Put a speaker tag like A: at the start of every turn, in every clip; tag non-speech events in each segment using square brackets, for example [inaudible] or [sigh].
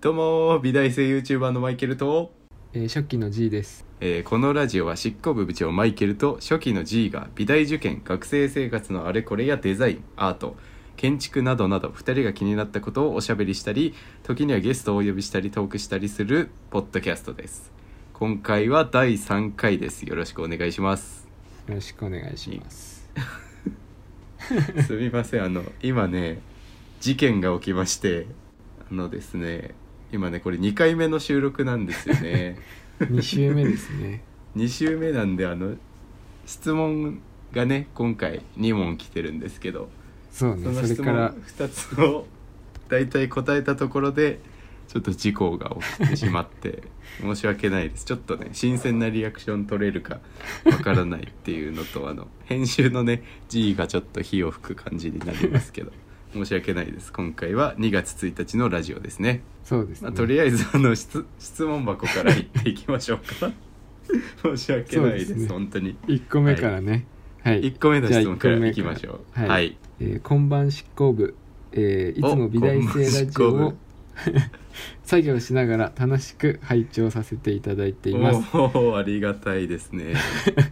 A: どうも美大生 YouTuber のマイケルと、
B: えー初期の G です。
A: えーこのラジオは執行部部長マイケルと初期の G が美大受験学生生活のあれこれやデザインアート建築などなど2人が気になったことをおしゃべりしたり時にはゲストをお呼びしたりトークしたりするポッドキャストです今回は第3回ですよろしくお願いします
B: よろしくお願いします。
A: すみませんあの今ね事件が起きましてあのですね今ねこれ2回目の収録なんですよね
B: 2週目ですね。
A: 2週目なんであの質問がね今回2問来てるんですけど
B: そう
A: そ
B: ね。
A: の
B: そ
A: 質
B: れか
A: 問
B: ら
A: 2つを大体答えたところでちょっと事故が起きてしまって [laughs] 申し訳ないですちょっとね新鮮なリアクション取れるかわからないっていうのとあの編集のね G がちょっと火を吹く感じになりますけど申し訳ないです今回は2月1日のラジオですね、
B: そうです
A: まあ、
B: ね。
A: とりあえずあの質質問箱からいっていきましょうか [laughs] 申し訳ないです
B: そうですね
A: 本当に
B: 1個目からね。はい。
A: 1個目の質問から
B: じゃあ
A: い
B: 一
A: き
B: 個目
A: ましょう
B: はい。えー、今晩執行部。えーいつも美大生ラジオ
A: お今晩執行
B: を
A: 部
B: 作業しながら楽しく拝聴させていただいています。
A: おーありがたいですね [laughs]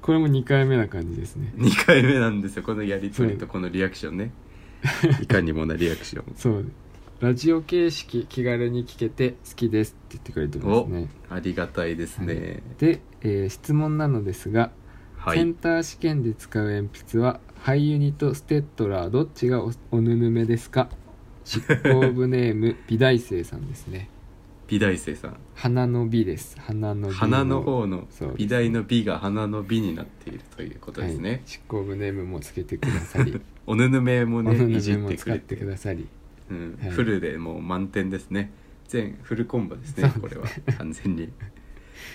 B: これも2回目な感じですね。
A: 2回目なんですよこのやり取りとこのリアクションねいかにもなリアクション
B: そう。ラジオ形式気軽に聞けて好きですって言ってくれてますね。
A: ありがたいですね
B: で、えー質問なのですが、
A: はい、
B: センター試験で使う鉛筆はハイユニとステッドラーどっちがおおぬぬめですか執行部ネーム [laughs] 美大生さんですね
A: 美大生さん
B: 花の美です花の美
A: 花の方の
B: そうですね
A: 美大の美が花の美になっているということですね、
B: はい、執行部ネームもつけてくだ
A: [laughs]
B: さり
A: おぬぬめも
B: お
A: ね
B: ぬぬ
A: いじ
B: め
A: っ
B: も
A: てく
B: 使っ
A: れ
B: て
A: て
B: くださり
A: うん
B: はい
A: フルでもう満点ですね全フルコンボです
B: そう
A: ね
B: です
A: これは完全
B: [laughs]
A: に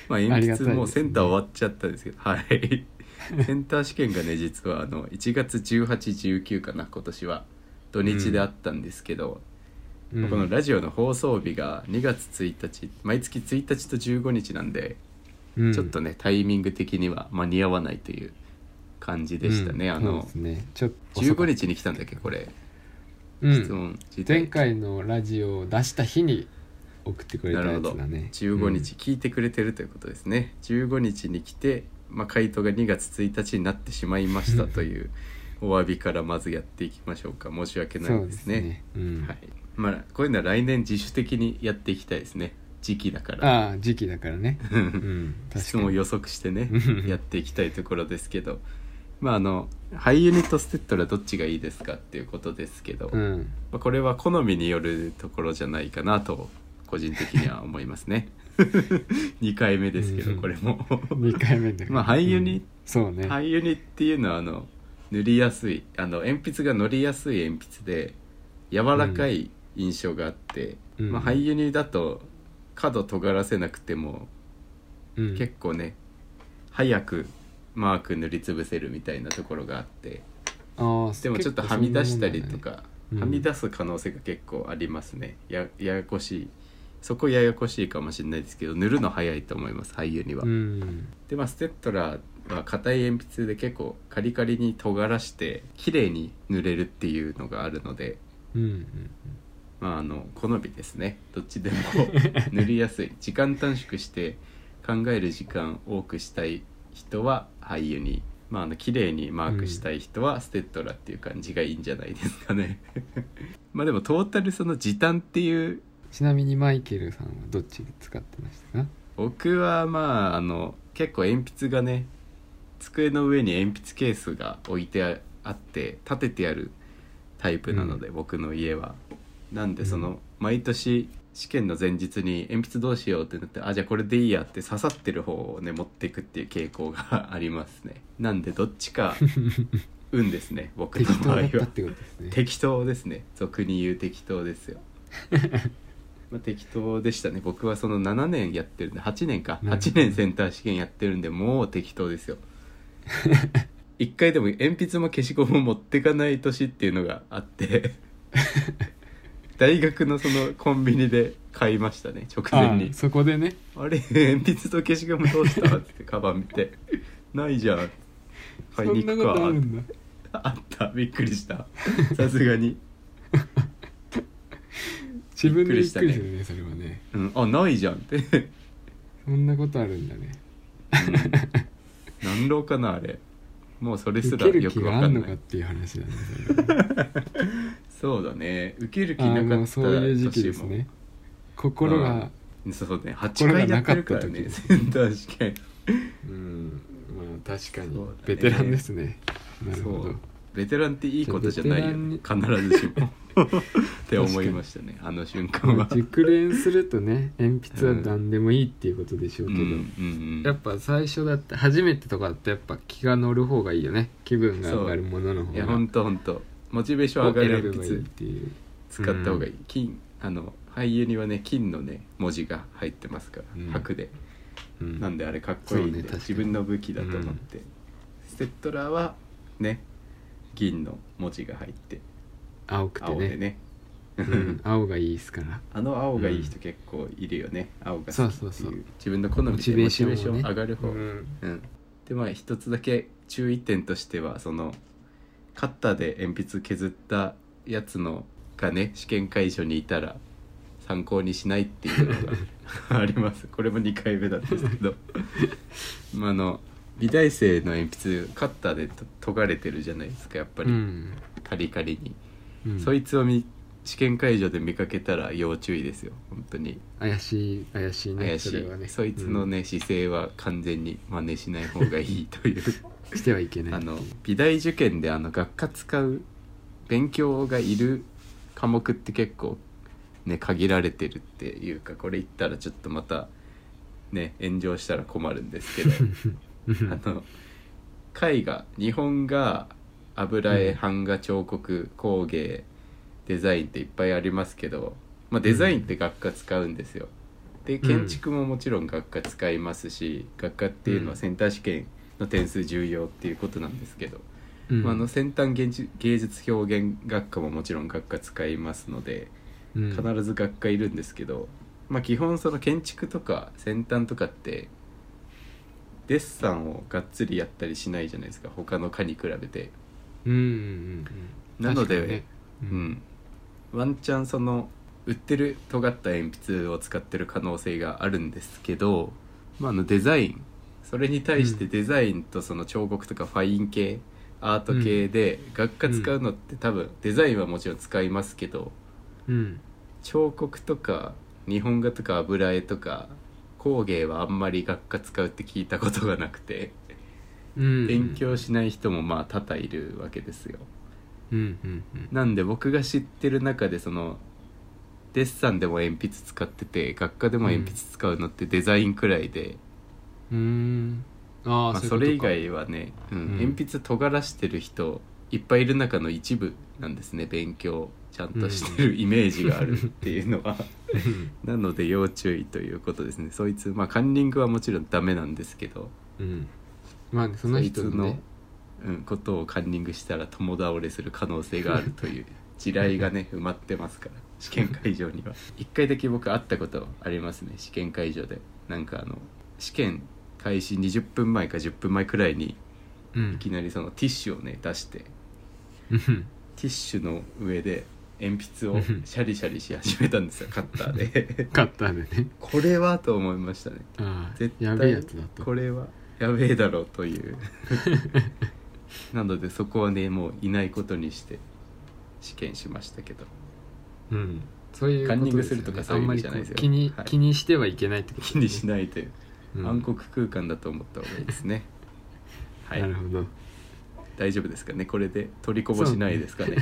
A: まあ
B: あり
A: 鉛
B: がたいです
A: 筆
B: ね
A: もうセンター終わっちゃったんですけどはい
B: [laughs]
A: センター試験がね実はあの1月1819かな今年は土日であったんですけど、
B: うん
A: このラジオの放送日が2月1日毎月1日と15日なんで、
B: うん
A: ちょっとねタイミング的には間に合わないという感じでしたね、
B: うん
A: あ
B: そう
A: の
B: ですねちょっと遅
A: 15
B: かった
A: 日に来たんだっけこれ、
B: うん
A: 質問自体
B: 前回のラジオを出した日に送ってくれた
A: なる
B: や
A: ほ
B: つ
A: ど
B: だね
A: 15日、聞いてくれてるということですね15日に来て、まあ、回答が2月1日になってしまいましたというお詫びからまずやっていきましょうか申し訳
B: うん
A: な
B: そ
A: いうで
B: ですす
A: ね
B: ね、うん
A: はいまあこういうのは来年自主的にやっていきたいですね時期だから
B: ああ時期だからね、うん、確
A: 質
B: か
A: 問を
B: に
A: 予測してね
B: うん
A: やっていきたいところですけどまああのハイユニットステッドラどっちがいいですかっていうことですけど、
B: う
A: ま
B: ん
A: あこれは好みによるところじゃないかなと個人的には思いますね2回目ですけ
B: う
A: ど
B: ん
A: これも
B: [laughs] 2回目だから
A: まあ俳優に
B: うんそうね、
A: ハイユニっていうのはあの塗りやすいあの鉛筆が乗りやすい鉛筆で柔らかい印象があって、
B: うん
A: まあ、ハイユニだと角尖らせなくても
B: うん
A: 結構ね早くマーク塗りつぶせるみたいなところがあって
B: ああ
A: でもちょっとはみ出したりとか、
B: うん
A: はみ出す可能性が結構ありますねやややこしいそこややこしいかもしれないですけど塗るの早いと思います俳優には、
B: うん
A: でまあステッドラーは硬い鉛筆で結構カリカリに尖らして綺麗に塗れるっていうのがあるので
B: うんうん
A: まああの好みですねどっちでも塗りやすい時間短縮して考える時間多くしたい人は俳優にまああの綺麗にマークしたい人はステッドラっていう感じがいいんじゃないですかね [laughs] まあでもトータルその時短っていう
B: ちなみにマイケルさんはどっち使ってましたか
A: 僕はまああの結構鉛筆がね机の上に鉛筆ケースが置いてああって立ててあるタイプなので、僕の家はなんでその、
B: うん
A: 毎年試験の前日に鉛筆どうしようってなってあじゃあこれでいいやって刺さってる方をね持っていくっていう傾向がありますねなんでどっちか運ですね僕の
B: [laughs] 適当
A: 場合
B: だったっ
A: は
B: てことですね
A: 適当ですね俗に言う適当です
B: [laughs]
A: よまあ適当でしたね僕はその7年やってるんで8年か
B: なるほど
A: 8年センター試験やってるんでもう適当
B: [laughs]
A: ですよ一回でも鉛筆も消しゴムも持ってかない年っていうのがあって
B: [laughs]
A: 大学のそのコンビニで買いましたね直
B: あ
A: 前に
B: あそこでね
A: あれ鉛筆と消しゴムどうしたって [laughs] カバン見てないじゃん
B: そ
A: 買いに
B: んな
A: 行
B: こ
A: くか
B: とあるんだ
A: あったびっくりしたさすがに
B: 自分でび
A: び
B: っくり
A: っ
B: す
A: く
B: るねそれはね
A: うん、あないじゃんって、 [laughs] うん、
B: そんなことあるんだね
A: 何浪かなあれもうそれす
B: 受
A: ら
B: ける
A: よ
B: 気
A: くわ
B: が
A: か
B: あん
A: ん
B: の
A: な
B: かっ
A: い
B: ていう話だねそ
A: [laughs]
B: れはね
A: そうだね受ける気
B: あ
A: な
B: ー
A: かっ
B: もう
A: た
B: そういう時期です
A: 年も
B: ね心が
A: そうね8回やってるからね確かに
B: うんまあ確か
A: そう
B: に
A: だね
B: ベテランですねなるほ
A: そ
B: ど
A: うベテランっていいことじゃないよね
B: じ
A: 必ず
B: [laughs]
A: しもって思いましたねあの瞬間
B: ま
A: は
B: あ、熟練するとね鉛筆は何でもいいっていうことでしょ
A: う
B: うけ
A: ん
B: ど、
A: うんう
B: やっ
A: ん
B: ぱ最初だって初めてとかだってやっぱ気が乗る方がいいよね気分が上がるものの方
A: いや
B: が
A: ほんとほんとモチベーション上が
B: を
A: る
B: 選べ
A: 鉛
B: ばい
A: 筆
B: いっていう
A: 使った方がいい、金あの俳優にはね金のね文字が入ってますから、
B: うん
A: 白で
B: うん
A: なんであれかっこいいん
B: そうね
A: で、
B: 確かに
A: 自分の武器だと思って、ステッドラーはね銀の文字が入って
B: 青くて
A: 青
B: ね
A: でね [laughs]
B: うん、青がいいですから
A: あの青がいい人結構いるよね、青が好きっていう
B: そうそうそう
A: 自分の好みでモ
B: モチ
A: チ
B: ベ
A: ベ
B: ー
A: ー
B: シ
A: シ
B: ョンをね
A: ョン上がる方、
B: うん
A: うんでまあ一つだけ注意点としてはそのカッターで鉛筆削ったやつのがね試験会場にいたら参考にしないっていうの
B: [laughs]
A: がありますこれも2回目なんですけどまああの美大生の鉛筆カッターでと研がれてるじゃないですかやっぱり、
B: うん
A: カリカリに、
B: うん
A: そいつを見試験会場で見かけたら要注意ですよ本当に
B: 怪しい怪しいね
A: 怪し
B: そ
A: い
B: れ
A: そ,、
B: はね
A: いつの、ね、姿勢は完全に真似しない方がいいという
B: うんしてはいけない
A: あの美大受験であの学科使う勉強がいる科目って結構ね限られてるっていうかこれ言ったらちょっとまたね炎上したら困るんですけど
B: うん
A: あの絵画日本画油絵版画彫刻工芸デザインっていっぱいありますけど、まあ、デザインって学科使うんですよ。で
B: うん
A: 建築ももちろん学科使いますし学科っていうのはセンター試験の点数重要っていうことなんですけど、
B: うん
A: まあ、あの先端芸術芸術表現学科ももちろん学科使いますので
B: うん
A: 必ず学科いるんですけど、まあ、基本その建築とか先端とかってデッサンをがっつりやったりしないじゃないですか他の科に比べて。
B: うんうんうん
A: なので
B: 確かにねう
A: うんん、ワンチャンその売ってる尖った鉛筆を使ってる可能性があるんですけど、まあ、あのデザインそれに対して
B: うん
A: デザインとその彫刻とかファイン系アート系で学科使うのって多分デザインはもちろん使いますけど
B: うん
A: 彫刻とか日本画とか油絵とか工芸はあんまり学科使うって聞いたことがなくて
B: うん
A: 勉強しない人もまあ多々いるわけですよ。
B: うんうんうん
A: なんで僕が知ってる中でそのデッサンでも鉛筆使ってて学科でも鉛筆使うのってデザインくらいで、
B: うーんああ、
A: まあ、
B: ういう
A: それ以
B: こ
A: 外はねうん
B: うん
A: 鉛筆尖らしてる人いっぱいいる中の一部なんですね勉強ちゃんとしてるイメージがあるっていうのは、
B: とかうん
A: なので要注意ということですねそいつまあカンニングはもちろんダメなんですけど
B: うんまあねその人
A: そいつの
B: のね、
A: うん、ことをカンニングしたら共倒れする可能性があると
B: [laughs]
A: いう地雷がね埋まってますから試験会場
B: [laughs]
A: には一回だけ僕会ったことありますね試験会場でなんかあの試験開始20分前か10分前くらいに
B: うん
A: いきなりそのティッシュをね出してテ
B: [laughs] うん
A: ィッシュの上で鉛筆をシャリシャリし始めたんですよカッターで [laughs]
B: カッターでね
A: これはと思いましたね
B: ああ
A: 絶対
B: やべえやつだと
A: これはやべえだろうという
B: [laughs]
A: なのでそこはねもういないことにして試験しましたけど
B: うんそういう
A: カンニン
B: こ
A: グ
B: とです
A: す
B: よ
A: ると
B: ね
A: か
B: あ
A: そうい
B: ん
A: う意
B: ま
A: 味
B: り
A: じゃ
B: こ
A: ないです
B: う
A: よ
B: 気に
A: はい
B: 気にしてはいけないってこと
A: 気にしないという
B: うん
A: 暗黒空間だと思った方がいいです
B: [laughs]
A: ね、はい
B: なるほど
A: 大丈夫ですかねこれで取りこぼしないですかね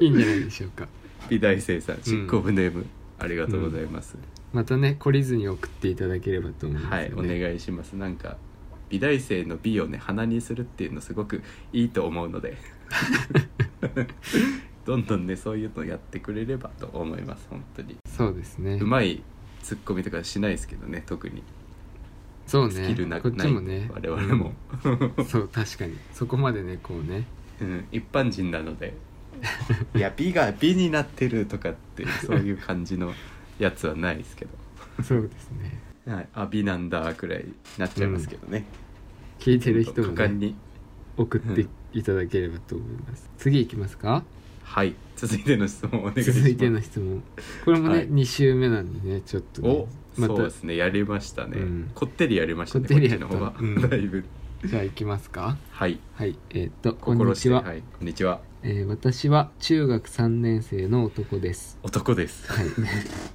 B: いいんじゃないでしょうか
A: [laughs] 美大生さん執行部ネーム、ありがとうございます、
B: またね懲りずに送っていただければと思いま
A: は
B: す
A: い
B: よ
A: お
B: ね
A: 願いしますなんか美大生の美をね鼻にするっていうのすごくいいと思うの
B: [laughs]
A: でどんどんねそういうのやってくれればと思います本当に
B: そうですね
A: うまいツッコミとかしないですけどね特に
B: そう
A: スキルな,、
B: ねこっ
A: な
B: ち
A: い
B: もね
A: 我々も、 [laughs]
B: うん [laughs] そう確かにそこまでねこうね
A: うん、一般人なので
B: [laughs]
A: いや美が美になってるとかってそういう感じのやつはないですけ
B: そうですね
A: ど、はい、あ美なんだくらいになっちゃいますけどね、
B: 聞いてる人も
A: 果敢
B: ね
A: に
B: 送っていただければと思います、次いきますか
A: はい続いての質問お願いします
B: 続いての質問これもね、
A: はい
B: 2週目なんでねちょっとね
A: お、
B: ま
A: そうで
B: た
A: すねやりましたね、
B: うん
A: こってりやりましたね
B: こってりやった
A: こっちの方が、
B: うん
A: だいぶ
B: じゃあ行きますか
A: はい
B: はいえーっとこん
A: 心
B: に
A: して
B: ちは、
A: い、こんにちは
B: えー私は中学3年生の男です
A: 男です
B: はい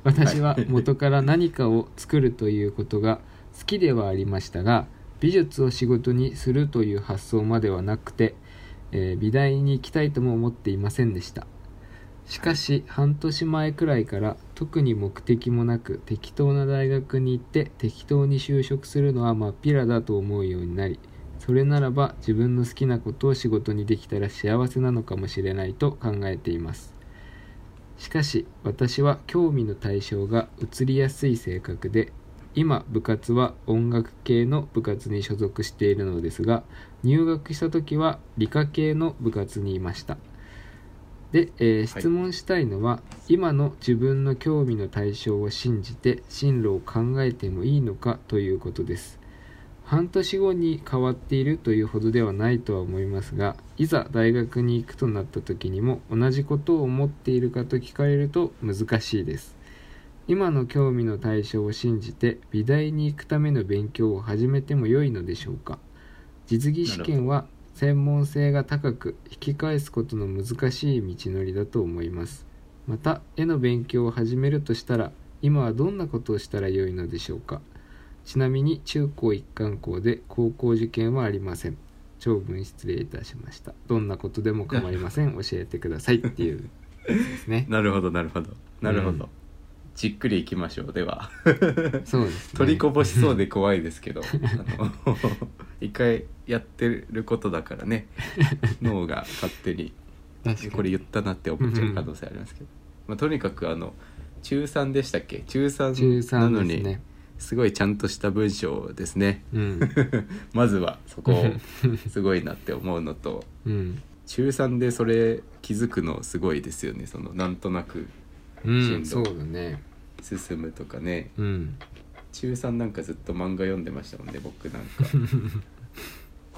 B: 私は元から何かを作るということが好きではありましたが美術を仕事にするという発想まではなくて、えー美大に行きたいとも思っていませんでしたしかし半年前くらいから特に目的もなく適当な大学に行って適当に就職するのはまっぴらだと思うようになりそれならば自分の好きなことを仕事にできたら幸せなのかもしれないと考えていますしかし私は興味の対象が移りやすい性格で今部活は音楽系の部活に所属しているのですが入学した時は理科系の部活にいましたで、えー質問したいのは、今の自分の興味の対象を信じて進路を考えてもいいのかということです半年後に変わっているというほどではないとは思いますがいざ大学に行くとなった時にも同じことを思っているかと聞かれると難しいです今の興味の対象を信じて美大に行くための勉強を始めても良いのでしょうか実技試験は専門性が高く引き返すことの難しい道のりだと思いますまた絵の勉強を始めるとしたら今はどんなことをしたら良いのでしょうかちなみに中高一貫校で高校受験はありません長文失礼いたしましたどんなことでも構いません教えてくださいっていうやつです
A: [laughs]
B: ね
A: なるほどなるほどなるほど、
B: うん
A: じっくりいきましょうでは
B: そうですね
A: 取りこぼしそうで怖いですけどあの [laughs] 一回やってることだからね脳が勝手に
B: 確かに
A: これ言ったなって思っちゃう可能性ありますけど、まあ、とにかくあの中3でしたっけ中
B: 中
A: 3なの
B: 3です
A: に
B: ね
A: すごいちゃんとした文章ですね [laughs]
B: うん
A: まずはそ
B: [laughs]
A: こをすごいなって思うのと
B: うん
A: 中3でそれ気づくのすごいですよねそのなんとなく
B: うんそうだね
A: 進むとかね
B: うん
A: 中3なんかずっと漫画読んでましたもんね僕なん
B: [laughs]
A: か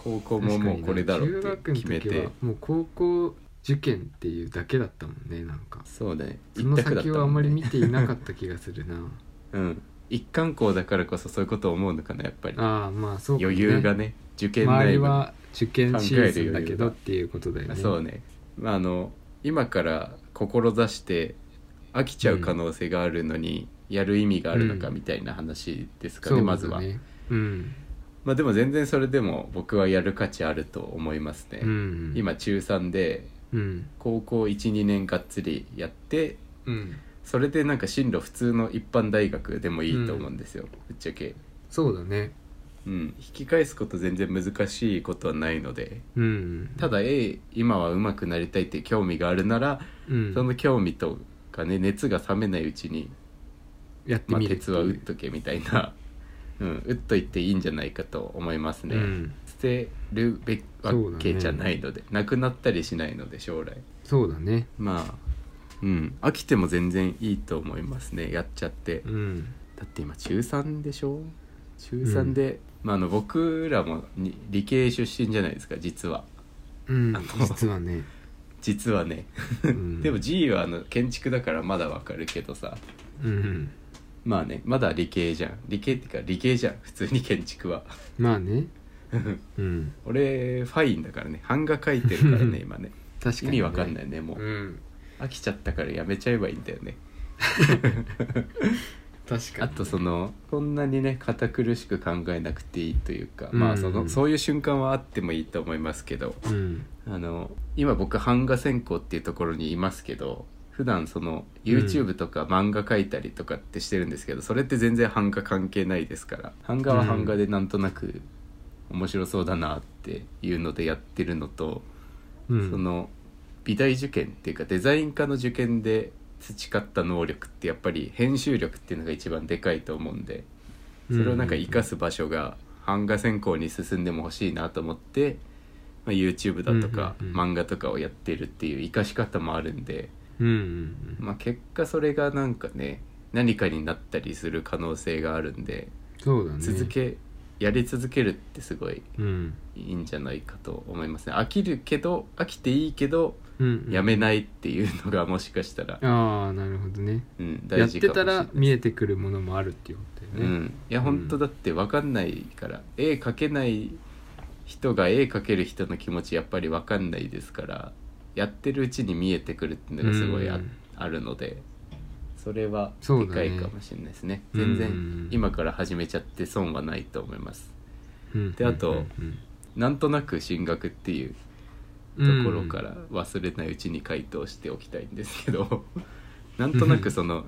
A: 高校ももうこれだろうって決め
B: 中学の時
A: て
B: はもう高校受験っていうだけだったもんねなんか
A: そうね
B: その先をあんまり見
A: ね
B: ていなかった気がするな
A: [laughs] うん一貫校だからこそそういうこと思うのかなやっぱり
B: ああまあそうかもね
A: 余裕がね受験
B: 周
A: 内
B: り
A: 部
B: は受験シーズンだけどっていうことだよね
A: そうね、まあ、あの今から志して飽きちゃう可能性があるのに、やる意味があるのか
B: うん
A: みたいな話ですか
B: そ
A: ね、
B: うだね
A: まずは、
B: うん、
A: まあ、でも全然それでも僕はやる価値あると思いますね、
B: うん、
A: 今中3で
B: うん
A: 高校12年がっつりやって
B: うん
A: それでなんか進路普通の一般大学でもいいと思うんですよ、ぶっちゃけ、
B: そうだね
A: うん、引き返すこと全然難しいことはないので
B: うん
A: ただ、え今は上手くなりたいって興味があるなら
B: うん、
A: その興味とかね熱が冷めないうちに、
B: やって
A: まあ、
B: みる
A: 鉄は打っ
B: と
A: とけみたいな、 [laughs] うん、打っといていいんじゃないかと思いますね、
B: うん
A: 捨てるべわ
B: そうだね
A: けじゃないので、なくなったりしないので将来
B: そうだね
A: まあうん飽きても全然いいと思いますねやっちゃって、
B: うん
A: だって今中3でしょ中3で、まあ、あの僕らもに理系出身じゃないですか実は
B: うん
A: あの
B: 実はね、
A: 実はね、
B: う
A: [laughs]
B: ん、
A: でも G はあの建築だからまだわかるけどさ
B: うん
A: まあねまだ理系じゃん理系っていうか理系じゃん普通に建築は
B: まあねうん
A: 俺ファインだからね版画描いてるから
B: [laughs]
A: ね今ね
B: 確か
A: 意
B: に、
A: 味わかんないねも
B: う
A: うん飽きちゃったからやめちゃえばいいんだよね
B: 確かに
A: あとそのそんなにね堅苦しく考えなくていいというか、まあそ
B: うん
A: のそういう瞬間はあってもいいと思いますけど
B: うん
A: あの今僕版画専攻っていうところにいますけど普段その YouTube とか漫画描いたりとかってしてるんですけど、それって全然版画関係ないですから版画は版画でなんとなく面白そうだなっていうのでやってるのと、
B: うん
A: その美大受験っていうかデザイン科の受験で培った能力ってやっぱり編集力っていうのが一番でかいと思うんでそれをなんか生かす場所が版画専攻に進んでも欲しいなと思って、まあ、YouTube だとか
B: うんうんうん
A: 漫画とかをやってるっていう生かし方もあるんで、
B: うんうんうん
A: まあ、結果それがなんかね何かになったりする可能性があるんで
B: そうだね
A: 続けやり続けるってすごい
B: うん
A: いいんじゃないかと思いますね飽きるけど飽きていいけど
B: うんうん
A: やめないっていうのがもしかしたら、
B: ああなるほどね
A: うん、
B: や
A: 大
B: っ
A: 事か
B: て
A: もしれ
B: た
A: ない
B: ら見えてくるものもあるっていうことだ
A: う
B: よね、
A: ん、いや本当だって分かんないから、絵描けない人が絵描ける人の気持ちやっぱり分かんないですからやってるうちに見えてくるっていうのがすごいあ,、
B: うん
A: あるのでそれは
B: そ
A: で
B: うだ
A: か
B: ね
A: いかもしれないですね
B: うん
A: 全然今から始めちゃって損はないと思います
B: うんうん
A: であと
B: うん
A: なんとなく進学っていうと
B: うん
A: ころから忘れないうちに回答しておきたいんですけ
B: [laughs]
A: どなんとなくその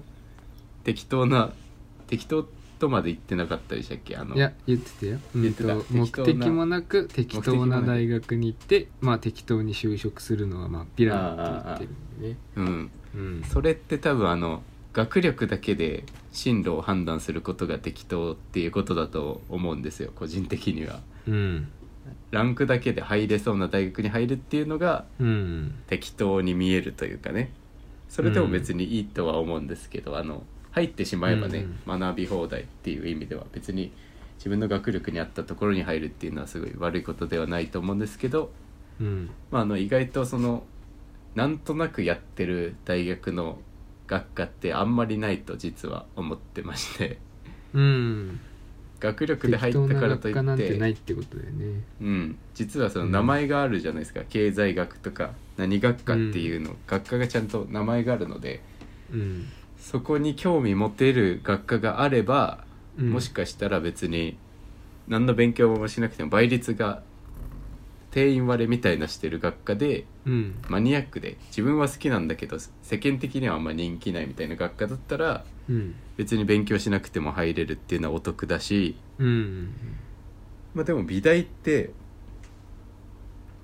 A: 適当な適当とまで言ってなかったでしたっけあの
B: いや言ってたよ、う
A: 言
B: ん
A: ってた
B: と目
A: 適当な
B: 的もなく適当な
A: 目的もない
B: 大学に行ってまあ適当に就職するのはまあピラだって言ってるんでね
A: うん、
B: うん
A: それって多分あの学力だけで進路を判断することが適当っていうことだと思うんですよ個人的には。
B: うん
A: ランクだけで入れそうな大学に入るっていうのが
B: うん
A: 適当に見えるというかねそれでも別にいいとは思うんですけど、あの入ってしまえばね、学び放題っていう意味では別に自分の学力に合ったところに入るっていうのはすごい悪いことではないと思うんですけど、
B: うん
A: まあ、あの意外とそのなんとなくやってる大学の学科ってあんまりないと実は思ってまして [laughs]
B: うん
A: 学力で入
B: 適
A: っ
B: 当
A: た
B: な
A: からとい
B: 学科な
A: っ
B: ん
A: て
B: てないってことだよね
A: うん、実はその名前があるじゃないですか、経済学とか何学科っていうの、学科がちゃんと名前があるので
B: うん、
A: そこに興味持てる学科があれば、
B: うん、
A: もしかしたら別に何の勉強もしなくても倍率が定員割れみたいなしてる学科で
B: うん
A: マニアックで自分は好きなんだけど世間的にはあんま人気ないみたいな学科だったら
B: うん
A: 別に勉強しなくても入れるっていうのはお得だし、
B: うん
A: まあ、でも美大って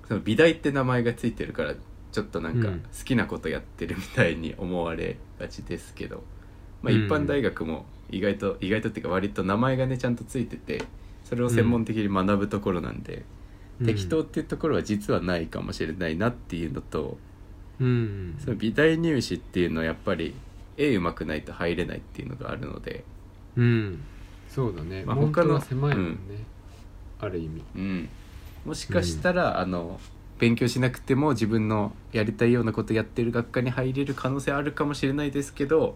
A: その美大って名前がついてるからちょっとなんか
B: うん
A: 好きなことやってるみたいに思われがちですけど、まあ、
B: う
A: 一
B: ん
A: 般大学も意外と意外とっていうか割と名前がねちゃんとついててそれを専門的に学ぶところなんで、
B: うん
A: 適当っていうところは実はないかもしれないなっていうのと。
B: うん
A: その美大入試っていうのはやっぱり絵うまくないと入れないっていうのがあるので、
B: うんそうだね、
A: まあ
B: 本当
A: 他の
B: は狭いもんね、ある意味
A: うん、もしかしたら、あの勉強しなくても自分のやりたいようなことやってる学科に入れる可能性あるかもしれないですけど、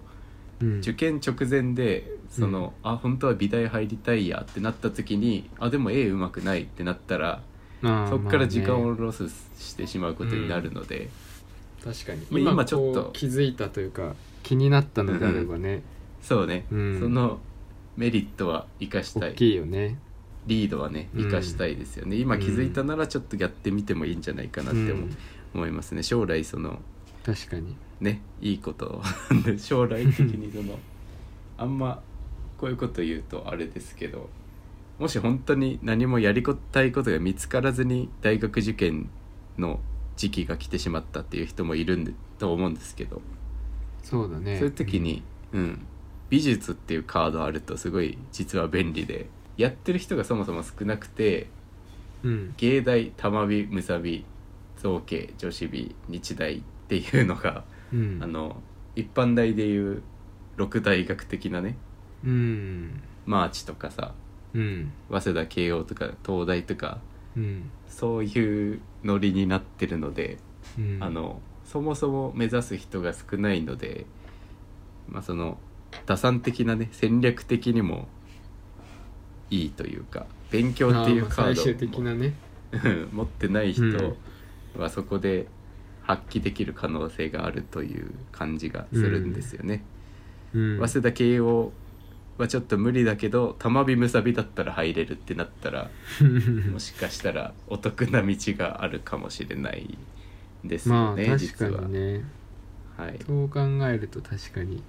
B: うん
A: 受験直前でその、あ本当は美大入りたいやってなった時にあでも絵うまくないってなったら
B: あー
A: そこから時間
B: まあ
A: を
B: ね
A: ロスしてしまうことになるので、
B: 確かに
A: まあ
B: 今
A: 今
B: ち
A: ち
B: ょ
A: ょ
B: っ
A: っ
B: と
A: と
B: 気づいたというか気になったのであればね、
A: そうね、
B: うん
A: そのメリットは生かした
B: 大
A: い
B: きいよね
A: リードはね
B: うん
A: 生かしたいですよね、今気づいたならちょっとやってみてもいいんじゃないかなって思,、
B: うん
A: 思いますね将来その
B: 確かに
A: ねいいことを将来的にそのあんまこういうこと言うとあれですけどもし本当に何もやりたいことが見つからずに大学受験の時期が来てしまったっていう人もいるんでと思うんですけど、
B: そうだね
A: そういう時に、うん、美術っていうカードあるとすごい実は便利でやってる人がそもそも少なくて
B: うん
A: 芸大玉美むさび造形女子美日大っていうのが、
B: うん
A: あの一般大でいう六大学的なね
B: うん
A: マーチとかさ
B: うん
A: 早稲田慶応とか東大とか
B: うん
A: そういうノリになってるので、
B: うん
A: あのそもそも目指す人が少ないので、まあ、その打算的なね戦略的にもいいというか勉強っていう
B: あーまあ
A: カードも
B: 最終的なね
A: うん [laughs] 持ってない人
B: うん
A: はそこで発揮できる可能性があるという感じがするんですよね。
B: うん
A: 早稲田慶応はちょっと無理だけど玉美むさびだったら入れるってなったらもしかしたらお得な道があるかもしれないです
B: ま
A: よ
B: あ
A: ね、
B: 確
A: 実
B: か
A: は。
B: にね
A: はい
B: そう考えると確かに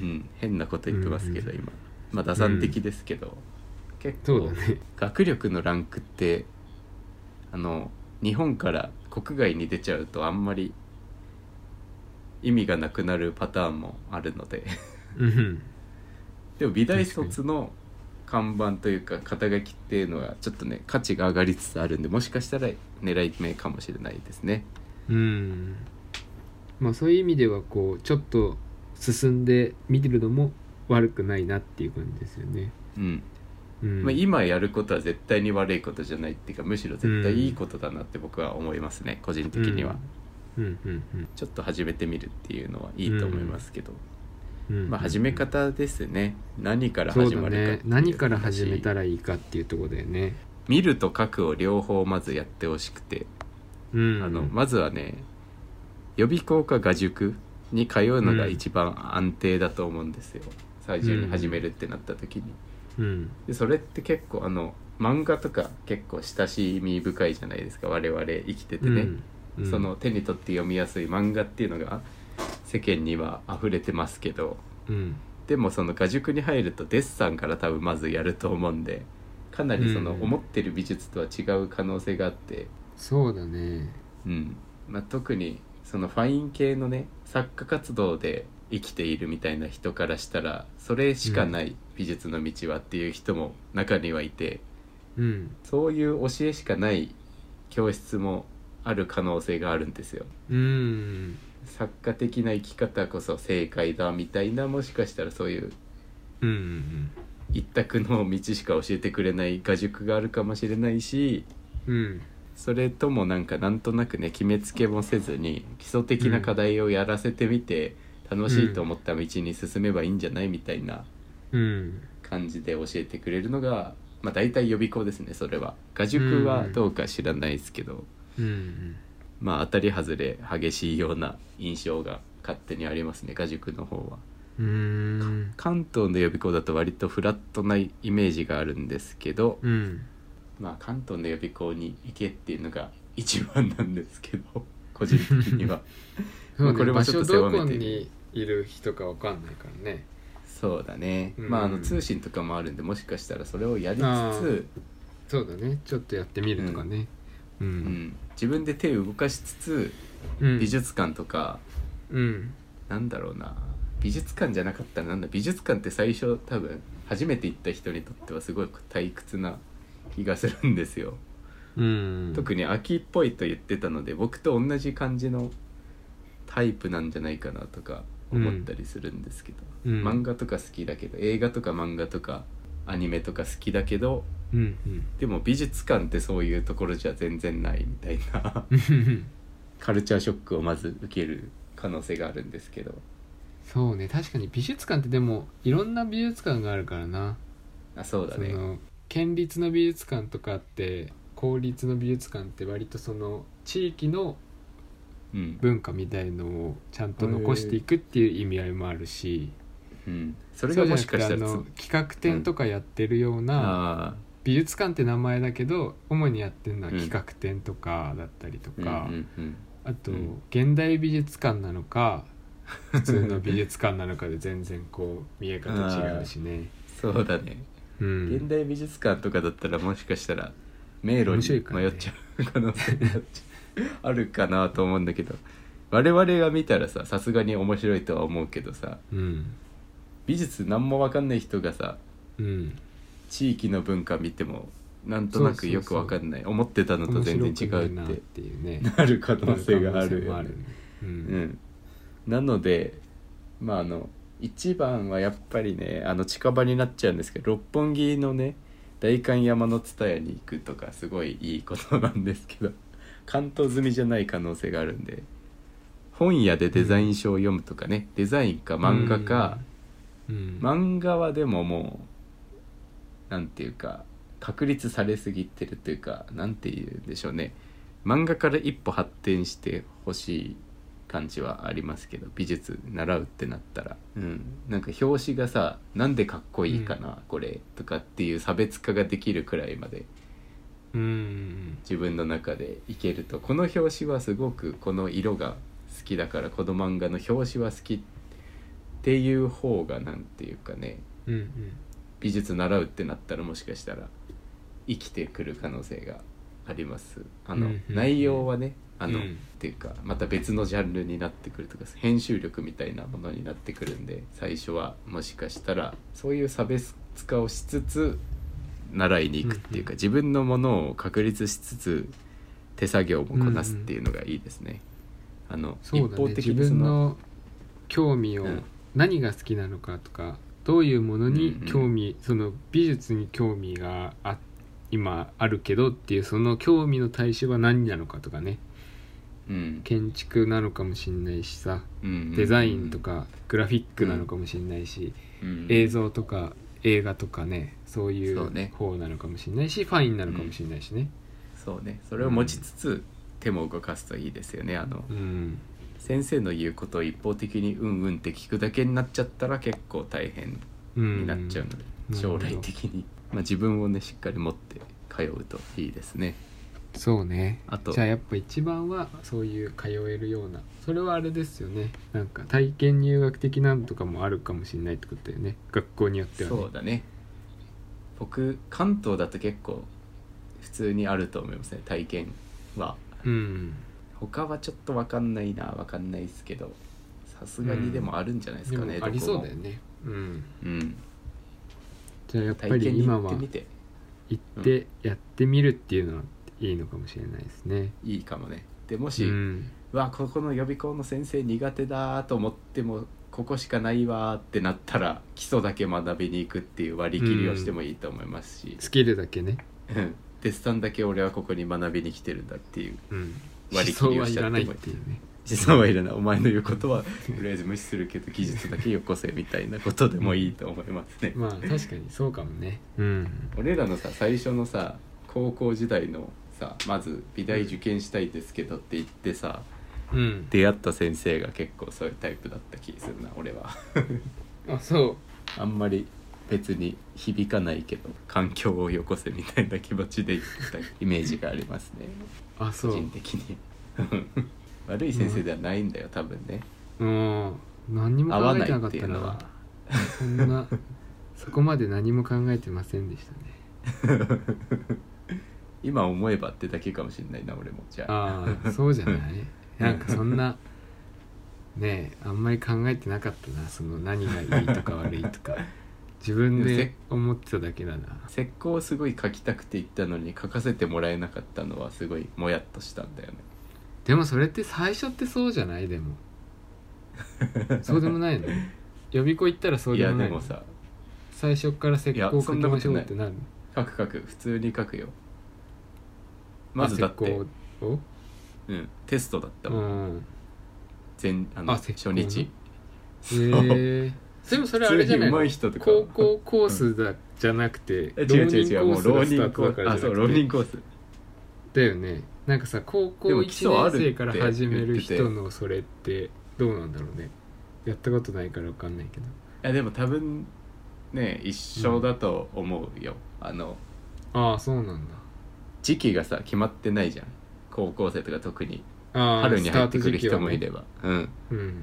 A: うん、変なこと言ってますけど、
B: うん
A: 今まあ打算的ですけど、結
B: そう
A: 構
B: だね
A: 学力のランクってあの日本から国外に出ちゃうとあんまり意味がなくなるパターンもあるの [laughs] で
B: うん
A: でも美大卒の看板というか肩書きっていうのはちょっとね価値が上がりつつあるんでもしかしたら狙い目かもしれないですね。
B: うんまあそういう意味ではこうちょっと進んで見てるのも悪くないなっていう感じですよね。
A: うん
B: うん、
A: まあ、今やることは絶対に悪いことじゃないっていうかむしろ絶対いいことだなって僕は思いますね、個人的には。
B: うんうんうんうん
A: ちょっと始めてみるっていうのはいいと思いますけど、
B: うんうん
A: まあ始め方ですね何から
B: そう
A: 始
B: だ
A: まるか
B: ね何から始めた
A: ら
B: らいいかっていうところだよね
A: 見ると書くを両方まずやってほしくて、
B: うん
A: あのまずはね予備校か画塾に通うのが一番安定だと思うんですよ、最初に始めるってなった時に、
B: うん
A: でそれって結構あの漫画とか結構親しみ深いじゃないですか我々生きててね、
B: うん
A: その手に取って読みやすい漫画っていうのが世間には溢れてますけど
B: うん
A: でもその画塾に入るとデッサンから多分まずやると思うんでかなりその
B: うん
A: 思ってる美術とは違う可能性があって、
B: そうだね
A: うんまあ、特にそのファイン系のね作家活動で生きているみたいな人からしたらそれしかない美術の道はっていう人も中にはいて。
B: うん
A: そういう教えしかない教室もある可能性があるんですよ
B: うん
A: 作家的な生き方こそ正解だみたいなもしかしたらそういう
B: うんうん
A: 一択の道しか教えてくれない画塾があるかもしれないし
B: うん
A: それともなんかなんとなくね決めつけもせずに基礎的な課題をやらせてみて楽しいと思った道に進めばいいんじゃないみたいな
B: うん
A: 感じで教えてくれるのが、まあ、大体予備校ですねそれは画塾はどうか知らないですけど、
B: うん
A: まあ当たり外れ激しいような印象が勝手にありますね画塾の方は
B: うん
A: 関東の予備校だと割とフラットなイメージがあるんですけど、
B: うん
A: まあ関東の予備校に行けっていうのが一番なんですけど [laughs] 個人的に
B: [laughs]
A: は
B: そうね
A: これも
B: 場
A: ちょ
B: 所
A: っと狭
B: ど
A: めて
B: こにいる人かわかんないからね
A: そうだね、
B: うん
A: まああの通信とかもあるんでもしかしたらそれをやりつつ、
B: そうだねちょっとやってみるとかねう
A: うんん、自分で手を動かしつつ
B: うん
A: 美術館とか、
B: うん
A: なんだろうな美術館じゃなかったらなんだ美術館って最初多分初めて行った人にとってはすごく退屈な気がするんですよ、
B: うん
A: 特に秋っぽいと言ってたので僕と同じ感じのタイプなんじゃないかなとか思ったりするんですけど、
B: うん
A: 漫画とか好きだけど映画とか漫画とかアニメとか好きだけど
B: うんうん
A: でも美術館ってそういうところじゃ全然ないみたいな
B: うん
A: [laughs] カルチャーショックをまず受ける可能性があるんですけど
B: そうね確かに美術館ってでもいろんな美術館があるからな
A: あそうだ
B: そ
A: ね
B: の県立の美術館とかあって公立の美術館って割とその地域の
A: うん
B: 文化みたいのをちゃんと残していくっていう意味合いもあるし、
A: うん、それがもしかしたら
B: そう
A: つ
B: じゃなくてあの企画展とかやってるような、
A: あ
B: 美術館って名前だけど主にやってるのは企画展とかだったりと
A: ー
B: か、
A: うんうん
B: あと
A: うん
B: 現代美術館な
A: [laughs]
B: のか普通の美術館なのかで全然こう見え方違うしね。
A: うん、そうだね、
B: うん、
A: 現代美術館とかだったらもしかしたら迷路に
B: 面白いからね
A: 迷っちゃう可能性があるかなと思うんだけど我々が見たらささすがに面白いとは思うけどさ
B: うん
A: 美術何も分かんない人がさ
B: うん
A: 地域の文化見てもなんとなくよく分かんない思ってたのと
B: 面白く
A: 全然違
B: ないうな
A: っ
B: ってていうね
A: なる [laughs] 可能性がある
B: 可能性も
A: よ
B: あ
A: ね
B: るねう
A: うんん、なのでまああの一番はやっぱりねあの近場になっちゃうんですけど六本木のね代官山の蔦屋に行くとかすごいいいことなんですけど [laughs] 関東済みじゃない可能性があるんで本屋でデザイン書を読むとかね、デザインか漫画か、
B: うん
A: 漫画はでももうなんていうか確立されすぎてるというかなんていうんでしょうね漫画から一歩発展してほしい感じはありますけど美術習うってなったら、うん、なんか表紙がさなんでかっこいいかな、これとかっていう差別化ができるくらいまで
B: うん
A: 自分の中でいけるとこの表紙はすごくこの色が好きだからこの漫画の表紙は好きっていう方がなんていうかね
B: うんうん
A: 美術習うってなったらもしかしたら生きてくる可能性がありますあの、
B: うんうんうん
A: 内容はねあの、
B: うん
A: っていうかまた別のジャンルになってくるとか編集力みたいなものになってくるんで最初はもしかしたらそういう差別化をしつつ習いに行くっていうか、
B: うんうん
A: 自分のものを確立しつつ手作業もこなすっていうのがいいですね。あの
B: そうだね自分の興味を
A: うん
B: 何が好きなのかとかどういうものに
A: うんうん
B: 興味その美術に興味があ今あるけどっていうその興味の対象は何なのかとかね
A: うん
B: 建築なのかもしんないしさ
A: うん
B: デザインとかグラフィックなのかもしんない
A: う
B: し、
A: ん
B: 映像とか映画とかねそうい
A: そうね
B: う方なのかもしんないし、ファインなのかもしんないしね
A: そうねそれを持ちつつ手も動かすといいですよねあの
B: うん
A: 先生の言うことを一方的にうんうんって聞くだけになっちゃったら結構大変
B: うん
A: になっちゃうので、
B: うん
A: 将来的に、まあ、自分をねしっかり持って通うといいですね
B: そうね
A: あと
B: じゃあやっぱ一番はそういう通えるようなそれはあれですよねなんか体験入学的なんとかもあるかもしれないってことだよね学校によってはね
A: そうだね僕関東だと結構普通にあると思いますね体験は
B: うん
A: 他はちょっと分かんないな分かんないですけどさすがにでもあるんじゃないです
B: で
A: か
B: も
A: ね、
B: ありそうだよ
A: ね、
B: ねうん
A: うん、
B: じゃあやっぱ
A: 体験
B: り
A: に
B: 今
A: 行っ
B: は
A: てみて
B: 行ってやってみるっていうのはいいのかもしれないですね
A: いいかもねでも
B: う
A: し、
B: ん
A: うわここの予備校の先生苦手だと思ってもここしかないわーってなったら基礎だけ学びに行くっていう割り切りをしてもいいと思いますし、
B: スキルだけね
A: うん、デッサンだけ俺はここに学びに来てるんだっていう
B: うん
A: 割り切りをしちゃっても
B: 思想はいらないい
A: い
B: っていうね
A: 思想はいらないお前の言うことはとりあえず無視するけど技術だけよこせみたいなことでもいいと思いますね。
B: まあ確かにそうかもねうん
A: 俺らのさ最初のさ高校時代のさまず美大受験したいですけどって言ってさ
B: うん
A: 出会った先生が結構そういうタイプだった気するな俺は。
B: あそう
A: あんまり別に響かないけど環境をよこせみたいな気持ちで言ったイメージがありますね
B: あ
A: 個
B: そう
A: 人的に [laughs] 悪い先生ではないんだよ多分ね
B: うん何にも
A: 合わ
B: 考
A: な
B: えて
A: い
B: なか
A: っ
B: って
A: いう
B: た
A: のは
B: なそんなそこまで何も考えてませんでしたね
A: 今思えばってだけかもしれないな俺もじゃあ
B: ああそうじ [laughs] ゃないなんかそんなねえあんまり考えてなかったなその何がいいとか悪いとか自分で思ってただけだな
A: [laughs] 石膏をすごい書きたくて言ったのに書かせてもらえなかったのはすごいもやっとしたんだよね
B: でもそれって最初ってそうじゃないでもそうでもない [laughs] の予備校行ったらそう
A: い
B: で
A: や
B: もな
A: で
B: いの
A: もさ
B: 最初から石膏
A: い
B: を
A: や
B: 書
A: そ
B: き
A: んなこ
B: ま
A: と
B: しょうってなる
A: 書く書く普通に書くよまずだって
B: あ石、膏を
A: うん、テストだった
B: う
A: もん
B: ん
A: 前あの
B: あ石
A: 初
B: 膏ね
A: 日
B: へえでもそれあ
A: 普
B: れ
A: 通
B: じ
A: に
B: ゃ
A: 上手
B: ないの
A: い人とか
B: 高校コースだじゃなくて
A: え違う違う違うもう浪
B: 浪
A: 人
B: 人
A: コ
B: コ
A: ース
B: ース
A: だ
B: が
A: あ
B: スタ
A: そう
B: ートだか
A: 浪
B: らじゃ
A: 人
B: な
A: コー
B: くて
A: ス
B: だよねなんかさ高校
A: でも基礎
B: 1年生から
A: あるって
B: 始める
A: 言っ
B: 人
A: て
B: のそれってどうなんだろうねやったことないからわかんないけど
A: いやでも多分ね一緒だと思うよ、あの
B: ああそうなんだ
A: 時期がさ決まってないじゃん高校生とか特に
B: ああ
A: 春に入ってくる人もい
B: ス
A: れば、うん
B: タート時期はね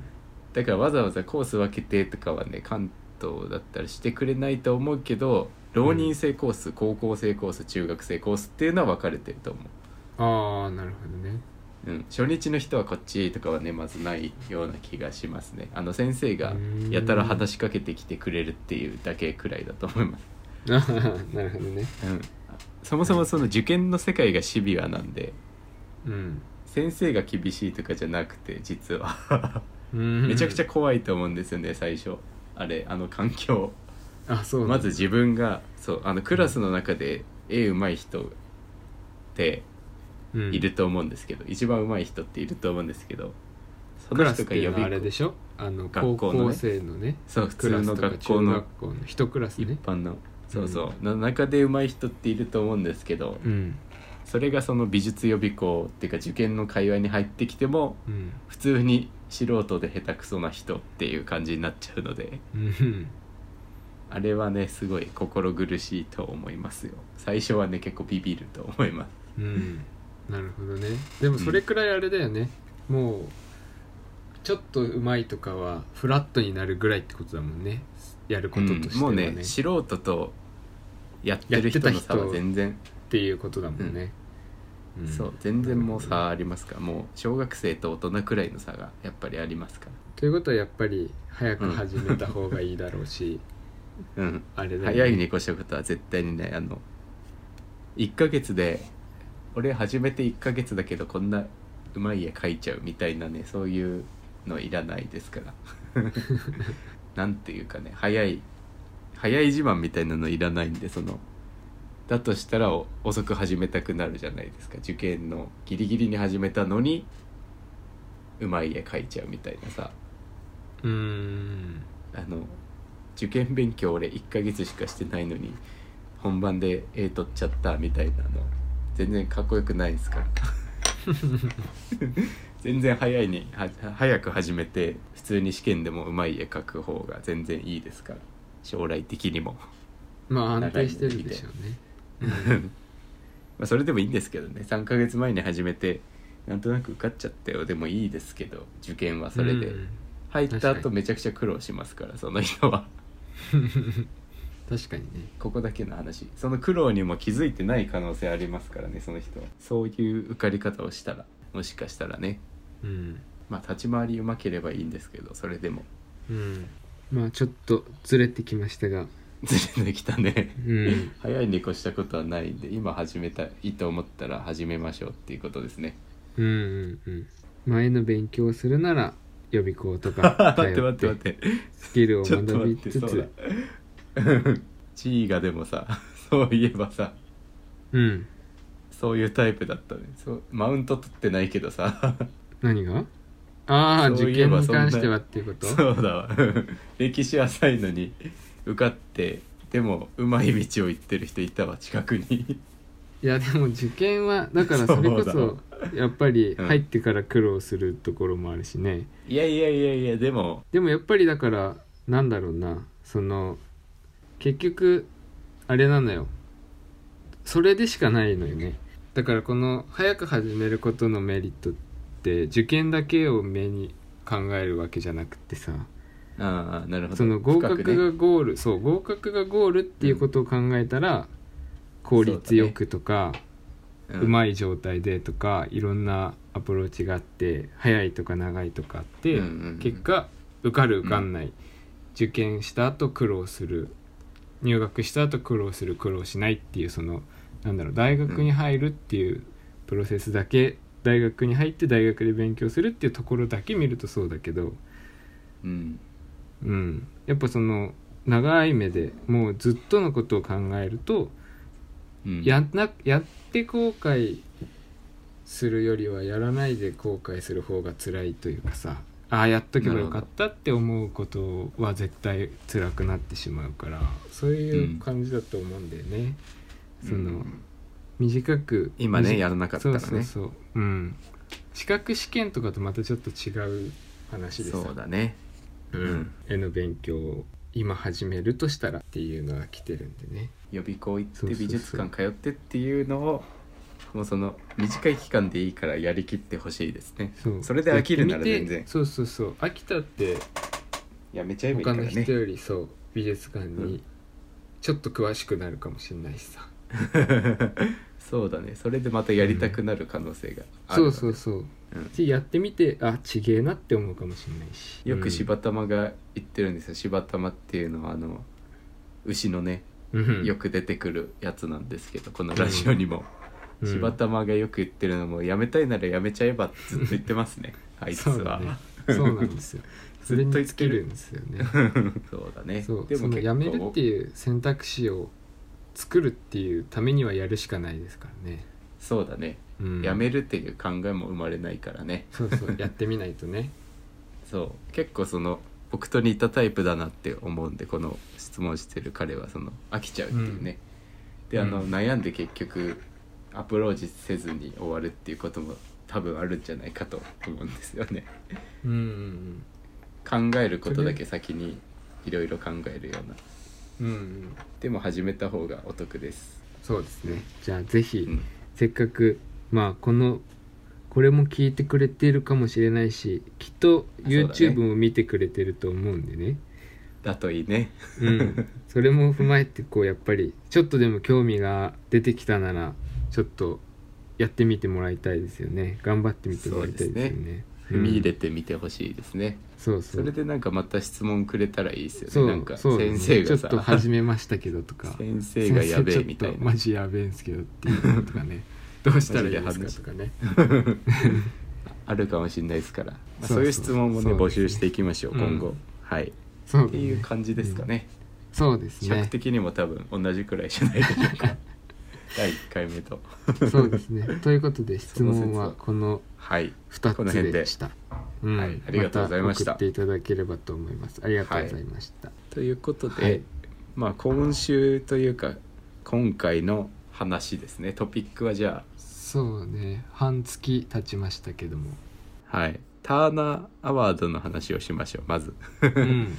A: だからわざわざコース分けてとかはね関東だったらしてくれないと思うけど浪人生コース、高校生コース中学生コースっていうのは分かれてると思
B: うんああなるほどね
A: う、うん、初日の人はこっちとかはねまずないような気がしますねあの先生がやたら話しかけてきてくれるっていうだけくらいだと思います
B: ああなるほどね [laughs]
A: うん、そもそもその受験の世界がシビアなんで
B: うん
A: 先生が厳しいとかじゃなくて実は
B: め
A: めちゃくちゃ怖いと思うんですよね最初あれあの環境
B: あそう
A: ま
B: なん
A: ず
B: だ
A: 自分がそうあのクラスの中で絵うまい人って
B: うん
A: いると思うんですけど、一番うまい人っていると思うんですけどそ
B: ク
A: の
B: ラス
A: 人
B: っ
A: が
B: ていう
A: 呼
B: のはあれ
A: び
B: でしょあの
A: 学
B: 高
A: 校のね
B: 校生のね
A: そう普
B: ク
A: 通
B: ラス
A: の
B: とか
A: 学校
B: 中
A: の
B: 学校の一クラス
A: 一
B: ね
A: 般のそうそうの中でうまい人っていると思うんですけど
B: うん
A: それがその美術予備校っていうか受験の会話に入ってきても
B: うん
A: 普通に素人で下手くそな人っていう感じになっちゃうので
B: うん
A: あれはねすごい心苦しいと思いますよ最初はね結構ビビると思います
B: うんなるほどねでもそれくらいあれだよね、もうちょっとうまいとかはフラットになるぐらいってことだもんねやることとしてはね,、
A: もう
B: っ
A: ね素人とやってる人の差は全然、
B: ていうことだもんね、ん
A: そう全然もう
B: なるほ
A: 差ありますからもう小学生と大人くらいの差がやっぱりありますか
B: どということはやっぱり早く始めた方がいいだろうし、
A: らうん
B: あれだよね
A: 早いに越したことは絶対にないあの1ヶ月で俺始めて1ヶ月だけどこんなうまい絵描いちゃうみたいなねそういうのいらないですからなんていうかね早い早い自慢みたいなのいらないんでそのだとしたらお遅く始めたくなるじゃないですか受験のギリギリに始めたのにうまい絵描いちゃうみたいなさ
B: うーん
A: あの受験勉強俺1ヶ月しかしてないのに本番で絵取っちゃったみたいなの全然かっこよくないですから
B: [laughs]
A: 全然早いには早く始めて普通に試験でもうまい絵描く方が全然いいですから将来的にも
B: まあ安定してるでしょうね
A: [laughs] まあそれでもいいんですけどね3ヶ月前に始めてなんとなく受かっちゃったよでもいいですけど受験はそれで、
B: うん
A: 入った
B: 確か
A: 後
B: に
A: めちゃくちゃ苦労しますからその人は。
B: 確かにね
A: ここだけの話その苦労にも気づいてない可能性ありますからねその人はそういう受かり方をしたらもしかしたらね
B: うん
A: まあ立ち回りうまければいいんですけどそれでも [laughs]
B: うんまあちょっとずれてきましたが
A: ずれてきたね
B: うん
A: [laughs] 早いに越したことはないんで今始めたいと思ったら始めましょうっていうことですね
B: うんうんうん前の勉強をするなら予備校
A: [laughs]
B: とか
A: 待って待って待って
B: スキルを
A: ちょっと
B: 学
A: 待っ
B: び
A: て
B: つ
A: そうだ
B: つ
A: [laughs] 地位がでもさ [laughs] そういえばさ
B: うん
A: そういうタイプだったねそうマウント取ってないけどさ
B: 何がああ
A: そう
B: 受
A: いえ
B: 験
A: ば
B: に
A: そんな
B: 関してはっていうこと
A: そうだわ [laughs] 歴史浅いのに受かってでもうまい道を行ってる人いたわ近くに
B: いやでも受験はだから
A: そう
B: それこ
A: だ
B: そやっぱり
A: うん
B: 入ってから苦労するところもあるしね、
A: [laughs] いやいやいやいやでも
B: でもやっぱりだからなんだろうなその結局あれなのよそれでしかないのよねだからこの早く始めることのメリットって受験だけを目に考えるわけじゃなくってさ
A: ああなるほど
B: その合格
A: 深くね
B: がゴール、そう合格がゴールっていうことを考えたら、効率よくとかう,、
A: ん
B: まい状態でとかいろんなアプローチがあって早いとか長いとかあっ
A: う
B: て、
A: んうんうん
B: 結果受かる受かんない、受験した後苦労する入学した後苦労する苦労しないっていうそのなんだろう大学に入るっていうプロセスだけ、大学に入って大学で勉強するっていうところだけ見るとそうだけど、
A: うん
B: うん、やっぱその長い目でもうずっとのことを考えると、
A: うん
B: やんなやって後悔するよりはやらないで後悔する方が辛いというかさああやっとけばよかったって思うことは絶対辛くなってしまうからそういう感じだと思うんだよね、その短く
A: 今ね
B: 短
A: やらなかったらね
B: そうそうそううん資格試験とかとまたちょっと違う話でさ
A: そうだね
B: うん、絵の勉強を今始めるとしたらっていうのが来てるんでね
A: 予備校行っ
B: そう
A: て
B: そうそう
A: 美術館通ってっていうのをもうその短い期間でいいからやりきってほしいですね
B: そう
A: それで飽きるなら全然
B: やってみてそうそうそう飽きたって
A: やめちゃえばいいか
B: 他
A: ら
B: の
A: ね
B: 人よりそう美術館
A: う
B: にちょっと詳しくなるかもしれないしさ、
A: [laughs] そうだねそれでまたやりたくなる可能性がある
B: そ
A: わ
B: う
A: け
B: そうそう、
A: うん
B: でやってみてあちげえなって思うかもしれないし
A: よく柴玉が言ってるんですよ柴玉っていうのはあの牛のね
B: うん
A: よく出てくるやつなんですけどこのラジオにも、
B: うん
A: 柴玉がよく言ってるのもやめたいならやめちゃえばってずっと言ってます
B: [laughs]
A: ねあいつ
B: そうだ
A: は
B: ねそうなんで
A: [laughs]
B: すよそれに尽きるんですよね
A: そうだね
B: そうそ
A: 結
B: の
A: 構
B: やめるっていう選択肢を作るっていうためにはやるしかないですからね、
A: そうだね、
B: うん、
A: やめるっていう考えも生まれないからね
B: そうそうやってみないとね
A: そう結構その僕と似たタイプだなって思うんでこの質問してる彼はその飽きちゃうっていうね、であの、
B: うん
A: 悩んで結局アプローチせずに終わるっていうことも多分あるんじゃないかと思 [laughs] うんですよね
B: うんうん
A: 考えることだけ先にいろいろ考えるような
B: うんうんうん
A: でも始めた方がお得です、
B: そうですねじゃあぜひ、
A: うん、
B: せっかくまあこのこれも聞いてくれてるかもしれないしきっと
A: あそうだね
B: YouTube も見てくれてると思うんで
A: [laughs]
B: ね
A: だといいね
B: うん、それも踏まえてこうやっぱりちょっとでも興味が出てきたならちょっとやってみてもらいたいですよね頑張ってみてもらいたいですよね
A: 踏み入れ
B: て、
A: てみてほしいですね、
B: そうそ
A: そ
B: う
A: れでなんかまた質問くれたらいいですよね
B: そう
A: なんか
B: そうです
A: 先
B: ね
A: 生が
B: ちょ
A: さ
B: っと始めましたけどとか
A: 先生がやべえみたい
B: 先生ちょっと
A: な
B: マジやべえんすけどっていうのとか
A: [laughs]
B: ねどうしたらいいですかとかね
A: あるかもしれないですから、まあ
B: そう
A: そういう質問もね
B: そう
A: 募
B: ですね
A: 集していきましょう、
B: うん
A: 今後はいっ
B: そう
A: ていう感じですか
B: うん
A: ね、
B: そうですね
A: 尺的にも多分同じくらいじゃないでしょう
B: [laughs]
A: か第1回目と
B: そうですねということで質問はこの
A: はい
B: 2
A: この辺
B: つ
A: で
B: でしたうん
A: はいありがとうございました
B: た送っていただければと思いますありがとうございました、
A: ということで、
B: はい
A: まあ今週というか今回の話ですねトピックはじゃ
B: そうね半月経ちましたけども
A: あはいターナーアワードの話をしましょうまず
B: うん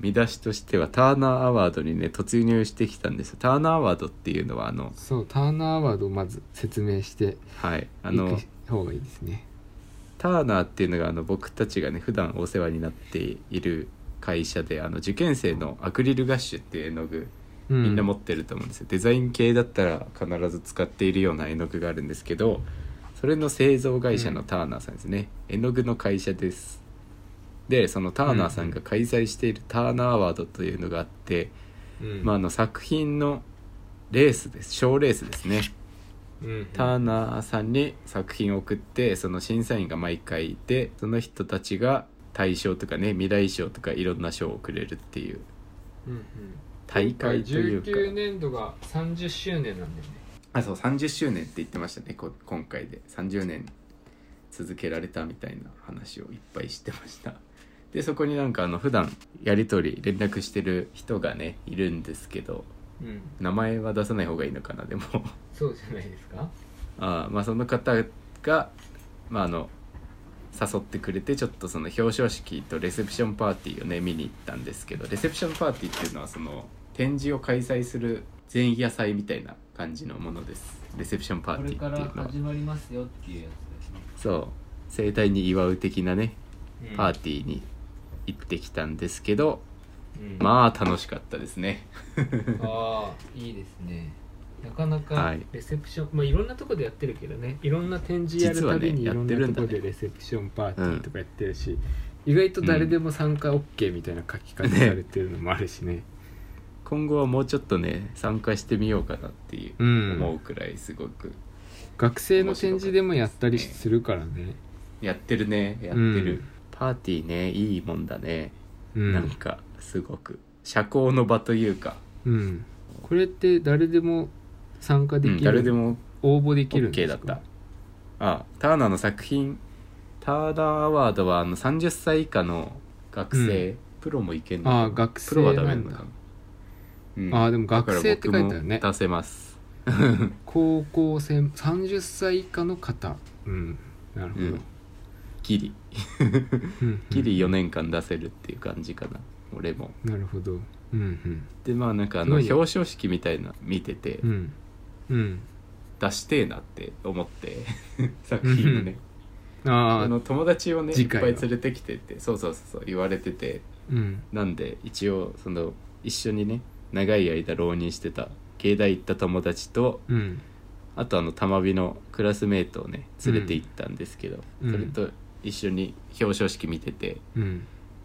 A: 見出しとしてはターナーアワードにね突入してきたんですターナーアワードっていうのはあの
B: そうターナーアワードをまず説明して
A: はいあ
B: あ
A: の
B: の方がいいですね
A: ターナーっていうのがあの僕たちがね普段お世話になっている会社であの受験生のアクリルガッシュっていう絵の具みんな持ってると思うんですよ、デザイン系だったら必ず使っているような絵の具があるんですけどそれの製造会社のターナーさんですね、絵の具の会社ですでそのターナーさんが開催しているターナーアワードというのがあって、
B: うん
A: まあ、あの作品のレースです賞レースですね
B: うん
A: ターナーさんに作品を送ってその審査員が毎回いてその人たちが大賞とかね未来賞とかいろんな賞をくれるっていう
B: うんうん
A: 大会というか
B: 19年度が30周年なんだよね
A: あそう30周年って言ってましたねこ今回で30年続けられたみたいな話をいっぱいしてましたでそこになんかあの普段やり取り連絡してる人がねいるんですけど
B: うん
A: 名前は出さない方がいいのかなでも
B: そうじゃないですか
A: あーまあその方がまああの誘ってくれてちょっとその表彰式とレセプションパーティーをね見に行ったんですけどレセプションパーティーっていうのはその展示を開催する前夜祭みたいな感じのものですレセプションパー
C: これ
A: ティー
C: か
A: ってい
C: ら
A: うのは
C: 始まりますよっていうやつですね
A: そう盛大に祝う的なねパーティーに行ってきたんですけど
B: あ
A: まあ楽しかったですね
B: あーいいですねなかな
A: は
B: か
A: い
B: レセプション、いまあ、いろんなとこでやってるけどねいろんな展示やるたびにい
A: 実は
B: ろ
A: ねや
B: ん
A: って
B: な
A: る
B: と
A: んだ
B: こ
A: ね
B: でレセプションパーティーとかやってるし、意外と誰でも参加 OK みたいな書き方されてるのもあるしね
A: 今後はもうちょっとね参加してみようかなっていううん思うくらいすごく
B: 学生の展示でもやったりするからね
A: やってるねやって
B: う
A: る、
B: ん
A: パーティーねいいもんだね、
B: うん
A: なんかすごく社交の場というか、
B: うん、これって誰でも参加できる、
A: 誰でも
B: 応募できるん
A: OK
B: です
A: だ
B: か
A: ったあターナーの作品ターナーアワードはあの30歳以下の学生、
B: う
A: プロもいけんのかな
B: ああ学生
A: プロはダ
B: な
A: メな
B: ん
A: の
B: だ
A: かな、うん
B: あーでも学生って書いてあるね
A: だから僕も出せます
B: 高校生30歳以下の方うんなるほど、
A: う
B: うんん
A: ギリ
B: うん
A: ギリ4年間出せるっていう感じかな、俺も
B: なるほどうん
A: でまあなんかあの
B: す
A: 表
B: ごいね
A: 彰式みたいな見てて、
B: うんうんうん
A: 出してえなって思って [laughs] 作品をね、
B: あ
A: あ
B: あ
A: の友達をねいっ
B: 次
A: ぱ
B: 回はい
A: 連れてきてってそうそうそうそう言われてて
B: うん
A: なんで一応その一緒にね長い間浪人してた芸大行った友達と
B: うん
A: あとあの玉美のクラスメートをね連れて行ったんですけど、
B: うん
A: それと一緒に表彰式見てて
B: うん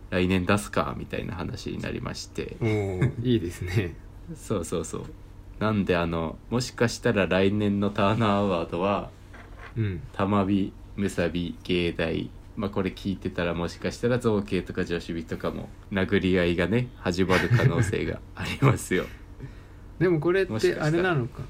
A: 来年出すかみたいな話になりまして
B: おーいいですね
A: そうそうそうなんであのもしかしたら来年のターナーアワードは
B: うん
A: 玉美むさび芸大まあこれ聞いてたらもしかしたら造形とか女子美とかも殴り合いがね始まる可能性
B: [laughs]
A: がありますよ
B: でもこれっ
A: もしてかしたら
B: あれなのか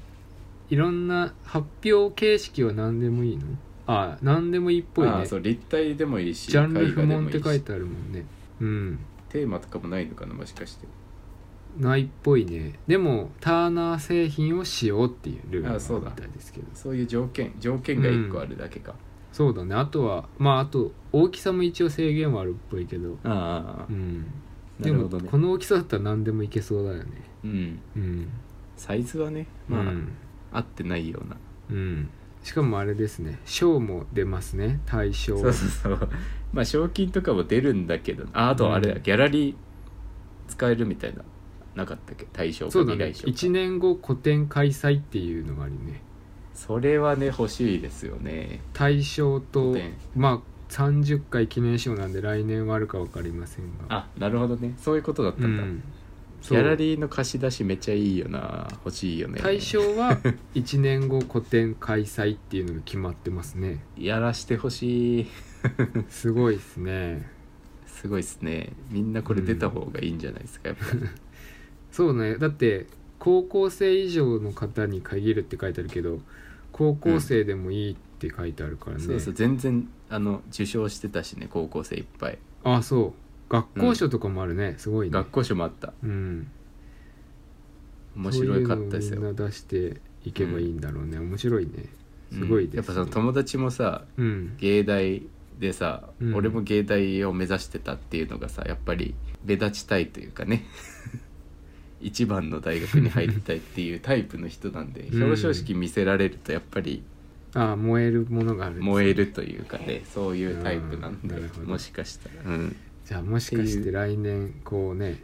B: いろんな発表形式は何でもいいのああ何でもいいっぽい
A: あ
B: ね
A: あそう立体でもいいし
B: ジャンル不問
A: 絵画
B: っ
A: で
B: て
A: も
B: 書
A: い
B: い
A: いして
B: あるもんねうん
A: テーマとかもないのかなもしかして
B: ないっぽいねでもターナー製品を使用っていうルールがあ
A: あそうだ
B: ったいですけど
A: そういう条件条件が1個あるだけか、
B: そうだねあとはまああと大きさも一応制限はあるっぽいけど
A: ああ
B: うん
A: な
B: で
A: るほ
B: も
A: どね
B: この大きさだったら何でもいけそうだよね
A: うん
B: うん
A: サイズはねまあ、
B: うん、
A: 合ってないような
B: うん、しかもあれですね賞も出ますね大賞
A: そうそうそうまあ賞金とかも出るんだけどああとあれだ、
B: うん
A: ギャラリー使えるみたいななかったっけ大賞か
B: そうだ
A: 未
B: ね
A: 来賞か
B: 1年後個展開催っていうのがあるね
A: それはね欲しいですよね
B: 大賞
A: 個
B: と
A: 展
B: まあ30回記念賞なんで来年はあるか分かりませんが
A: あなるほどねそういうことだった
B: うん
A: だ、
B: ん
A: ギャラリーの貸し出しめっちゃいいよな欲しいよね
B: 対象
A: [laughs]
B: は1年後個展開催っていうのが決まってます
A: [laughs]
B: ね
A: やらしてほしい
B: すごいですね
A: すごいっすねみんなこれ出た方がいいんじゃないですか、やっぱ
B: そうねだって高校生以上の方に限るって書いてあるけど高校生でもいいって書いてあるからね、
A: そうそう全然あの受賞してたしね高校生いっぱい
B: あそう学校書とかもあるね、すごいね
A: 学校書もあった
B: うん
A: 面白かったです
B: そういうのをみ
A: よ
B: んな出していけばいいんだろうね、面白いねすごい
A: うんや
B: で
A: っぱ
B: す、ね
A: その友達もさ
B: うん
A: 芸大でさ、
B: うん
A: 俺も芸大を目指してたっていうのがさやっぱり目立ちたいというかね [laughs] 一番の大学に入りたいっていうタイプの人なんで、
B: うん
A: 表彰式見せられるとやっぱり
B: ああ燃えるものがある
A: 燃えるというかねそういうタイプなんで
B: うんなるほど
A: もしかしたら、うん
B: じゃあもしかし
A: って
B: て来年こうね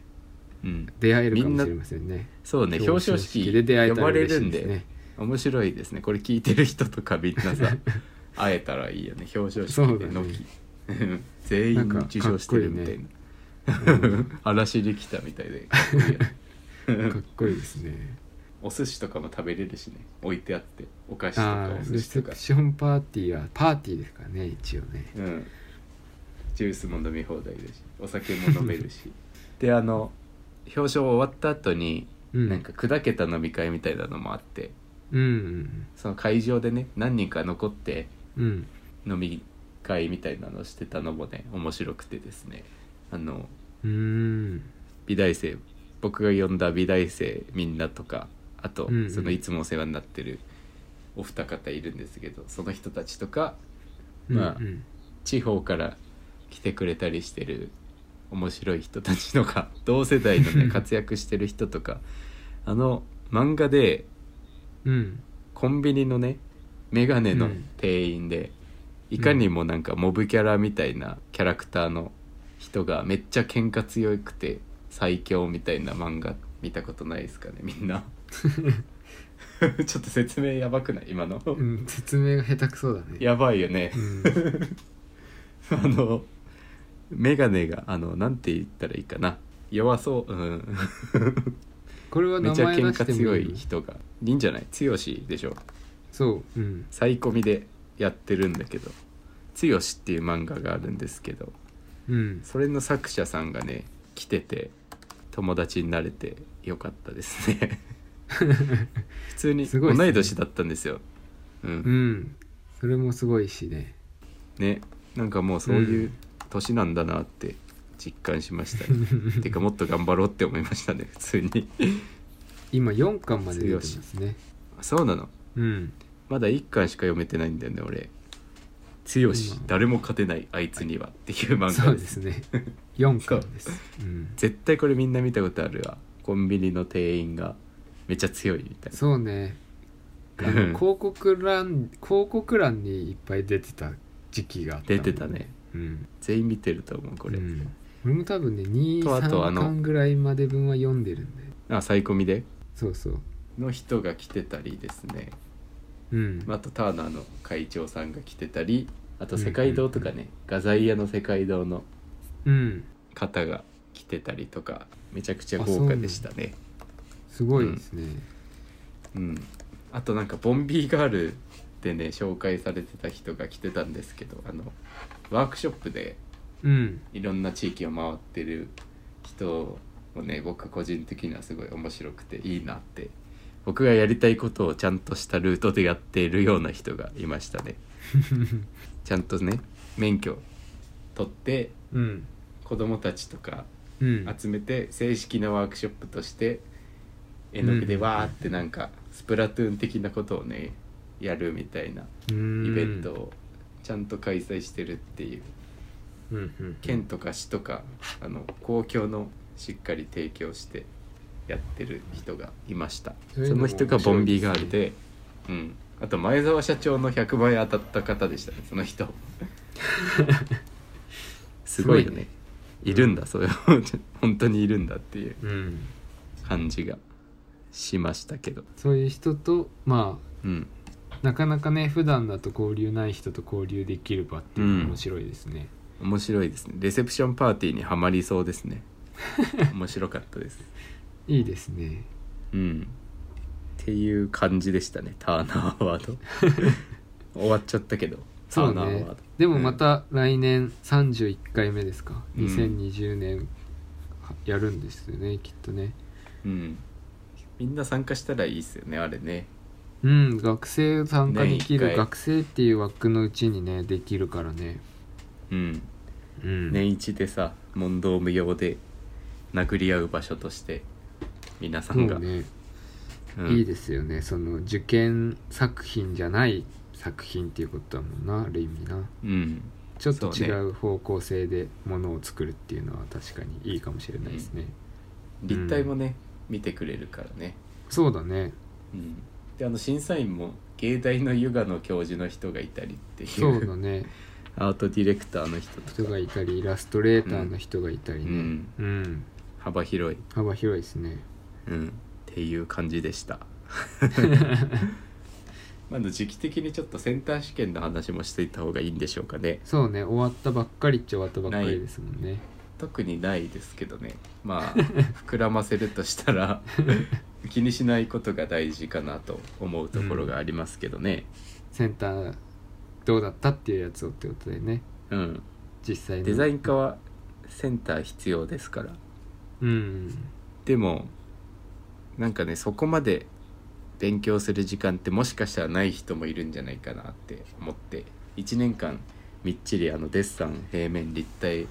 A: うん、
B: 出会えるか
A: みん
B: も
A: な
B: しれませんね
A: そうね表彰式
B: で出会え
A: 呼
B: たら
A: ばれ
B: 嬉
A: る
B: し
A: ん
B: いで
A: です
B: ね
A: 面白いですねこれ聞いてる人とかみんなさ会えたらいいよね表彰
B: そ
A: 式
B: うだ
A: で
B: ね
A: のき [laughs] 全員受賞してるみたいな [laughs] 嵐に来たみたいでかっこいいよね
B: [laughs] かっこいいですね
A: お寿司とかも食べれるしね置いてあってお菓子と
B: あ
A: か
B: あ
A: お寿
B: レ
A: 司
B: セ
A: とか
B: プ、ションパーティーはパーティーですからね一応ね
A: うん、ジュースも飲み放題だしお酒も飲めるしであの表彰終わった後に、
B: うん
A: なんか砕けた飲み会みたいなのもあって
B: うん
A: その会場でね何人か残って
B: うんうん
A: 飲み会みたいなのしてたのもね面白くてですねあの
B: うーん
A: 美大生僕が呼んだ美大生みんなとかあと、
B: うんうん
A: そのいつもお世話になってるお二方いるんですけどその人たちとかまあ
B: うんうん
A: 地方から来てくれたりしてる面白い人たちとか同世代の
B: [laughs]
A: ね活躍してる人とかあの漫画で
B: うん
A: コンビニのねメガネの
B: うん
A: 店員で、いかにもなんかモブキャラみたいなキャラクターの人がめっちゃ喧嘩強くて最強みたいな漫画見たことないですかねみん
B: [laughs]
A: なちょっと説明やばくない今の、
B: うん説明が下手くそだね
A: やばいよね
B: うん
A: [laughs] あのメガネがあのなんて言ったらいいかな弱そう、うん、
B: これは
A: め
B: 名
A: ちゃ
B: 前
A: 喧
B: 出して
A: 嘩
B: もいい
A: 強い
B: の
A: 人がいいんじゃない強しでしょ
B: そううん
A: サイコミでやってるんだけど「つよし」っていう漫画があるんですけど
B: うん
A: それの作者さんがね来てて友達になれてよかったです
B: [laughs]
A: ね普通に
B: すごいっすね
A: 同い年だったんですよう
B: うんんそれもすごいしね
A: ねなんかもうそういううん年なんだなって実感しましたね、
B: [laughs]
A: てかもっと頑張ろうって思いましたね普通に
B: 今4巻まで出てますね
A: そうなの
B: うん
A: まだ1巻しか読めてないんだよね俺「つよし
B: うん
A: 誰も勝てないあいつには」っていう漫
B: そ
A: 画
B: う
A: で
B: ですすね4巻ですうん
A: 絶対これみんな見たことあるわコンビニの店員がめっちゃ強いみたいな
B: そうねあの
A: うん
B: 広告欄広告欄にいっぱい出てた時期があったも
A: 出
B: ん
A: てたね
B: うん
A: 全員見てると思うこれ、
B: うん俺も多分ね23
A: とあとあの
B: 巻ぐらいまで分は読んでるんで
A: あサイコミで
B: そうそう
A: の人が来てたりですね
B: うん
A: あとターナーの会長さんが来てたりあと世界堂とかね、画材屋の世界堂の
B: うん
A: 方が来てたりとかめちゃくちゃ豪華でしたね
B: すごいですね
A: うんあとなんかボンビーガールでね紹介されてた人が来てたんですけどあのワークショップで [laughs]
B: うん
A: いろんな地域を回ってる人もね僕個人的にはすごい面白くていいなって僕がやりたいことをちゃんとしたルートでやっているような人がいましたねちゃんとね免許取って
B: うん
A: 子供たちとか
B: うん
A: 集めて正式なワークショップとして絵の具でわーってなんかスプラトゥーン的なことをねやるみたいなイ
B: イ
A: ベントをちゃんと開催してるっていう県とか市とかあの公共のしっかり提供してやってる人がいました
B: そういう
A: そ
B: のも
A: の人がボンビーガールでうん、あと前澤社長の100倍当たった方でしたねその [laughs] 人すごいよねいるんだそれを [laughs] 本当にいるんだっていう
B: うん
A: 感じがしましたけど
B: そういう人とま
A: うん
B: あなかなかね普段だと交流ない人と交流できる場っていうのが面白いですね、
A: 面白いですねレセプションパーティーにはまりそうです [laughs] ね面白かったです
B: いいですね
A: うんっていう感じでしたねターナーアワ
B: [laughs]
A: ード終わっちゃったけどタ
B: そ
A: ー
B: う
A: ナーアワ
B: ね
A: ード
B: でもまた来年31回目ですか、
A: うん
B: 2020年やるんですよねきっとね
A: うんみんな参加したらいいっすよねあれね
B: うん学生参加でき
A: 年
B: る
A: 一回
B: 学生っていう枠のうちにねできるからね
A: うん
B: うん
A: 年一でさ問答無用で殴り合う場所として皆さ
B: も
A: んが、
B: うね、
A: うん
B: いいですよねその受験作品じゃない作品っていうことだもんなある意味な
A: うん
B: ちょっと
A: そう
B: 違
A: ね
B: う方向性でものを作るっていうのは確かにいいかもしれないですね、
A: 立体もね、見てくれるからね、
B: そうだね
A: うん、であの審査員も芸大のヨガの教授の人がいたりっていう
B: そうだね
A: [laughs] アートディレクターの人と
B: 人
A: か
B: がいたりイラストレーターの人がいたりね
A: うん
B: うん、
A: 幅広い、
B: 幅広いですね
A: うん、っていう感じでした [laughs] まああの時期的にちょっとセンター試験の話もしていた方がいいんでしょうかね
B: そうね終わったばっかりっちゃ終わったばっかりですもんね
A: 特にないですけどね [laughs] まあ膨らませるとした [laughs] ら気にしないことが大事かなと思うところがありますけどね
B: センターどうだったっていうやつをってことでね
A: うん
B: 実際の
A: デザイン科はセンター必要ですから
B: うん
A: でもなんかねそこまで勉強する時間ってもしかしたらない人もいるんじゃないかなって思って1年間みっちりあのデッサン平面立体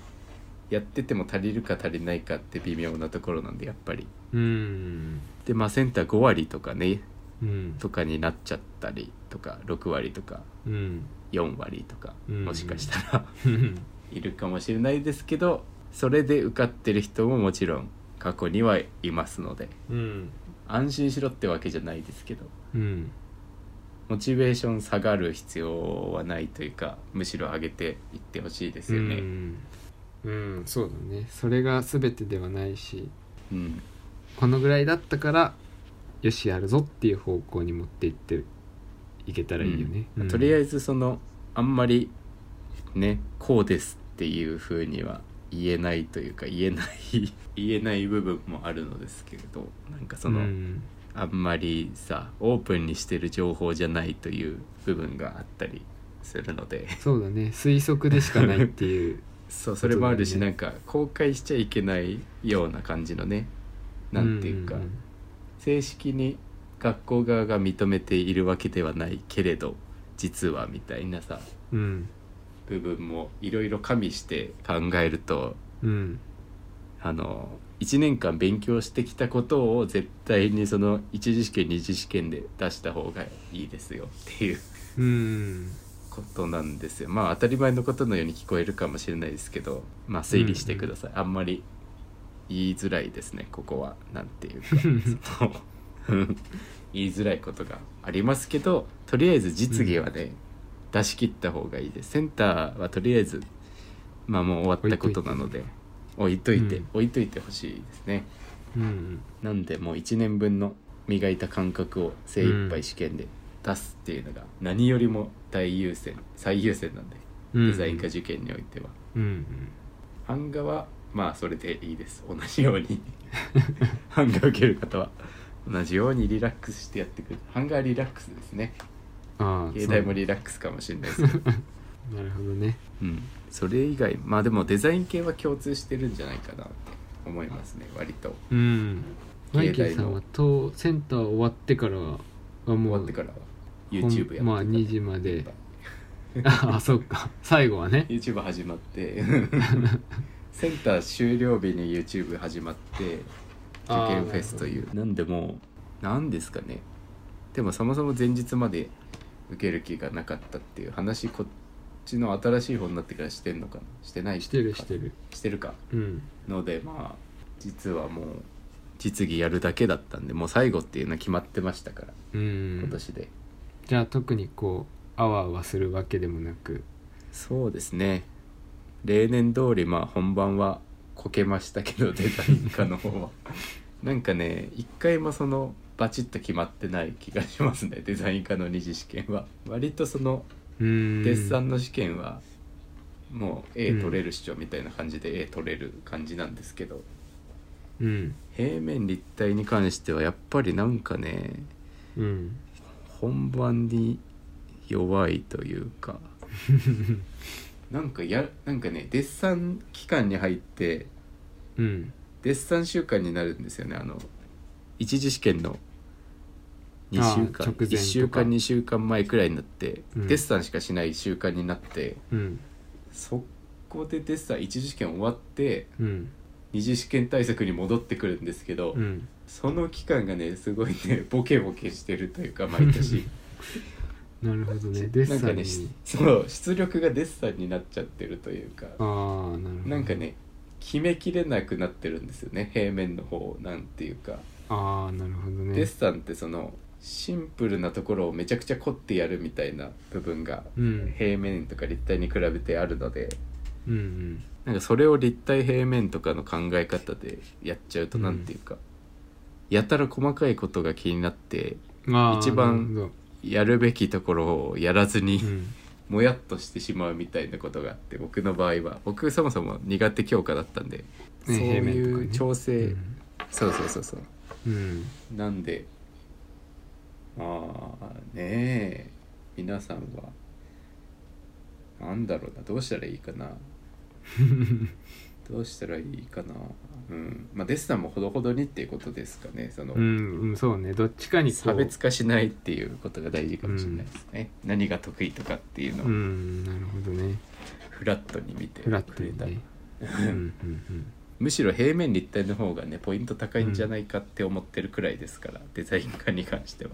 A: やってても足りるか足りないかって微妙なところなんでやっぱり
B: うん
A: でまあセンター5割とかね
B: うん
A: とかになっちゃったりとか6割とか
B: うん
A: 4割とか
B: うん
A: もしかしたら
B: うん
A: いるかもしれないですけどそれで受かってる人ももちろん過去にはいますので
B: うん
A: 安心しろってわけじゃないですけど
B: うん
A: モチベーション下がる必要はないというかむしろ上げていってほしいですよね。
B: う
A: うん
B: ん、うんそうだねそれが全てではないし
A: うん
B: このぐらいだったからよしやるぞっていう方向に持っていっていけたらいいよね、
A: とりあ
B: ず
A: えずそのあんまりねこうですっていうふうには言えないというか言えない [laughs] 言えない部分もあるのですけれどなんかその、
B: うん
A: あんまりさオープンにしてる情報じゃないという部分があったりするので。
B: そうだね推測でしかないっていう
A: そうそれもあるし、
B: そうだ
A: な
B: ね
A: んか公開しちゃいけないような感じのねなんていうか、
B: ん
A: 正式に学校側が認めているわけではないけれど実はみたいなさ
B: うん
A: 部分もいろいろ加味して考えると
B: うん
A: あの1年間勉強してきたことを絶対にその1次試験2次試験で出した方がいいですよっていう
B: うんうん
A: ことなんですよまあ当たり前のことのように聞こえるかもしれないですけどまあ推理してください、あんまり言いづらいですねここはなんて [laughs] いうかそのうん言いづらいことがありますけどとりあえず実技はね、出し切った方がいいですセンターはとりあえずまあもう終わったことなので置いといて
B: うん
A: 置いといてほしいですね
B: うん
A: なんでもう1年分の磨いた感覚を精一
B: うん
A: 杯試験で出すっていうのが何よりも大優先最優先なんで
B: うん
A: デザイン科受験においては、
B: うんうん
A: 版画はまあそれでいいです同じように [laughs] 版画受ける方は同じようにリラックスしてやってくる版画はリラックスですね
B: ああ
A: 携帯もリラックスかもしれないで
B: [laughs]
A: すけど
B: そうなるほどね
A: うん、それ以外まあでもデザイン系は共通してるんじゃないかなって思いますね割と
B: うんマイケル
A: 携
B: さ
A: 帯
B: ん
A: の
B: はとセンター終わってからはあ
A: 終
B: も
A: わ
B: う
A: ってからは YouTube やってた
B: まあ2時まで [laughs] ああそっか最後はね
A: YouTube 始まってセンター終了日に YouTube 始まって
B: あ
A: [laughs]
B: ー
A: 受験フェスというなんでもうなんですかねでもそもそも前日まで受ける気がなかったっていう話こっちの新しい方になってからしてんのかなしてない
B: してるしてる
A: してるか
B: うん
A: のでまあ実はもう実技やるだけだったんでもう最後っていうのは決まってましたから
B: うん
A: 今年で、
B: じゃあ特にこうあわあわするわけでもなく
A: そうですね例年通りまあ本番はこけましたけどデザイン科の方
B: [laughs]
A: はなんかね一回もそのバチッと決まってない気がしますねデザイン科の二次試験は割とその
B: うん
A: デッサンの試験はもう A 取れるっしょみたいな感じで A 取れる感じなんですけど、
B: うん
A: 平面立体に関してはやっぱりなんかね
B: うん
A: 本番に弱いという
B: [laughs]
A: かなんかやなんかねデッサン期間に入って
B: うん
A: デッサン週間になるんですよねあの一次試験の2週間
B: あー直前とか
A: 1週間2週間前くらいになって、
B: うん
A: デッサンしかしない習慣になって
B: うん
A: そこでデッサン1次試験終わって
B: うん
A: 二次試験対策に戻ってくるんですけど、
B: うん
A: その期間がねすごいねボケボケしてるというか毎
B: [laughs]
A: 年
B: なるほどねデッ
A: なん
B: サ
A: か
B: ン
A: ね
B: に
A: しそう出力がデッサンになっちゃってるというか
B: ああなるほど
A: なんかね決めきれなくなってるんですよね平面の方をなんていうか、
B: ああなるほどね
A: デッサンってそのシンプルなところをめちゃくちゃ凝ってやるみたいな部分が
B: うん
A: 平面とか立体に比べてあるので
B: うんうん
A: なんかそれを立体平面とかの考え方でやっちゃうと
B: うん
A: なんていうか、やたら細かいことが気になって
B: あー
A: 一番
B: なるほ
A: やるべきところをやらずに、
B: どうん
A: もやっとしてしまうみたいなことがあって僕の場合は僕そもそも苦手教科だったんで、そう
B: 平面とか
A: い
B: ね
A: う調整、
B: うん
A: そうそうそうそう
B: うん
A: なんでまあねえ皆さんはなんだろうなどうしたらいいかな
B: [laughs]
A: どうしたらいいかなうんまあデッサンもほどほどにっていうことですかねその、
B: うんうんそうねどっちかにこう
A: 差別化しないっていうことが大事かもしれないですね、何が得意とかっていうの
B: う
A: を
B: んなるほどね
A: フラットに見て
B: フラットに
A: くれ
B: ね
A: た
B: うんうんうん
A: むしろ平面立体の方がねポイント高いんじゃないかって思ってるくらいですから、デザイン科に関しては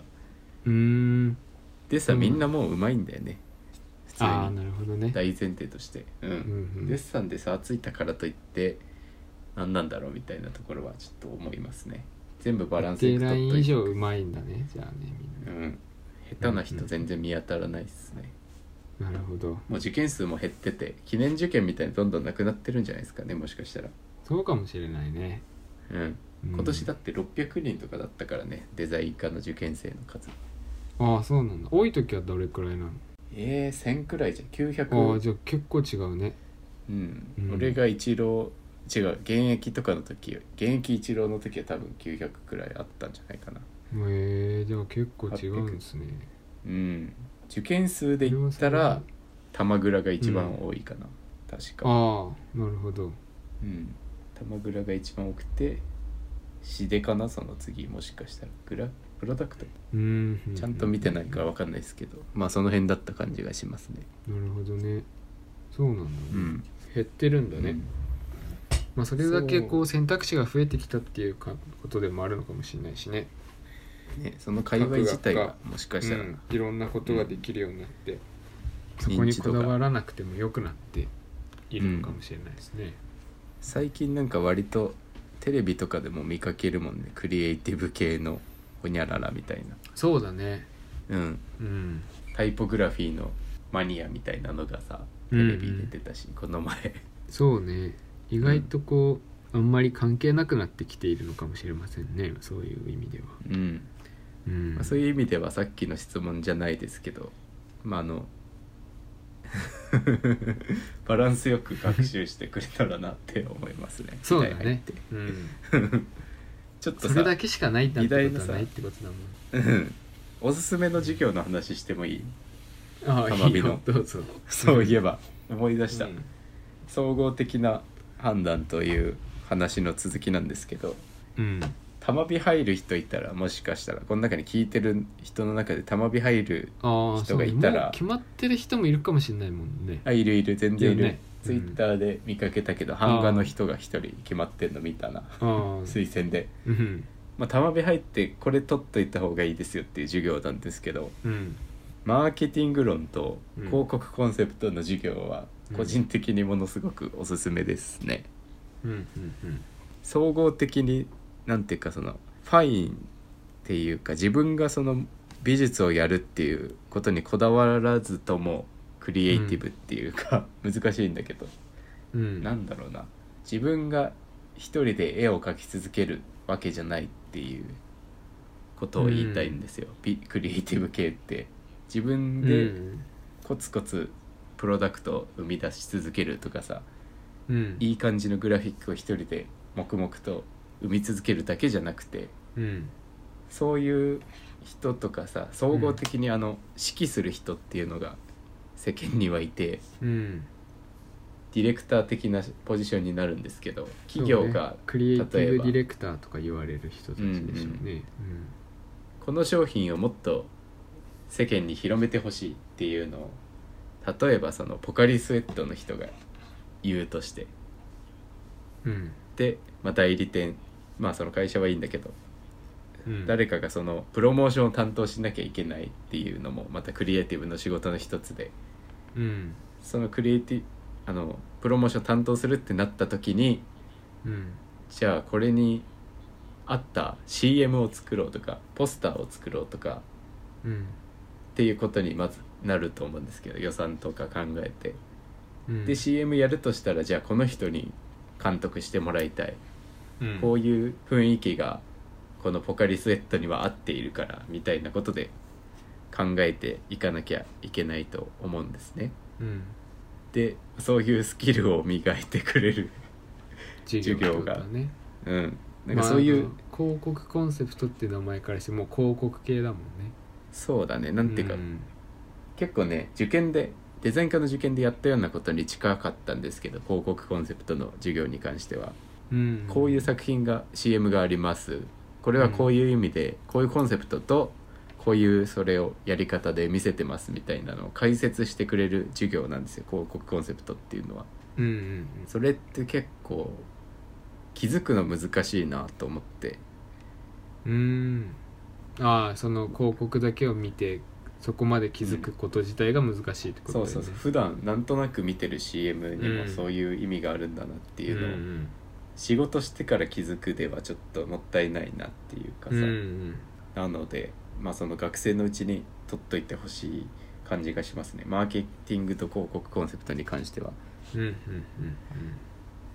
B: うーん
A: でさ、
B: うん
A: みんなもううまいんだよね普通
B: ああな
A: に
B: るほどね
A: 大前提としてうん、
B: うんうん
A: デッサンで差ついたからといって何なんだろうみたいなところはちょっと思いますね全部バランスよ
B: デ
A: く
B: ライ
A: 取
B: ン
A: っと
B: 以
A: いて
B: 上うまいんだねじゃあねみん
A: う
B: な、
A: ん下手な人全然見当たらないですね、
B: なるほど
A: もう受験数も減ってて記念受験みたいにどんどんなくなってるんじゃないですかねもしかしたら
B: そうかもしれないね、
A: うん
B: うん
A: 今年だって600人とかだったからねデザイン科の受験生の数
B: ああそうなんだ多い時はどれくらいなの
A: えー、1000くらいじゃん
B: ああ
A: 900
B: じゃあ結構違うね
A: うん、
B: うん
A: 俺が一郎違う現役とかの時よ現役一郎の時は多分900くらいあったんじゃないかな
B: へえじゃあ結構違うんですね
A: うん受験数で言ったら玉倉が一番多いかな、確か
B: ああなるほど
A: うん玉倉が一番多くてシデかなその次もしかしたらグラプロダクト
B: うん
A: ちゃんと見てないから分かんないですけど、まあその辺だった感じがしますね
B: なるほどねそうなんだね、
A: うん
B: 減ってるんだね、まあ、それだけ
A: そう
B: こう選択肢が増えてきたっていうかことでもあるのかもしれないしね
A: ね、その界隈自体
B: 各
A: が
B: 学
A: もしかしたら、
B: うんいろんなことができるようになって、そこ
A: 認
B: に
A: 知
B: こ
A: 度が
B: だわらなくても良くなっているのかもしれないですね、
A: 最近なんか割とテレビとかでも見かけるもんねクリエイティブ系のほにゃららみたい
B: そうだね
A: な、うん、
B: うん
A: タイポグラフィーのマニアみたいなのがさテレビに出てたし、この前
B: そうね意外とこう、あんまり関係なくなってきているのかもしれませんねそういう意味では、
A: うん
B: うん
A: まあ、そういう意味ではさっきの質問じゃないですけどまああの [laughs] バランスよく学習してくれたらなって思いますね。
B: そうだ
A: 時代入っ
B: ね
A: て、 [laughs]
B: うん、
A: ちょっと
B: それ
A: さ
B: だけしかないなん
A: 議
B: てこと
A: 題の
B: は
A: さ
B: ないってことだもん
A: うんおすすめの授業の話してもいい
B: あ
A: た
B: あ
A: ま
B: いい
A: びの
B: よどうぞ
A: [laughs] そういえば思い出した、
B: うん
A: 総合的な判断という話の続きなんですけど
B: うん
A: 玉火入る人いたらもしかしたらこの中に聞いてる人の中で玉火入る
B: ああ
A: 人がいたら
B: そうねもう決まってる人もいるかもしれないもんね
A: あいるいる全然いる
B: いるね
A: ツイッターで見かけたけど版画の人が一人決まってんの見たな
B: ああ
A: 推薦で、
B: うん
A: まあ、玉火入ってこれ取っといた方がいいですよっていう授業なんですけど
B: うん
A: マーケティング論と
B: うん
A: 広告コンセプトの授業は個人的にものすごくおすすめですね。
B: うんうんうん
A: 総合的になんていうかそのファインっていうか自分がその美術をやるっていうことにこだわらずともクリエイティブっていうか、難しいんだけど、
B: うん
A: なんだろうな自分が一人で絵を描き続けるわけじゃないっていうことを言いたいんですよ、びクリエイティブ系って自分
B: う
A: で
B: ん
A: コツコツプロダクトを生み出し続けるとかさ、
B: うん
A: いい感じのグラフィックを一人で黙々と生み続けるだけじゃなくて
B: うん
A: そういう人とかさ総合的にあの指揮する人っていうのが世間にはいて
B: うん
A: ディレクター的なポジションになるんですけど企業
B: そう
A: が
B: ねクリエイティ
A: 例え
B: ブ
A: ば
B: ディレクターとか言われる人たちでしょうね
A: この商品をもっと世間に広めてほしいっていうのを例えばそのポカリスエットの人が言うとして
B: うん
A: で、まあ、代理店まあその会社はいいんだけど
B: うん
A: 誰かがそのプロモーションを担当しなきゃいけないっていうのもまたクリエイティブの仕事の一つで
B: うん
A: そのクリエイティあのプロモーション担当するってなった時に
B: うん
A: じゃあこれに合った CM を作ろうとかポスターを作ろうとか
B: うん
A: っていうことにまずなると思うんですけど予算とか考えて
B: うん
A: で CM やるとしたらじゃあこの人に監督してもらいたい
B: うん
A: こういう雰囲気がこのポカリスエットには合っているからみたいなことで考えていかなきゃいけないと思うんですね。
B: うん
A: でそういうスキルを磨いてくれる、
B: 授業
A: 業
B: が
A: が
B: ね
A: うん、なんかそういう、
B: まああの広告コンセプトって名前からしてもう広告系だもんね
A: そうだねなんていうか、
B: ん
A: 結構ね受験でデザイン科の受験でやったようなことに近かったんですけど広告コンセプトの授業に関しては。
B: うん
A: こういう作品が CM がありますこれはこういう意味で、こういうコンセプトとこういうそれをやり方で見せてますみたいなのを解説してくれる授業なんですよ広告コンセプトっていうのは
B: うんうん
A: それって結構気づくの難しいなと思って
B: うんうんああその広告だけを見てそこまで気づくこと自体が難しいってことだよね
A: 普段なんとなく見てる CM に
B: う
A: も
B: ん
A: そういう意味があるんだなっていうのを、
B: ん
A: 仕事してから気づくではちょっともったいないなっていうか
B: う
A: さ、
B: んうん
A: なので、まあ、その学生のうちに取っといてほしい感じがしますねマーケティングと広告コンセプトに関しては。
B: うんうんうん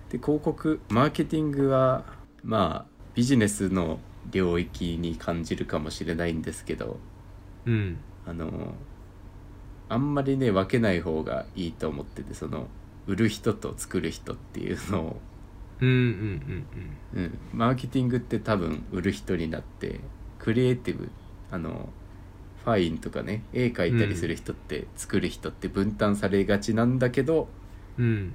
A: で広告マーケティングはまあビジネスの領域に感じるかもしれないんですけど
B: うんうん
A: あのあんまりね分けない方がいいと思っててその売る人と作る人っていうのを、
B: うんうん
A: うん、マーケティングって多分売る人になってクリエイティブあのファインとかね絵描いたりする人って、作る人って分担されがちなんだけど
B: うんうん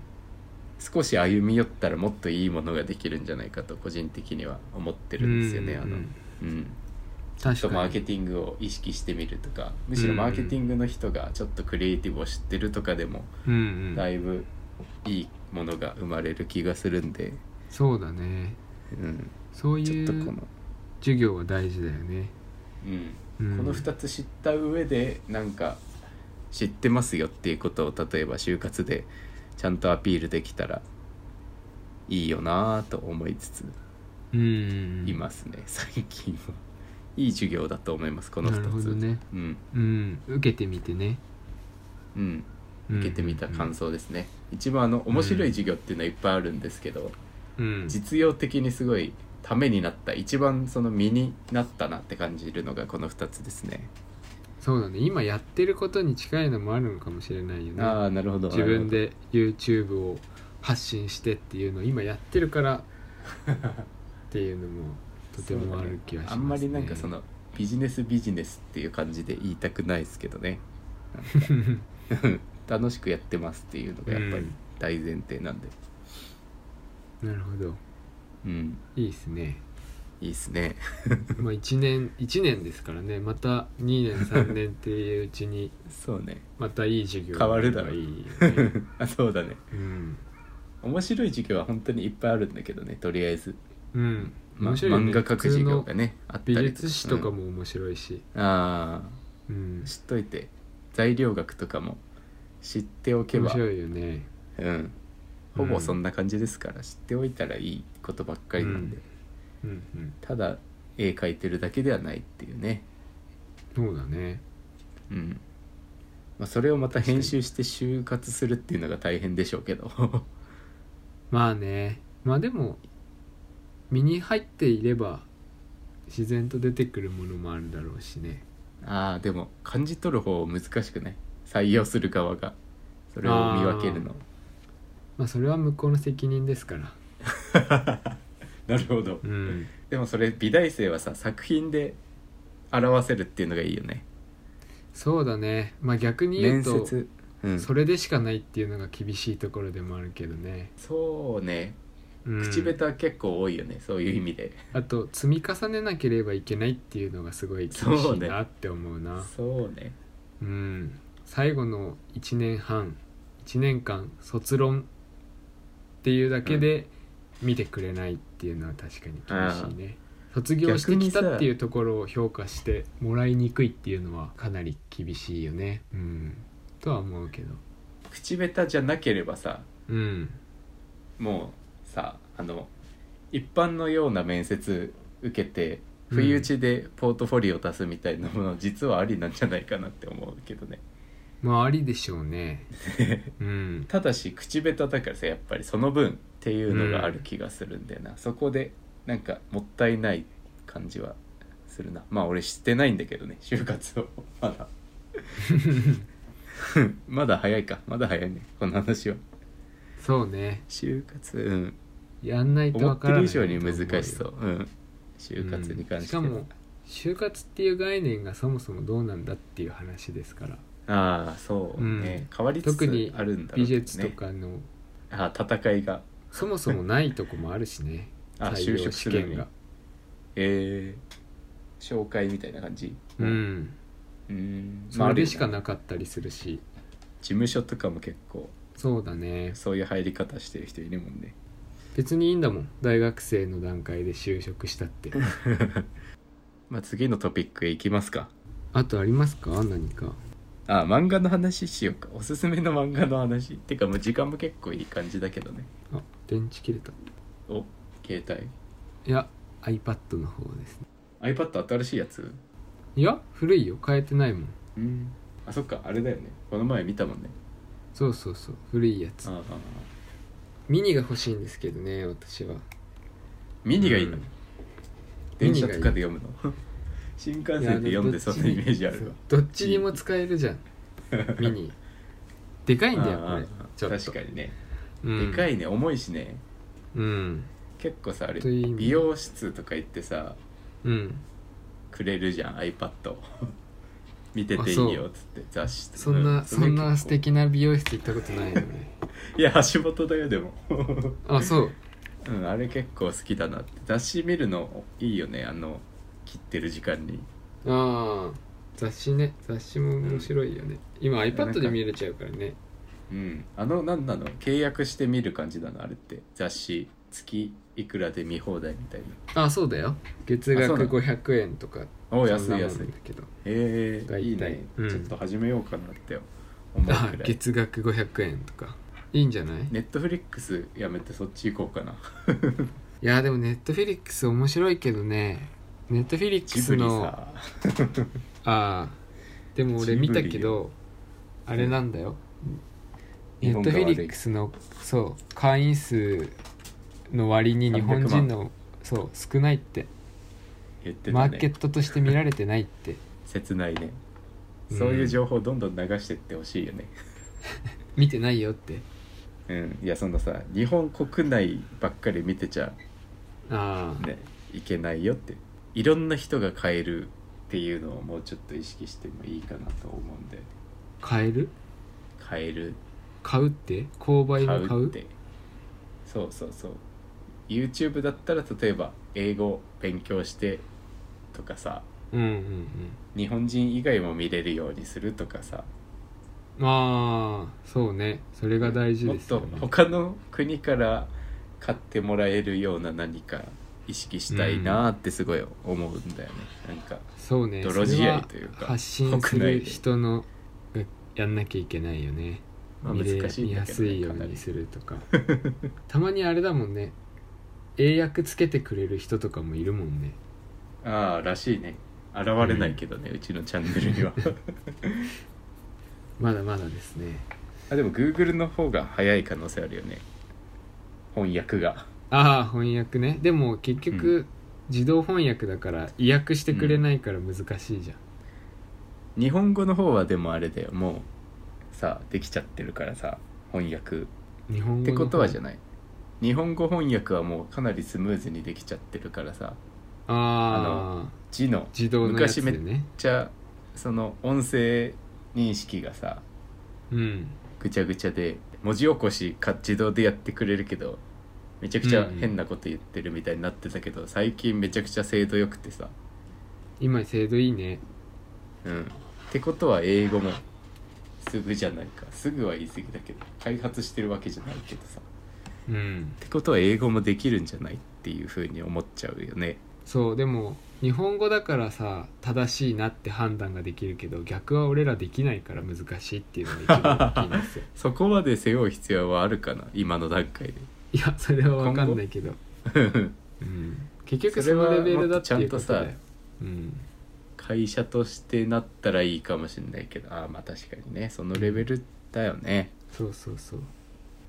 A: 少し歩み寄ったらもっといいものができるんじゃないかと個人的には思ってるんですよね。
B: うんうんうん
A: あのうん、
B: 確
A: ちょっとマ
B: か
A: ーケ
B: に
A: ティングを意識してみるとかむしろマーケティングの人がちょっとクリエイティブを知ってるとかでも
B: うんう
A: だ
B: ん
A: いぶいいものが生まれる気がするんで、
B: そうだね
A: うん、
B: そう
A: ちょ
B: い
A: っとこ
B: う
A: の、
B: 授業は大事だよね
A: うん、
B: うん
A: この2つ知った上でなんか知ってますよっていうことを例えば就活でちゃんとアピールできたらいいよなぁと思いつつ
B: うんうんうん
A: いますね、最近はいい授業だと思いますこの
B: なるほ
A: 2つ、
B: どね
A: うん
B: うん受けてみてね
A: うん受けてみた感想ですね、一番あの面白い授業っていうのはいっぱいあるんですけど、
B: うん
A: 実用的にすごいためになった一番その身になったなって感じるのがこの2つですね、
B: そうだね今やってることに近いのもあるのかもしれないよ
A: あ
B: ね
A: あなるほど
B: 自分で YouTube を発信してっていうのを今やってるから
A: [laughs]
B: っていうのもとてもある気がします、ね
A: あんまりなんかそのビジネスビジネスっていう感じで言いたくないですけどね楽しくやってますっていうのがやっぱり大前提なんで
B: [laughs] なるほど
A: うん、
B: いいですね
A: いいっす
B: [laughs]
A: ね
B: まあ1年1年ですからねまた2年3年っていううちに
A: そうね
B: またいい授業
A: 変わるだろう
B: いいよね、
A: [laughs] あそうだね
B: うん
A: 面白い授業は本当にいっぱいあるんだけどねとりあえず、
B: うん
A: [laughs] ま
B: 面白いよね
A: 漫画描く授業
B: 普通
A: が
B: の
A: ねあったり
B: 美
A: か
B: 術史とか、も面白いし、
A: うんあ
B: うん
A: あ知っといて材料学とかも知っておけ
B: 面
A: ば
B: 白いよね
A: うんほぼそんな感じですから、知っておいたらいいことばっかりなんで、
B: うんうんうん
A: ただ絵描いてるだけではないっていうね
B: そうだね
A: うん、まあ、それをまた編集して就活するっていうのが大変でしょうけど [laughs]
B: まあねまあでも身に入っていれば自然と出てくるものもあるだろうしね
A: ああでも感じ取る方難しくね採用する側がそれを見分けるの
B: まあそれは向こうの責任ですから
A: なるほど
B: うん
A: でもそれ美大生はさ作品で表せるっていうのがいいよね
B: そうだねまあ逆に言
A: 面
B: うと
A: 接うん
B: それでしかないっていうのが厳しいところでもあるけどね
A: そうね
B: うん
A: 口下手結構多いよねそういう意味で
B: あと積み重ねなければいけないっていうのがすごい厳し
A: そう
B: い
A: ね
B: なって思うな
A: そうね
B: うん最後の1年半1年間卒論っていうだけで見てくれないっていうのは確かに厳しいね、卒業してきたっていうところを評価してもらいにくいっていうのはかなり厳しいよねうんとは思うけど
A: 口下手じゃなければさ
B: うん
A: もうさあの一般のような面接受けて不意打ちでポートフォリオ出すみたいなもの、実はありなんじゃないかなって思うけどね
B: まあありでしょう [laughs] ねうん
A: ただし口下手だからさやっぱりその分っていうのがある気がするんだよな、そこでなんかもったいない感じはするなまあ俺知ってないんだけどね就活を [laughs] まだまだ早いかまだ早いねこの話は
B: そうね
A: 就活うん
B: やんないと
A: 思
B: わ
A: って
B: からな
A: る
B: い
A: 以上に難しそう、うん、就活に関しては、
B: うんしかも就活っていう概念がそもそもどうなんだっていう話ですから
A: ああそうね、変わりつつ
B: 特に
A: あるんだろうけどね
B: 美術とかの
A: ああ戦いが
B: そもそもないとこもあるしね
A: [laughs] あ
B: 採
A: 就
B: 用
A: 職
B: 試
A: するの
B: 験
A: に
B: が
A: えー、紹介みたいな感じ
B: うん
A: うんまあ
B: それしか
A: あるよ
B: なかったりするし
A: 事務所とかも結構
B: そうだね
A: そういう入り方してる人いるもんね
B: 別にいいんだもん大学生の段階で就職したって
A: [laughs] まあ次のトピックへ行きますか
B: あとありますか何か
A: ああ漫画の話しようかおすすめの漫画の話てかもう時間も結構いい感じだけどね
B: あ電池切れた
A: お携帯
B: いや iPad の方ですね
A: iPad 新しいやつ
B: いや古いよ変えてないもん
A: うんあそっかあれだよねこの前見たもんね
B: そうそうそう古いやつ
A: ああ
B: ミニが欲しいんですけどね
A: [laughs]
B: 私は
A: ミニがいいの、
B: うん
A: 電車とかで読むの新幹線で読んでそんなイメージあるわ
B: どっちにも使えるじゃんミニでかいんだよこれ
A: [laughs] ああ
B: ちょっと
A: 確かにね、
B: うん
A: でかいね重いしね
B: うん
A: 結構さあれ
B: という意味
A: 美容室とか行ってさ
B: うん
A: くれるじゃん iPad を [laughs] 見てていいよっつって雑誌
B: そんな、
A: う
B: そん
A: れ
B: な
A: 結
B: 素
A: 構
B: 敵な美容室行ったことないよね
A: いや橋本だよでも、 [laughs]
B: あそう
A: うん、あれ結構好きだなって雑誌見るのいいよねあの切ってる時間に
B: ああ雑誌ね雑誌も面白いよね、今
A: なんか
B: iPad で見れちゃうからね
A: うんあのなんなの契約して見る感じなのあれって雑誌月いくらで見放題みたい
B: あそうだよ月
A: あそうな
B: 額
A: の
B: 500円とか
A: なお安
B: そん
A: い
B: なも
A: 安
B: ん
A: い
B: だけど
A: えー、
B: 大体
A: いいね、
B: うん
A: ちょっと始めようかなって思うく
B: あ
A: らい
B: 月額500円とかいいんじゃない、
A: ネットフリックスやめてそっち行こうかない
B: やでもネットフィリックス面白いけどねネットフィリック
A: ジ
B: ス
A: ブリ
B: の
A: さ
B: ああでも俺見たけ
A: ジブリよ
B: どあれなんだよネ
A: 日
B: ッ
A: 本
B: ト
A: が
B: フ
A: 悪い
B: ィリックスのそう会員数の割に日本人のそう少ないって
A: 言って
B: マ
A: た
B: ーケッ
A: ね
B: トとして見られてないって
A: 切ないね
B: うん
A: そういう情報どんどん流してってほしいよね
B: 見てないよって
A: うん、いやそのさ日本国内ばっかり見てちゃ
B: ああ、
A: ねいけないよっていろんな人が買えるっていうのをもうちょっと意識してもいいかなと思うんで
B: 買える
A: 買える
B: 買うって購買の買う
A: 買うってそうそうそう YouTube だったら例えば英語勉強してとかさ
B: うんうんうん
A: 日本人以外も見れるようにするとかさ
B: ああそうねそれが大事ですよ
A: もっと
B: ね
A: 他の国から買ってもらえるような何か意識したいなーってすごい思うんだよね、なんか
B: そうね
A: 泥仕合というか
B: それは発信す
A: 国内
B: る
A: で
B: 人のがやんなきゃいけないよね
A: まあ
B: 見れ
A: 難しいん
B: 見
A: だ
B: や
A: け
B: す
A: ど
B: い
A: ね
B: よ
A: か
B: う
A: なり
B: にす
A: [laughs]
B: るとかたまにあれだもんね英訳つけてくれる人とかもいるもんね
A: ああらしいね現れないけどね、うちのチャンネルには
B: まだまだですね
A: [laughs] あでも Google の方が早い可能性あるよね翻訳が
B: ああ翻訳ねでも結局、
A: う
B: 自動翻訳だから意訳してくれないから難しいじゃん、
A: 日本語の方はでもあれだよもうさできちゃってるからさ翻訳
B: 日本語
A: ってことはじゃ
B: ない
A: ない日本語翻訳はもうかなりスムーズにできちゃってるからさ
B: ああ
A: 字の
B: 自動のやつでね
A: じゃその音声認識がさ
B: うん
A: ぐちゃぐちゃで文字起こしか自動でやってくれるけどめちゃくちゃ変なこと言ってるみたいになってたけど、最近めちゃくちゃ精度よくてさ
B: 今精度いいね
A: うんってことは英語もすぐじゃないかすぐは言い過ぎだけど開発してるわけじゃないけどさっ
B: うん
A: てことは英語もできるんじゃないっていうふうに思っちゃうよね
B: そうでも日本語だからさ正しいなって判断ができるけど逆は俺らできないから難しいっていうのが一番大きいんですよ
A: そこまで背負う必要はあるかな今の段階
B: いやそれは分かんないけど、
A: で [laughs]
B: うん、結
A: そ
B: 局そ
A: れ
B: の
A: は
B: レベルだっていうことだよ
A: もっとちゃんとさ
B: うん、
A: 会社としてなったらいいかもしれないけどああまあ確かにねそのレベルだよね
B: そうそうそう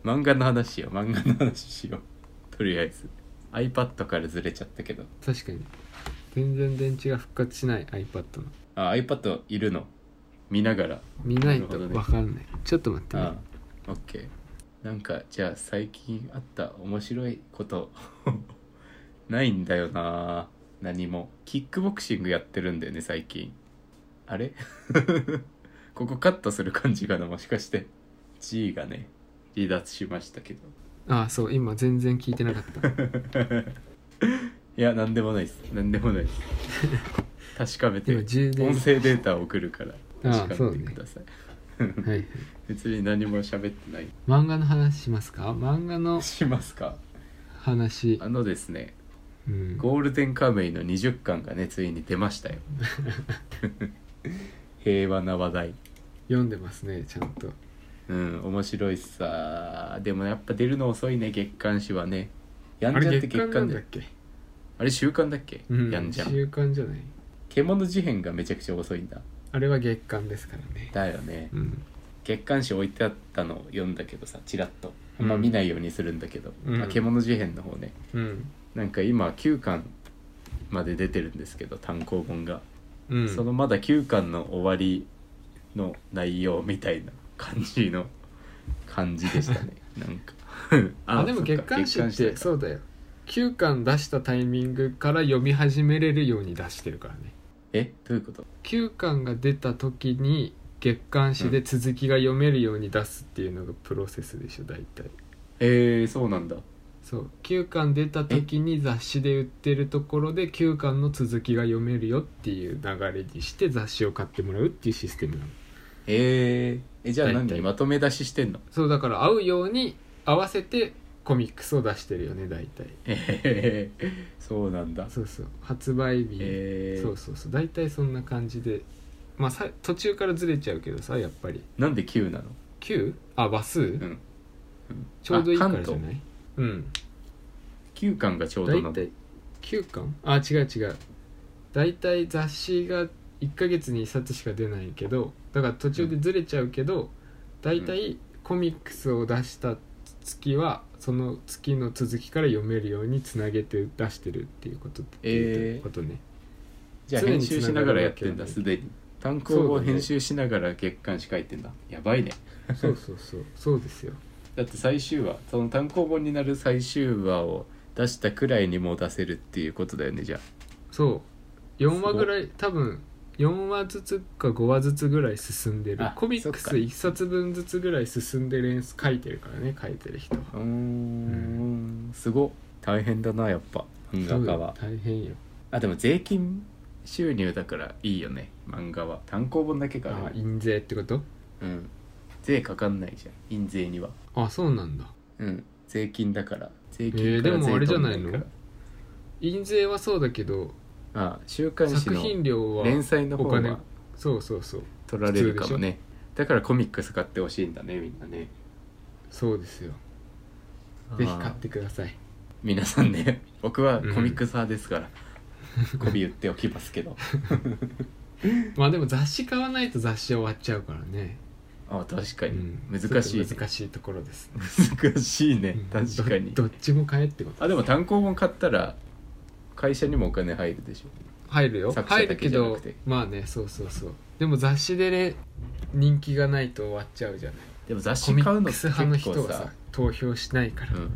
A: 漫画の話しよう漫画の話しよう [laughs] とりあえず iPad からずれちゃったけど
B: 確かに全然電池が復活しない iPad の
A: あ iPad いるの見ながら
B: 見ない
A: な
B: と
A: るほど
B: 分
A: ね
B: かんないちょっと待ってね
A: ああ OK なんかじゃあ最近あった面白いこと [laughs] ないんだよな何もキックボクシングやってるんだよね最近あれ [laughs] ここカットする感じかなもしかして G がね離脱しましたけど
B: ああそう今全然聞いてなかった
A: [laughs] いや何でもないです何でもないです
B: [laughs]
A: 確かめて
B: 今充電
A: 音声データを送るから
B: ああ
A: 確か
B: そう
A: め
B: ね
A: てください、
B: はいはい
A: 別に何も喋ってない
B: 漫画の話しますか漫画の
A: しますか
B: 話
A: あのですね
B: うん
A: ゴールデンカムイの20巻がねついに出ま
B: [laughs]
A: したよ平和な話題
B: 読んでますねちゃんと
A: うん面白いしさでもやっぱ出るの遅いね月刊誌はねや
B: あ
A: んじゃっ
B: れ
A: て
B: 月
A: 月
B: 刊な
A: 刊
B: ん
A: で
B: だっけ
A: あれ週刊だっけ、
B: うん
A: やんじゃん
B: 週刊じゃない
A: 獣事変がめちゃくちゃ遅いんだ
B: あれは月刊ですからね
A: だよね
B: うん
A: 月刊誌置いてあったの読んだけどさチラッとあんま見ないようにするんだけど、
B: うん
A: あ獣事変の方ね
B: うん
A: なんか今9巻まで出てるんですけど単行本が
B: うん
A: そのまだ9巻の終わりの内容みたいな感じの感じで
B: [laughs]
A: したねなんか
B: あでも月刊誌っ
A: そか
B: てそうだよ9巻出したタイミングから読み始めれるように出してるからね
A: えどういうこと
B: 9巻が出た時に月刊誌で続きが読めるように出すっていうのがプロセスでしょ大体
A: えー、そうなんだ
B: そう9巻出た時に雑誌で売ってるところで9巻の続きが読めるよっていう流れにして雑誌を買ってもらうっていうシステムなの
A: えー、えじゃあ
B: 大体
A: 何まとめ出ししてんの
B: そうだから合うように合わせてコミックスを出してるよね大体
A: えー、そうなんだ
B: そうそう発売日、
A: えー、
B: そうそうそう大体そんな感じでまあさ途中からずれちゃうけどさやっぱり
A: なんで9なの
B: 9? あ話数、
A: うん
B: ちょうどいい
A: あ
B: からじゃ
A: 関
B: な
A: 東
B: いうん
A: 9巻がちょうどな
B: 大
A: の
B: 体9巻あ違う違う大体雑誌が1ヶ月に1冊しか出ないけどだから途中でずれちゃうけど大体コミックスを出した月はその月の続きから読めるようにつなげて出してるっていうことっていうことね、
A: じゃあ
B: 常に
A: 編集しながらやってんだ
B: 繋
A: す
B: が
A: でに単行
B: そう
A: 本
B: だね
A: 編集しながら月刊誌書いてんだやばいね
B: そうそうそうそうですよ
A: だって最終話その単行本になる最終話を出したくらいにもう出せるっていうことだよねじゃあ
B: そう4話ぐらい多分4話ずつか5話ずつぐらい進んでる
A: あ
B: コミック
A: そっ
B: ス
A: か
B: 1冊分ずつぐらい進んで連載書いてるからね書いてる人は
A: うーんすごっ大変だなやっぱ漫
B: そう
A: 画家
B: よ
A: は
B: 大変よ
A: あでも税金収入だからいいよね漫画は単行本だけか
B: あ
A: ら
B: 印税ってこと
A: うん税かかんないじゃん印税には
B: あそうなんだ
A: うん税金だから税
B: えー
A: 金か
B: で
A: ら
B: も
A: 税
B: あれじゃ
A: 取ん
B: ないの
A: から
B: 印税はそうだけど
A: あ週刊誌
B: 作
A: の
B: 品料は
A: 連載の方
B: お金
A: は
B: そうそうそう
A: 取られるかもねだからコミックス買ってほしいんだねみんなね
B: そうですよぜひ買ってください
A: 皆さんね [laughs] 僕はコミックス派ですから、媚び売っておきます
B: [laughs]
A: けど
B: まあでも雑誌買わないと雑誌終わっちゃうからね、
A: あ確か
B: う
A: に、
B: ん、
A: 難しいね
B: ちょっと難しいところですね
A: 難しいね
B: うん
A: 確かに
B: どどっちも買えってこと
A: あでも単行本買ったら会社にもお金入るでしょ
B: 入るよ
A: 作者
B: 入
A: だ
B: る
A: け
B: け
A: じゃな
B: ど
A: くて
B: まあねそうそうそうでも雑誌でね人気がないと終わっちゃうじゃない
A: でも雑
B: コ
A: 誌
B: ミ
A: 買う
B: ッ
A: の
B: ク
A: って
B: ス派の
A: 結
B: 人
A: 構
B: は
A: さ
B: さ投票しないから、
A: うん、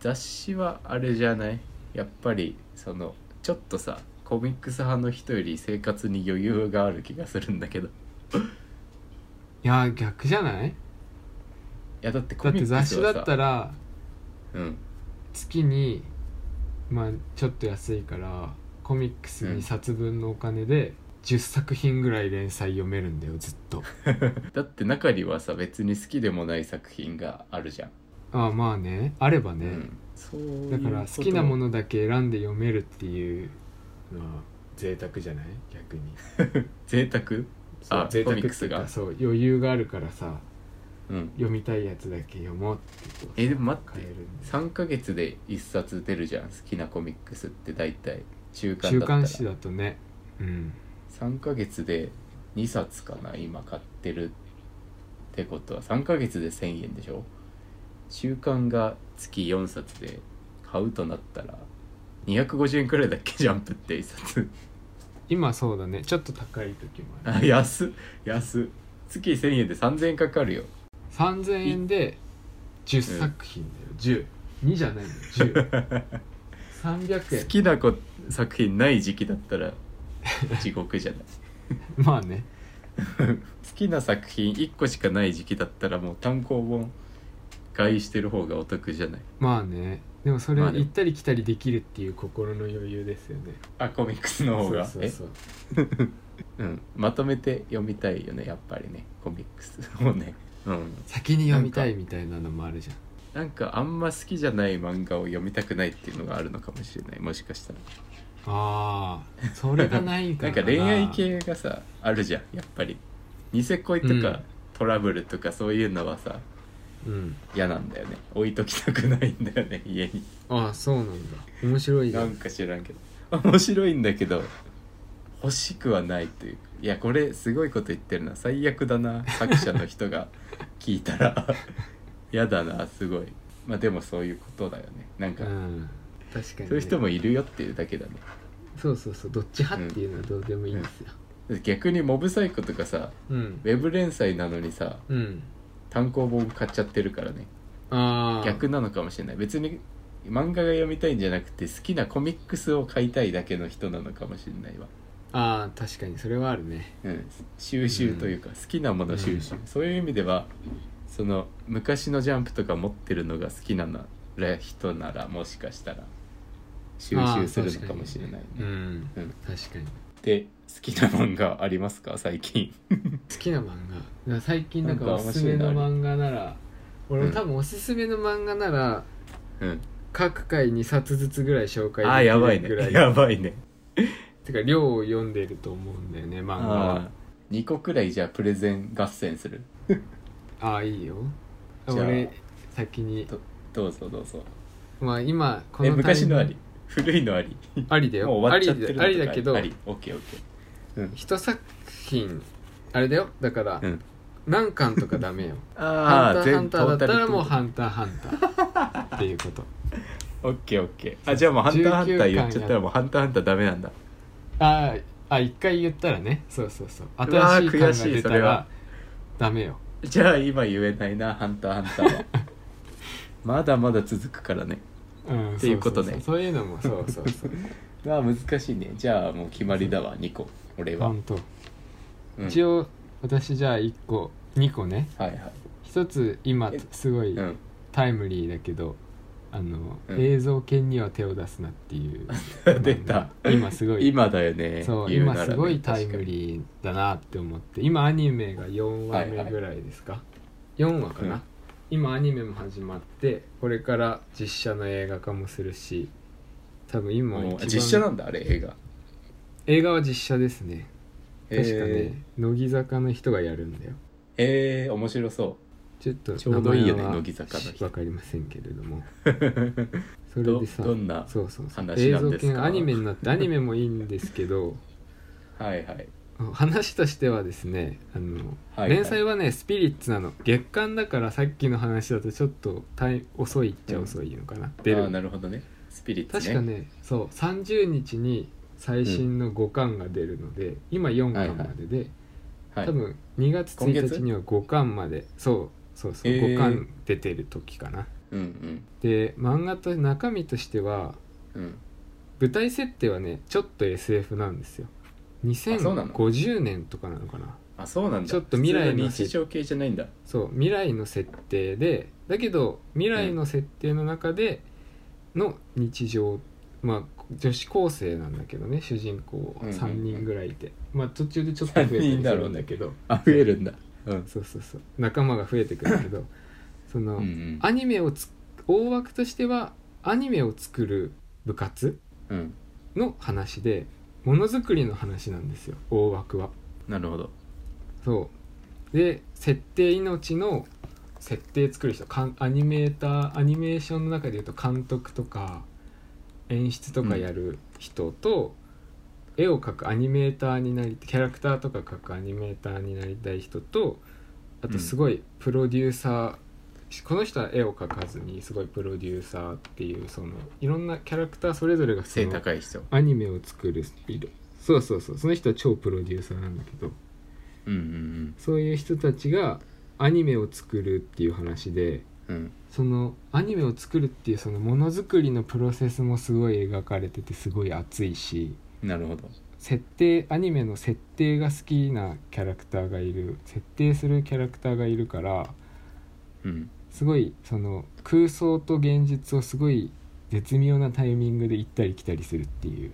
A: 雑誌はあれじゃないやっぱりそのちょっとさコミックス派の人より生活に余裕がある気がするんだけどい
B: いやー逆じゃない
A: やだってコ
B: だっ
A: ミック
B: て
A: スは
B: 雑
A: さ
B: 誌だったら
A: うん
B: 月にまあちょっと安いからコミックス2冊分のお金で10作品ぐらい連載読めるんだよずっと
A: だって中にはさ別に好きでもない作品があるじゃん、
B: ああまあねあればね、
A: うんそういう
B: だ
A: こと
B: から好きなものだけ選んで読めるっていうのは贅沢じゃない逆に
A: 贅沢
B: そう
A: あ
B: 贅沢
A: コミックス
B: っていうか
A: が
B: そう余裕があるからさ
A: うん
B: 読みたいやつだけ読もうってこう
A: えでも待って
B: 買えるんで
A: 3ヶ月で1冊出るじゃん好きなコミックスって大体中間だ
B: 週
A: ったら
B: 刊誌だとねうん
A: 3ヶ月で2冊かな今買ってるってことは3ヶ月で1,000円でしょ週間が月4冊で買うとなったら250円くらいだっけジャンプって1冊
B: 今そうだねちょっと高い時もある
A: あ安っ安っ月1,000円で3,000円かかるよ
B: 3000円で10作品だよ102じゃないんだ
A: [laughs]
B: よ10300
A: 好
B: 円
A: きなこ作品ない時期だったら地獄じゃない
B: まあね
A: 好きな作品1個しかない時期だったらもう単行本買いしてる方がお得じゃない
B: まあねでもそれ
A: まあね
B: 行ったり来たりできるっていう心の余裕ですよね
A: あコミックスの方が
B: そうそうそう
A: えうんまとめて読みたいよねやっぱりねコミックスをねうん
B: 先に読みたいみたいなのもあるじゃん
A: なんかあんま好きじゃない漫画を読みたくないっていうのがあるのかもしれないもしかしたら
B: ああそれがないか
A: [laughs] な
B: ら
A: んか恋愛系がさあるじゃんやっぱりニセ恋とか、
B: うん
A: トラブルとかそういうのはさ
B: うん
A: 嫌なんだよね置いときたくないんだよ
B: [laughs]
A: ね家に
B: ああそうなんだ面白いね
A: なんか知らんけど面白いんだけど欲しくはないというかいやこれすごいこと言ってるな最悪だな作者の人
B: [laughs]
A: が聞いたら嫌だなすごいまあでもそういうことだよねなん
B: う
A: か、
B: ん確かにね、
A: そういう人もいるよっていうだけだね
B: そうそうそうどっち派っていうのはどうでもいいんですよ
A: 逆にモブサイコとかさ
B: うん
A: ウェブ連載なのにさ
B: うん、
A: 単行本買っちゃってるからね
B: ああ
A: 逆なのかもしれない別に漫画が読みたいんじゃなくて好きなコミックスを買いたいだけの人なのかもしれないわ
B: ああ確かにそれはあるね
A: うん、収集というか、好きなもの収集、
B: うん
A: そういう意味ではその昔の「ジャンプ」とか持ってるのが好きななら人ならもしかしたら収集するのかもしれないね。
B: ああ確かにうん、
A: うん
B: 確かに
A: で好きな漫画ありますか最近
B: 好きな漫画だから最近なんか
A: なん
B: お
A: か
B: すすめの
A: 面白いのあ
B: 漫画なら俺
A: うん
B: 多分おすすめの漫画なら
A: うん、
B: 各回2冊ずつぐらい紹介
A: あーやば
B: で
A: い
B: き [laughs]
A: ね
B: るぐらい
A: やばいね
B: てか量を読んでると思うんだよね漫画
A: あ
B: は
A: 2個くらいじゃあプレゼン合戦する
B: ああいいよ
A: じゃあ
B: 俺先に
A: どどうぞどうぞ
B: まあ今こ
A: え
B: のタイ
A: 昔
B: ミング
A: のあり古いのあり
B: ありだよ
A: もう終わっちゃってるのとか
B: ありだありだけど
A: ありオッケーオッケー、うん
B: 一作品あれだよだから、
A: うん、
B: 何巻とかダメよ「
A: [laughs]
B: ハ
A: あ
B: ンタ
A: あ
B: ーハンター」だったらもう「ハンターハンター」っていうこと
A: オッケーオッケーあじゃあもう「ハンターハンター」言っちゃったらもう「ハンターハンター」ダメなんだ
B: あーあ一回言ったらねそうそうそう
A: わー
B: 新しい感が
A: 悔しい
B: 出た
A: それ
B: ら
A: は
B: ダメよ
A: じゃあ今言えないな「ハンターハンタ
B: [laughs]
A: ーは」まだまだ続くからね
B: うん
A: っていうことね
B: そうそうそうそういうのもそうそうそう
A: [laughs] ああ難しいねじゃあもう決まりだわ2個俺は、
B: 本当、
A: うん
B: 一応私じゃあ1個2個ね
A: はいはい
B: 一つ今
A: え
B: すごい
A: うん
B: タイムリーだけどあの、
A: うん
B: 映像犬には手を出すなっていう
A: [laughs] 出た
B: 今すごい
A: 今だよね
B: そう
A: 言う
B: 今
A: ならね
B: すごいタイムリーだなって思って今アニメが4
A: は
B: 話目
A: いはい
B: ぐらいですか、4話かな、
A: うん
B: 今アニメも始まってこれから実写の映画化もするし多分今
A: もう
B: 一番
A: 実写なんだあれ映画
B: 映画は実写ですね確かね、
A: え
B: 乃木坂の人がやるんだよ
A: ー、えー面白そ
B: ちょっと
A: ちょうどいいよね
B: 名前は
A: 乃木坂の人
B: わかりませんけれ
A: [laughs]
B: ども
A: う
B: それでさ
A: どどんな
B: そうそうそう
A: 話
B: 映
A: なん
B: 像
A: ですか
B: 系アニメになってアニメもいいんですけど [laughs]
A: はいはい
B: 話としてはですねあの
A: はい
B: 連載はねスピリッツなの月間だからさっきの話だとちょっとタイ遅いっちゃ遅いのかな、出
A: ああ
B: る
A: なるほどねスピリッツ
B: 確
A: ね
B: かねそう30日に最新の5巻が出るので、今4巻までで、
A: はい、
B: 多分2月
A: 今月
B: 1日には5巻までそうそうそう、
A: へー
B: 5巻出てる時かな
A: うん
B: で漫画と中身としては
A: うんうん
B: 舞台設定はねちょっと SF なんですよ
A: そうなの
B: 2050年とかなのかな
A: あそうなんだ
B: ちょっと未来の
A: 普通日常系じゃない
B: [laughs]
A: んだ
B: そう未来の設定でだけど未来の設定の中で、の日常まあ女子高生なんだけどね主人公
A: うんうんうん
B: 3人ぐらいいて、まあ途中でちょっと増えて
A: 三人
B: る
A: だろうん
B: だけど
A: あ増えるんだうん
B: そうそうそう仲間が増えてくるけどその、
A: うん
B: アニメをつ大枠としてはアニメを作る部活
A: うんうん
B: の話でものづくりの話なんですよ大枠は。
A: なるほど
B: そうで設定命の設定作る人かんアニメーターアニメーションの中でいうと監督とか演出とかやる人と、絵を描くアニメーターになりキャラクターとか描くアニメーターになりたい人とあとすごいプロデューサー、この人は絵を描かずにすごいプロデューサーっていうそのいろんなキャラクターそれぞれがそ
A: 背
B: の
A: 高い人
B: アニメを作るスピードそうそうそうその人は超プロデューサーなんだけど
A: うんうん
B: そういう人たちがアニメを作るっていう話で
A: うんうん
B: そのアニメを作るっていうそのものづくりのプロセスもすごい描かれててすごい熱いし
A: なるほど
B: 設定アニメの設定が好きなキャラクターがいる設定するキャラクターがいるから
A: うん
B: すごいその空想と現実をすごい絶妙なタイミングで行ったり来たりするっていう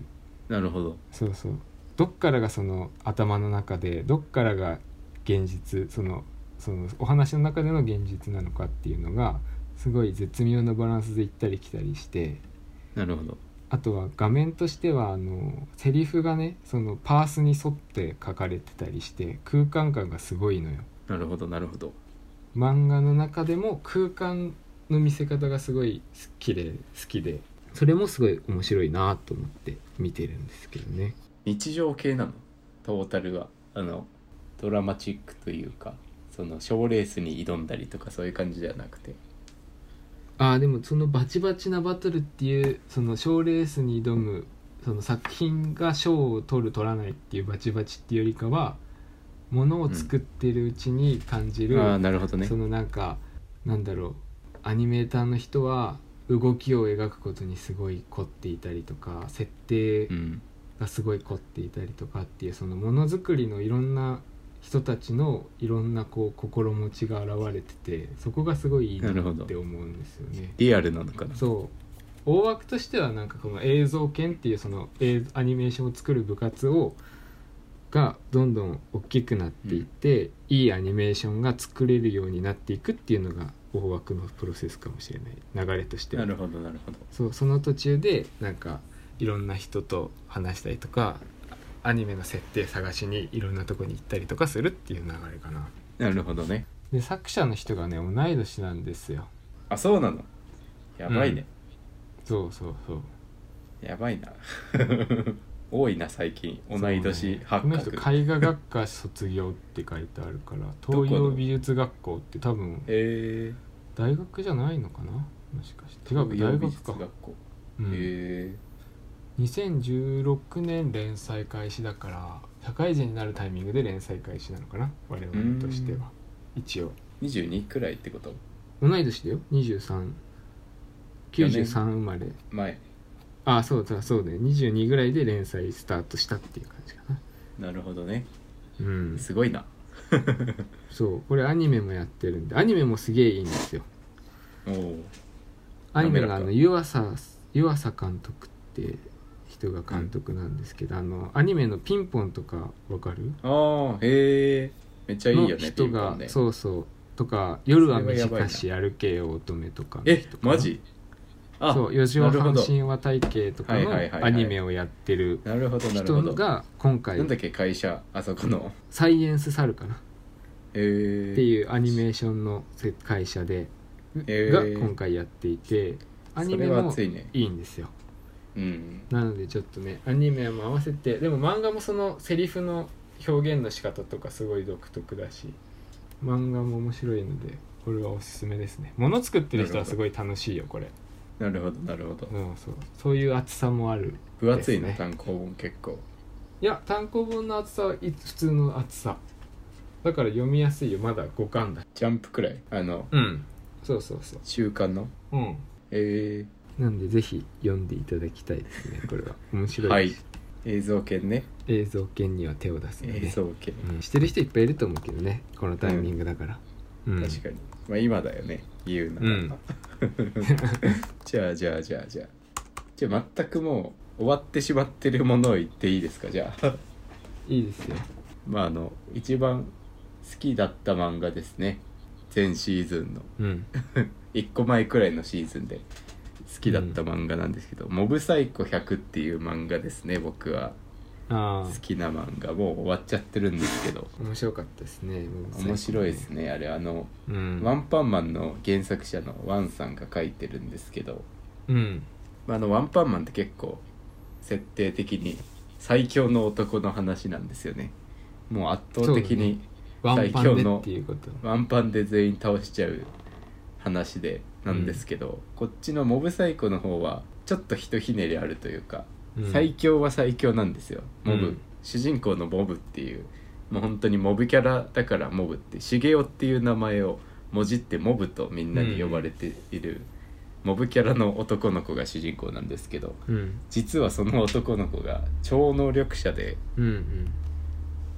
A: なるほど
B: そうそうどっからがその頭の中でどっからが現実そのそのお話の中での現実なのかっていうのがすごい絶妙なバランスで行ったり来たりして
A: なるほど
B: あとは画面としてはあのセリフがねそのパースに沿って書かれてたりして空間感がすごいのよ
A: なるほどなるほど
B: 漫画の中でも空間の見せ方がすごい綺麗好きでそれもすごい面白いなと思って見てるんですけどね
A: 日常系なのトータルはあのドラマチックというかその賞レースに挑んだりとかそういう感じではなくて
B: あーでもそのバチバチなバトルっていうその賞レースに挑むその作品が賞を取る取らないっていうバチバチっていうよりかはものを作ってるうちに感じる、
A: ああなるほどね
B: そのなんかなんだろうアニメーターの人は動きを描くことにすごい凝っていたりとか設定
A: うん
B: がすごい凝っていたりとかっていうそのものづくりのいろんな人たちのいろんなこう心持ちが現れててそこがすごいいいな
A: なるほ
B: っ
A: ど
B: て思うんですよね。
A: リアルなのかな
B: そう大枠としてはなんかこの映像研っていうその映アニメーションを作る部活をがどんどん大きくなっていって、いいアニメーションが作れるようになっていくっていうのが大枠のプロセスかもしれない流れとしては
A: なるほどなるほど
B: そうその途中でなんかいろんな人と話したりとかアニメの設定探しにいろんなとこに行ったりとかするっていう流れかな
A: なるほどね
B: で作者の人がね同い年なんですよ
A: あそうなのやばいね、
B: そうそうそう
A: やばいな [laughs] 多いな最近同い年
B: そう
A: 発
B: ね
A: 覚、
B: この人絵画学科卒業って書いてあるから東洋美術学校って多分
A: え
B: 大学じゃないのかなもしかして
A: ー、
B: 違うか
A: 東
B: 大学
A: 洋美術
B: か、
A: 学校
B: うん
A: え
B: 2016年連載開始だから社会人になるタイミングで連載開始なのかな我々として
A: うん
B: は一応
A: ー、22くらいってこと
B: 同い年だよ2393生まれ
A: 前
B: あそうだそうだよ22ぐらいで連載スタートしたっていう感じかな
A: なるほどね
B: うん
A: すごいな
B: そうこれアニメもやってるんでアニメもすげえいいんですよ
A: おお
B: アニメがあ
A: 滑ら
B: の
A: か
B: 湯浅湯浅監督って人が監督なんですけど、あのアニメの「ピンポン」とかわかる
A: ああへえめっちゃいいよ
B: の
A: ね
B: 人
A: ピン
B: が
A: ポンね
B: そうそうとか「夜は
A: それはやばい
B: 短
A: な
B: し歩けよ乙女」とかの
A: え
B: 人かな
A: マジあ
B: そう四条
A: なるほ
B: 半
A: ど
B: 神話体系とか
A: はいはいはい
B: の
A: は
B: ア
A: い
B: ニメをやってる
A: なるほどなるほ
B: 人
A: ど
B: が今回
A: なんだっけ会社あそこの
B: 「サイエンスサル」かなっ
A: へえ
B: ていうアニメーションのせ会社で
A: へ
B: が
A: え
B: 今回やっていてアニメ
A: それは
B: も
A: 熱いね
B: いいんですよ
A: うん
B: なのでちょっとねアニメも合わせてでも漫画もそのセリフの表現の仕方とかすごい独特だし漫画も面白いのでこれはおすすめですね物作ってる人はすごい楽しいよこれ
A: なるほどなるほど
B: うんそうそういう厚さもある
A: 分厚いね
B: ですね
A: 単行本結構
B: いや単行本の厚さはい普通の厚さだから読みやすいよまだ五巻だ
A: ジャンプくらいあの
B: うんそうそうそう
A: 週刊の
B: うん
A: え
B: なんでぜひ読んでいただきたいですねこれは面
A: ー、
B: 白
A: はいい
B: し、
A: 映像権ね
B: 映像研には手を出すので、
A: 映像権
B: うん、してる人いっぱいいると思うけどねこのタイミングだから、ううん
A: 確かに、まあ今だよね言うなら、
B: うん
A: [laughs] じゃあじゃあじゃあじゃあじゃあ全くもう終わってしまってるものを言っていいですかじゃあ [laughs]
B: いいですよ
A: まああの一番好きだった漫画ですね前シーズンの
B: うん
A: 1個前くらいのシーズンで好きだった漫画なんですけど「モブサイコ100」っていう漫画ですね僕は
B: あ
A: 好
B: あ
A: きな漫画もう終わっちゃってるんですけど
B: 面白かったですね
A: 面白いですねあれあの、
B: うん
A: ワンパンマンの原作者のワンさんが書いてるんですけど、
B: うん
A: まあ、あのワンパンマンって結構設定的に最強の男の話なんですよねもう圧倒的に、
B: ワンパン
A: 最強
B: で
A: の
B: っていうこと
A: ワンパンで全員倒しちゃう話でなんですけど、こっちのモブサイコの方はちょっとひとひねりあるというか、
B: うん
A: 最強は最強なんですよモブ、
B: うん
A: 主人公のモブっていうもう本当にモブキャラだからモブってシゲオっていう名前をもじってモブとみんなに呼ばれている、モブキャラの男の子が主人公なんですけど
B: うん
A: 実はその男の子が超能力者で
B: うんうん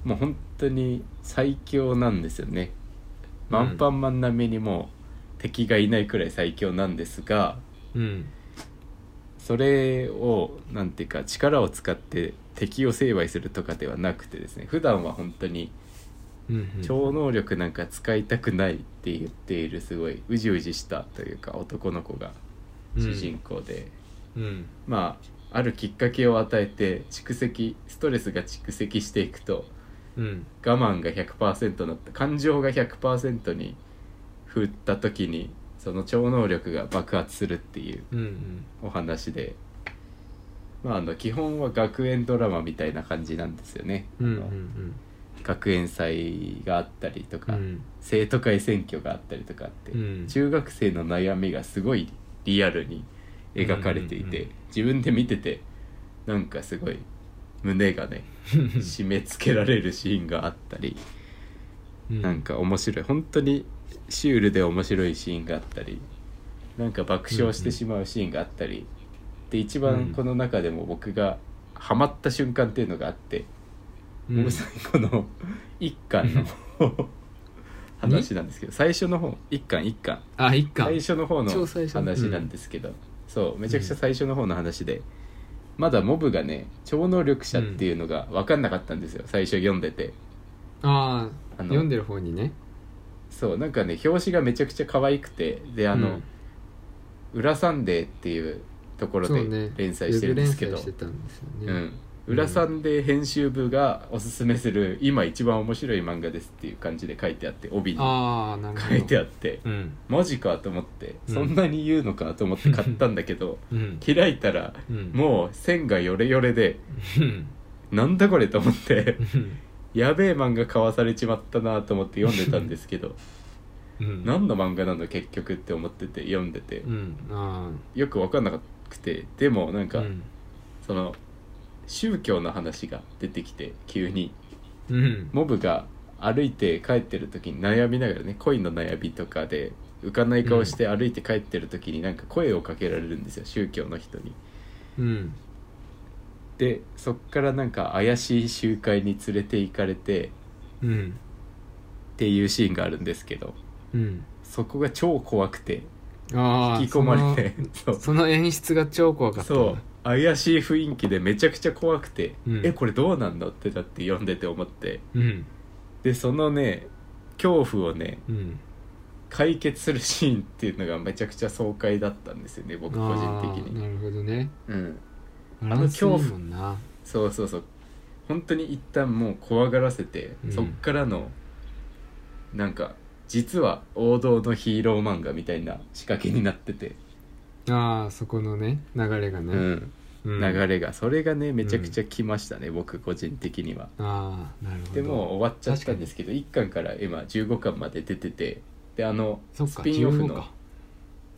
A: もう本当に最強なんですよね。
B: うん
A: ワンパンマン並みにもう敵がいないくらい最強なんですが
B: うん
A: それをなんていうか力を使って敵を成敗するとかではなくてですね普段は本当に
B: うんうん
A: 超能力なんか使いたくないって言っているすごいうじうじしたというか男の子が主人公で、
B: うん
A: まああるきっかけを与えて蓄積ストレスが蓄積していくと
B: うん
A: 我慢が100%になった感情が100%に振った時にその超能力が爆発するっていう
B: うんうん
A: お話で、まあ、あの基本は学園ドラマみたいな感じなんですよね、
B: うんう
A: あ
B: ん
A: の
B: うん
A: 学園祭があったりとか、
B: うん
A: 生徒会選挙があったりとかあって、
B: うん
A: 中学生の悩みがすごいリアルに描かれていて、
B: うんうんうん
A: 自分で見ててなんかすごい胸が
B: [laughs]
A: ね締め付けられるシーンがあったり。
B: うん
A: なんか面白い本当にシュールで面白いシーンがあったりなんか爆笑してしまうシーンがあったり、で一番この中でも僕がハマった瞬間っていうのがあって、
B: うん
A: 僕最後の [laughs] 一巻の話なんですけど最初の方一巻一巻
B: あ一巻
A: 最初の方の
B: 超最初の
A: 話なんですけど、そうめちゃくちゃ最初の方の話で、まだモブがね超能力者っていうのが分かんなかったんですよ最初読んでて。
B: ああ
A: あの
B: 読んでる方にね
A: そうなんかね表紙がめちゃくちゃ可愛くてであの「裏サンデー」っていうところ
B: そう
A: で
B: ね
A: 連載してるんですけ
B: ウ
A: ど
B: ェブ連載してたんですよ
A: 「
B: ね
A: うん裏サンデー」編集部がおすすめする今一番面白い漫画ですっていう感じで書いてあって帯に
B: ああなるほ
A: 書
B: ど
A: いて
B: あ
A: あって
B: うん
A: マジかと思って
B: うん
A: そんなに言うのかと思って買ったんだけど
B: うん
A: 開いたら
B: うん
A: もう線がヨレヨレで
B: うん
A: なんだこれと思って
B: うん
A: やべえ漫画買わされちまったなと思って読んでたんですけど
B: うん
A: 何の漫画なの結局って思ってて読んでて
B: うんあ
A: よく分かんなくてでもなん
B: あ
A: か、その宗教の話が出てきて急に
B: うん
A: モブが歩いて帰ってる時に悩みながらね恋の悩みとかで浮かない顔して歩いて帰ってる時になんか声をかけられるんですよ宗教の人に。
B: うん
A: でそっからなんか怪しい集会に連れて行かれて
B: うん
A: っていうシーンがあるんですけど
B: うん
A: そこが超怖くて
B: ああ
A: 引き込まれて [laughs] そう
B: その演出が超怖かった
A: そう怪しい雰囲気でめちゃくちゃ怖くて、
B: うん
A: えこれどうなんだってだって読んでて思って
B: うん
A: でそのね恐怖をね
B: うん
A: 解決するシーンっていうのがめちゃくちゃ爽快だったんですよね僕個人的
B: ああ
A: に、
B: なるほどね
A: うん、
B: あ
A: の
B: の恐怖もんな
A: そうそうそう本当に一旦もう怖がらせて、
B: うん
A: そっからのなんか実は王道のヒーロー漫画みたいな仕掛けになってて、
B: ああそこのね流れが
A: う
B: ね、
A: ん、
B: うん
A: 流れがそれがねめちゃくちゃ来ましたね、僕個人的には
B: ああなるほど
A: でもう終わっちゃったんですけど1巻から今15巻まで出ててであの
B: そっ
A: ス
B: か
A: ピンオフ
B: 15
A: の
B: か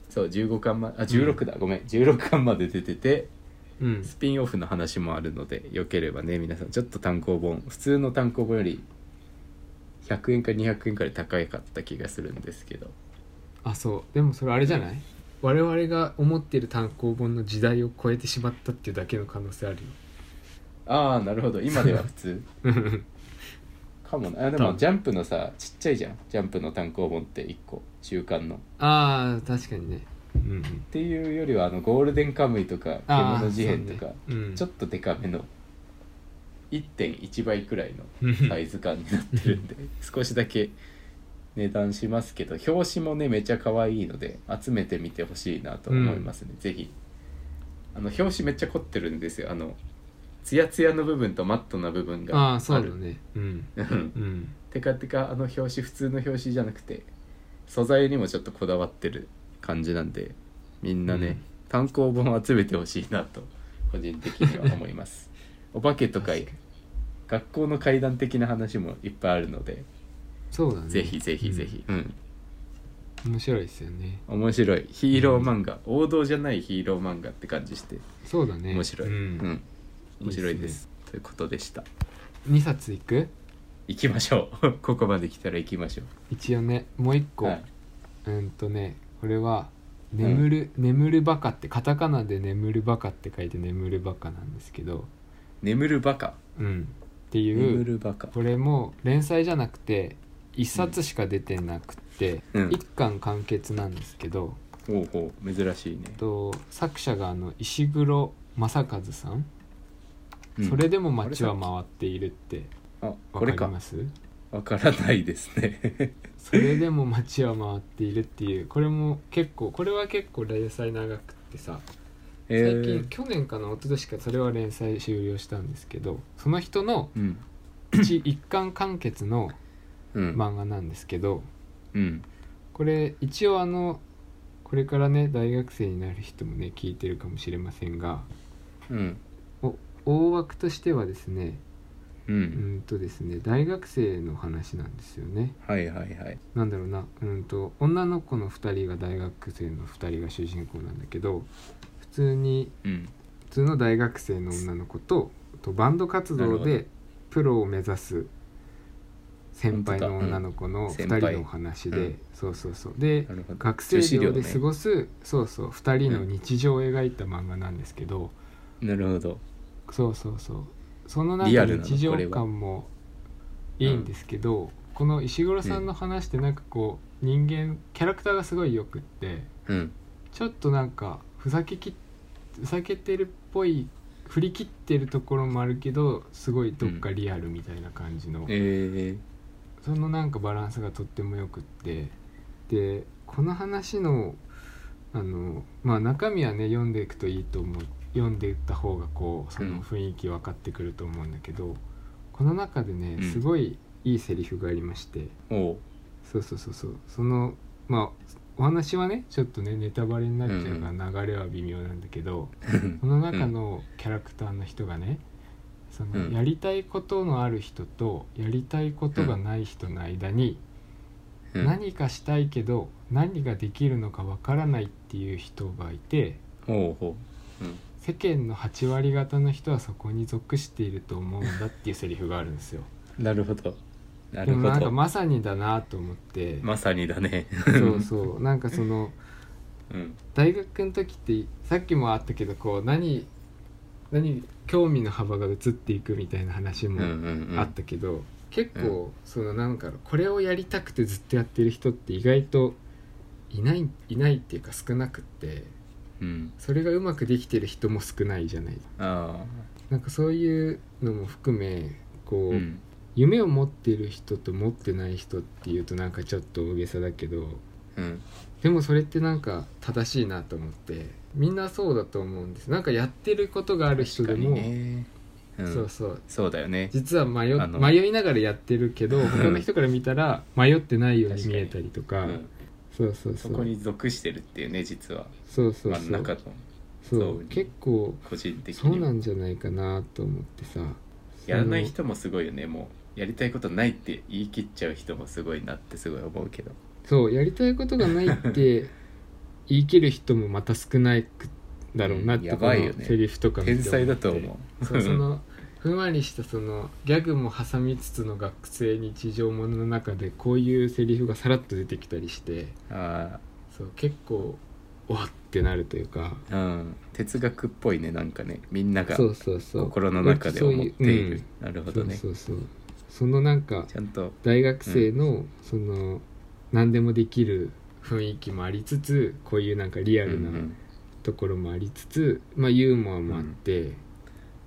A: そう15巻まあ16だ、ごめん16巻まで出てて
B: うん
A: スピンオフの話もあるのでよければね皆さんちょっと単行本普通の単行本より100円か200円くらい高かった気がするんですけど
B: あそうでもそれあれじゃない我々が思っている単行本の時代を超えてしまったっていうだけの可能性あるよ [laughs]
A: ああなるほど今では普通
B: うん
A: かもなあで
B: 多
A: も
B: 分
A: ジャンプのさちっちゃいじゃんジャンプの単行本って1個週刊のっ
B: ああ確かにねうんうん
A: ていうよりはあのゴールデンカムイとか「
B: あ
A: 獣
B: ー
A: 事変」とか、
B: そうねうん
A: ちょっとデカめの1.1倍くらいの
B: うん
A: サイズ感になってるんで少しだけ値段しますけど表紙もねめちゃ可愛いので集めてみてほしいなと思いますね、ぜひあの表紙めっちゃ凝ってるんですよあのツヤツヤの部分とマットな部分が
B: あ
A: あ
B: あ
A: る
B: そうだねうん
A: うん
B: うん
A: テカテカあの表紙普通の表紙じゃなくて素材にもちょっとこだわってる感じなんでみんなね、
B: うん
A: 単行本を集めてほしいなと個人的には思います
B: [laughs]
A: お化けとか
B: 確かに
A: 学校の階段的な話もいっぱいあるので、
B: そうだね
A: ぜひぜひぜひ、うん
B: 面白いですよね
A: 面白いヒーロー漫画、王道じゃないヒーロー漫画って感じして
B: そうだね
A: 面白い、
B: うん
A: うん面白い
B: いい
A: で
B: っ
A: す
B: す
A: ということでした
B: 2冊いく
A: 行きましょう [laughs] ここまで来たら行きましょう
B: 一応ねもう一個、
A: はい、
B: うんとねこれは「眠る、眠るバカ」ってカタカナで「眠るバカ」って書いて「眠るバカ」なんですけど
A: 眠るバカ
B: うんってい
A: 眠
B: う
A: るバカ
B: これも連載じゃなくて1冊しか出てなくて、
A: うん
B: 一巻完結なんですけど、
A: ほうほう珍しいね
B: と作者があの石黒正和さん、
A: うん
B: それでも街は回っているって
A: あこ
B: わ
A: れか
B: かります
A: わからないですね
B: [laughs] それでも街は回っているっていうこれも結構これは結構連載長くってさ
A: え
B: 最近、
A: ー、
B: 去年かな一昨年かそれは連載終了したんですけどその人の
A: うん
B: 一一巻完結の
A: うん、
B: 漫画なんですけど
A: うん
B: これ一応あのこれからね大学生になる人もね聞いてるかもしれませんが
A: うん
B: お大枠としてはですね
A: う
B: うんんとですね大学生の話なんですよね。
A: はいはいはい
B: なんだろうなうんと女の子の2人が大学生の2人が主人公なんだけど普通に
A: うん
B: 普通の大学生の女の子ととバンド活
A: なる
B: 動
A: ほ
B: で
A: ど
B: プロを目指す先輩の
A: 本当だうん
B: 女の子の
A: 先
B: 2
A: 輩
B: 人のお話で、
A: うん
B: そうそうそうで
A: なるほど
B: 学生寮で過
A: ご
B: ごす、そうそう2人の日常を描いた漫画なんですけど、
A: なるほど
B: そうそうそうそのなん
A: リ
B: か
A: アルなの
B: 日常
A: これは
B: 感もいいんですけどこ,、の石黒さんの話ってなんかこう人間キャラクターがすごいよくって
A: うん
B: ちょっとなんかふざけきっふざけてるっぽい振り切ってるところもあるけどすごいどっかリアルみたいな感じの、
A: え
B: そのなんかバランスがとってもよくってでこの話のあの、まあ、中身はね読んでいくといいと思う読んでいった方がこうそ
A: うん
B: の雰囲気分かってくると思うんだけど、この中でね
A: うん
B: すごいいいセリフがありまして、
A: ー、おう [laughs]
B: そうそうそうそうそのまあお話はねちょっとねネタバレになっちゃうか
A: う
B: ら流れは微妙なんだけど、その中のキャラクターの人がね、その
A: うん
B: やりたいことのある人とやりたいことがない人の間に
A: うん
B: 何かしたいけど何ができるのかわからないっていう人がいて
A: ほうほううん
B: 世間の8割方の人はそこに属していると思うんだっていうセリフがあるんですよ。
A: なるほど。 [laughs] な
B: で
A: る
B: もな
A: ほ
B: んか
A: ど。
B: まさにだなと思って、
A: まさにだね。
B: そうそうなんかその
A: [laughs] うん。
B: 大学の時ってさっきもあったけどこう何何興味の幅が移っていくみたいな話
A: うんう
B: も
A: んうん。
B: あったけど、結構そのなんかこれをやりたくてずっとやってる人って意外といないいないっていうか少なくって
A: うん。
B: それがうまくできてる人も少ないじゃない
A: あ
B: なんかそういうのも含め
A: あ。
B: こう、
A: うん。
B: 夢を持ってる人と持ってない人っていうとなんかちょっと大げさだけど
A: うん。
B: でもそれってなんか正しいなと思ってみんなそうだと思うんですなんかやってることがある人で
A: 確
B: も、
A: かにねう。
B: そうんそう
A: そうだよね。
B: 実は迷っ
A: あの
B: 迷いながらやってるけど
A: ん
B: 他の人から見たら迷ってないように見えたりと
A: う
B: か
A: ん。
B: そうそうそ
A: そうこに属してるっていうね、実は。
B: そうそう
A: 真
B: そ
A: ん中
B: う
A: の
B: そ
A: ゾーン
B: う
A: に
B: 結構
A: 個人的
B: そう
A: に
B: な
A: は。
B: んじゃないかなと思ってさ
A: やらない人もすごいよね。もう、やりたいことないって言い切っちゃう人もすごいなってすごい思うけど。
B: そうやりたいことがないって
A: [laughs]
B: 言い切る人もまた少ないくだろうなって
A: や
B: この
A: ばいよね
B: セリフとか見
A: 天
B: て思って
A: 才だと思う。
B: そうそのふんわりしたそのギャグも挟みつつの学生日常ものの中でこういうセリフがさらっと出てきたりして。
A: [laughs] あ
B: そう結構わってなるというか
A: あ。うん。哲学っぽいね、なんかね。みんなが
B: そうそうそう
A: 心の中で思ってい
B: 割
A: る。なるほ
B: とそう
A: ど
B: いううん
A: ね。
B: そうそうそうそのなんか
A: ちゃんと
B: 大学生のその何でもできる雰囲気もありつつこういうなんかリアル
A: うんう
B: なんところもありつつ、まあ、ユーモアもあって、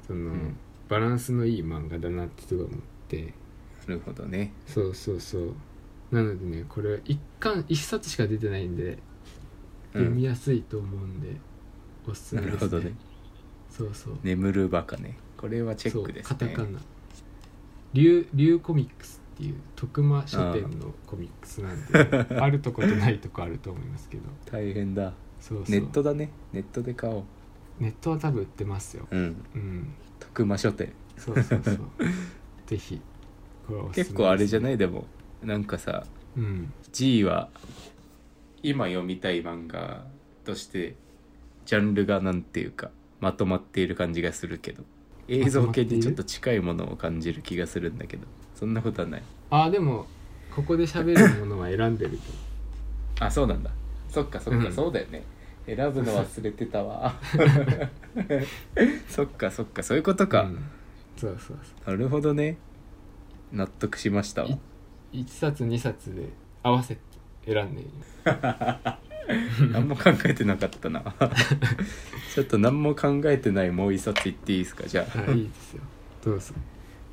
B: その
A: ん
B: バランスのいい漫画だなってすごい思って
A: なるほどね
B: そうそうそうなのでねこれ一巻一冊しか出てないんで
A: う
B: 読み
A: ん
B: やすいと思うんで、おすすめ
A: な
B: です、
A: るほどね
B: そうそう
A: 「眠るバカね」これはチェックです
B: そうカ
A: ね
B: タカナ竜竜コミックスっていう徳間書店のコミックスな
A: [laughs]
B: んであるとことないとこあると思いますけど
A: 大変だ
B: そうそう
A: ネットだねネットで買おう
B: ネットは多分売ってますよ
A: うん
B: うん
A: 徳間書店
B: そうそう
A: [laughs]
B: そうぜひこれはおすすめです
A: 結構あれじゃないでもなんかさ
B: うん
A: G は今読みたい漫画としてジャンルがなんていうかまとまっている感じがするけど映像系にちょっと近いものを感じる気がするんだけどそんなことはない
B: ああでもここで喋るものは選んでると
A: あそうなんだそっかそっか、
B: うん
A: そうだよね選ぶの忘れてた
B: [laughs]
A: わそっかそっかそういうことか、
B: うんそうそうそ
A: なるほどね納得しましたわ
B: い1冊2冊で合わせて選
A: [laughs]
B: んでいる
A: 何も考えてなかったな [laughs] ちょっと何も考えてないもう一冊言っていいですかじゃあ
B: あいいですよどうぞ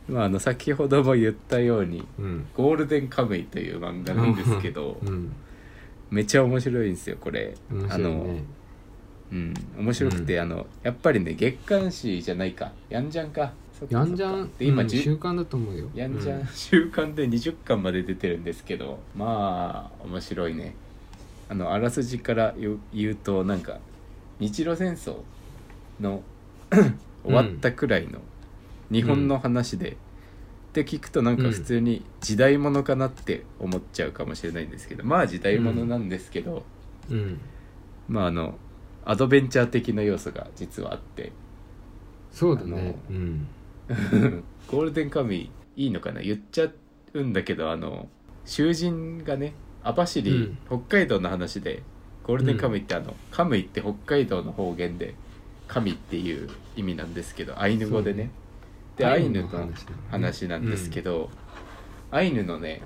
A: まあ、あの先ほども言ったように
B: うん
A: 「ゴールデンカムイ」という漫画なんですけど、
B: うん
A: めちゃ面白いんですよこれ。
B: 面
A: あ
B: 白い
A: の
B: ね
A: うん、面白くて、
B: うん
A: あのやっぱりね月刊誌じゃないかやんじゃんかそっか
B: やんじゃん
A: で今、
B: うん
A: じゅ
B: 習慣だと思うよ
A: やんじゃん、
B: う
A: 週刊で20巻まで出てるんですけどまあ面白いねあのあらすじから言う言うとなんか日露戦争の [laughs] 終わったくらいの日本の話で、って聞くとなんか普通に時代物かなって思っちゃうかもしれないんですけどまあ時代物なんですけど、
B: うん
A: まああのアドベンチャー的な要素が実はあって
B: そうだね
A: あ
B: うん
A: ゴールデンカムイいいのかな言っちゃうんだけどあの囚人がね網走、
B: うん
A: 北海道の話でゴールデンカムイってあの、カムイって北海道の方言で神っていう意味なんですけどアイヌ語でねでアイヌの話なんですけ
B: ど
A: ど、アイヌのね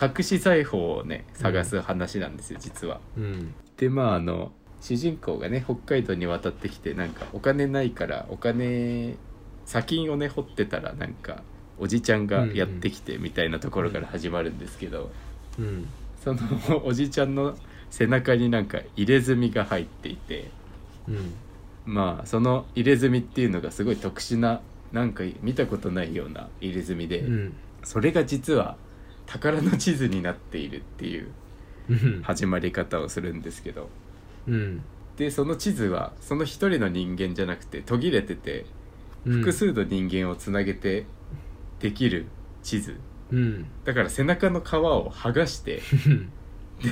A: 隠し財宝をね探す話なんですよ、実は。
B: うん
A: でまああの主人公がね北海道に渡ってきてなんかお金ないからお金砂金をね掘ってたらなんかおじちゃんがやってきてみたいなところから始まるんですけど、
B: うん
A: そのおじちゃんの背中になんか入れ墨が入っていて
B: うん
A: まあその入れ墨っていうのがすごい特殊ななんか見たことないような入れ墨で、
B: うん
A: それが実は宝の地図になっているっていう
B: うん
A: 始まり方をするんですけど。
B: うん
A: でその地図はその一人の人間じゃなくて途切れてて
B: うん
A: 複数の人間をつなげてできる地図
B: うん
A: だから背中の皮を剥がして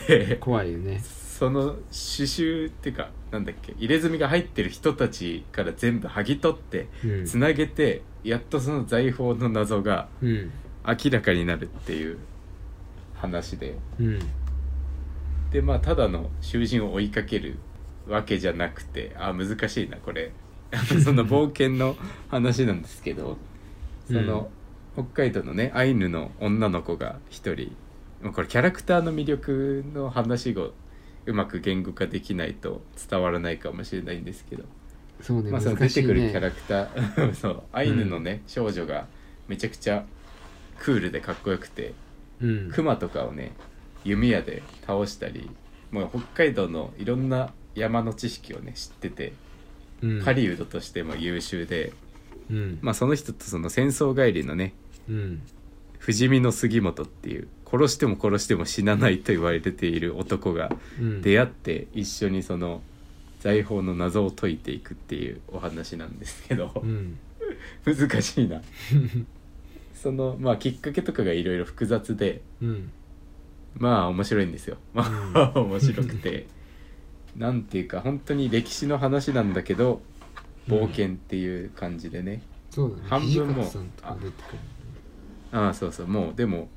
A: で
B: 怖いよね
A: その刺繍っていうかなんだっけ入れ墨が入ってる人たちから全部剥ぎ取って
B: うん
A: つなげてやっとその財宝の謎が
B: うん
A: 明らかになるっていう話で
B: うん
A: でまあただの囚人を追いかけるわけじゃなくてあ難しいなこれ [laughs] その冒険の話なんですけどその、北海道のねアイヌの女の子が一人もうこれキャラクターの魅力の話をうまく言語化できないと伝わらないかもしれないんですけど、
B: そうね
A: まあ、その
B: 難
A: 出
B: してい
A: くるキャ
B: ね
A: ラクター [laughs] そうアイヌのね、少女がめちゃくちゃクールでかっこよくて
B: うん
A: クマとかをね弓矢で倒したりもう北海道のいろんな山の知識をね知ってて
B: うん
A: 狩人としても優秀で、
B: うん
A: まあ、その人とその戦争帰りのね
B: うん
A: 不死身の杉本っていう殺しても殺しても死なないと言われている男が
B: うん
A: 出会って一緒にその財宝の謎を解いていくっていうお話なんですけど
B: うん
A: [laughs] 難しいなそのまあきっかけとかがいろいろ複雑で
B: うん
A: まあ面白いんですよ。まあ [laughs] 面白くて。なんていうか本当に歴史の話なんだけど冒険っていう感じでね。
B: そうだね
A: 半分も
B: 土方さんとか出てくる
A: ああそうそうもうでも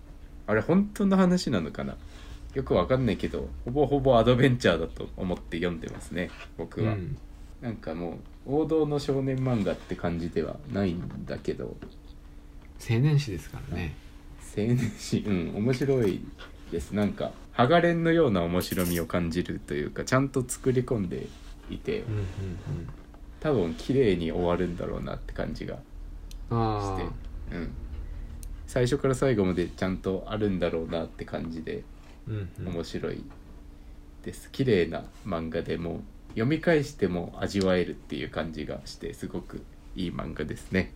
A: あれ本当の話なのかなよくわかんないけどほぼほぼアドベンチャーだと思って読んでますね僕は、
B: うん
A: なんかもう王道の少年漫画って感じではないんだけど
B: 青年誌ですからね
A: 青年誌うん面白いですなんかハガレンのような面白みを感じるというかちゃんと作り込んでいて
B: うんうん
A: 多分綺麗に終わるんだろうなって感じが
B: うん
A: し
B: あ
A: てうん最初から最後までちゃんとあるんだろうなって感じで
B: あうんうん
A: 面白いです綺麗な漫画でもう読み返しても味わえるっていう感じがしてすごくいい漫画ですね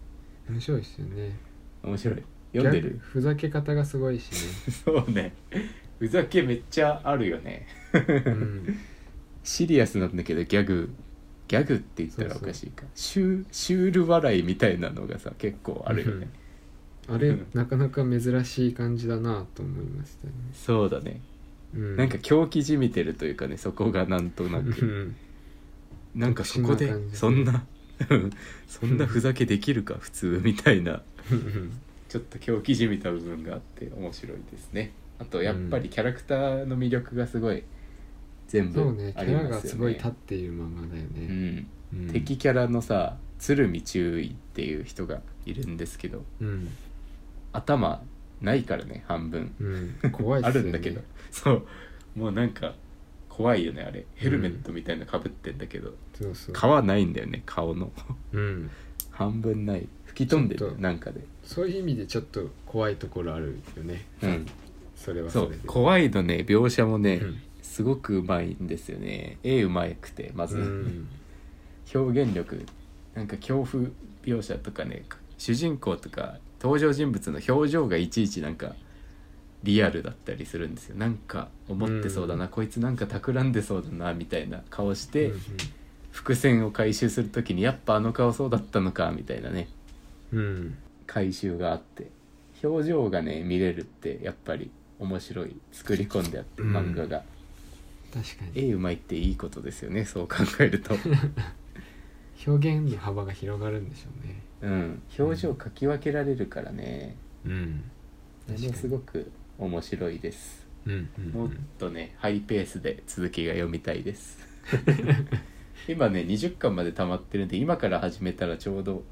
B: 面白いですよね
A: 面白い読んでる
B: ギャグふざけ方がすごいし
A: [laughs] そうねふざけめっちゃあるよね
B: ね、うん、
A: シリアスなんだけどギャグギャグって言ったらおかしいかシューシュール笑いみたいなのがさ結構あるよね
B: あれなかなか珍しい感じだなと思いましたね、
A: そうだね
B: うん、
A: なんか狂気じみてるというかねそこがなんとな
B: う
A: く
B: ん
A: なんかそこで
B: 特殊な感じ
A: そんなそんなふざけできるか普通みたいな
B: うん
A: ちょっと狂気じみた部分があって面白いですねあとやっぱりキャラクターの魅力がすごい全部
B: そうねキ
A: あり
B: ャラ
A: ま
B: が
A: すよ
B: すごい
A: ね
B: 立っている漫画だよ
A: う
B: ね、
A: ん
B: うん
A: 敵キャラのさ鶴見中尉っていう人がいるんですけど
B: うん、
A: 頭ないからね半分 [laughs]
B: うん、怖いっ
A: あ
B: すよ
A: る
B: ね
A: んだけどそうもうなんか怖いよねあれヘルメットみたいなかぶってんだけど、
B: そうそう
A: 皮ないんだよね顔の [laughs]
B: うん、
A: 半分ない吹き飛んで
B: ちょっ
A: る
B: と
A: なんかで
B: そういう意味でちょっと怖いところあるよね
A: うん
B: それは
A: そ
B: そうれで
A: 怖いのね描写もね、
B: うん
A: すごくうまいんですよね絵うまくてまず、
B: うん
A: 表現力なんか恐怖描写とかね主人公とか登場人物の表情がいちいちなんかリアルだったりするんですよなんか思ってそうだな、こいつなんか企んでそうだなみたいな顔して、伏線を回収する時にやっぱあの顔そうだったのかみたいなね
B: うんうん
A: 回収があって表情がね見れるってやっぱり面白い作り込んであって
B: うん
A: 漫画が、
B: 確かに
A: 絵うまいっていいことですよねそう考えると
B: 表現の幅が広がるんでしょうね
A: うん表情描き分けられるからね
B: うん
A: あれはすごく面白いです
B: うんうん
A: もっとね、ハイペースで続きが読みたいです
B: [laughs]
A: 今ね20巻まで溜まってるんで今から始めたらちょうど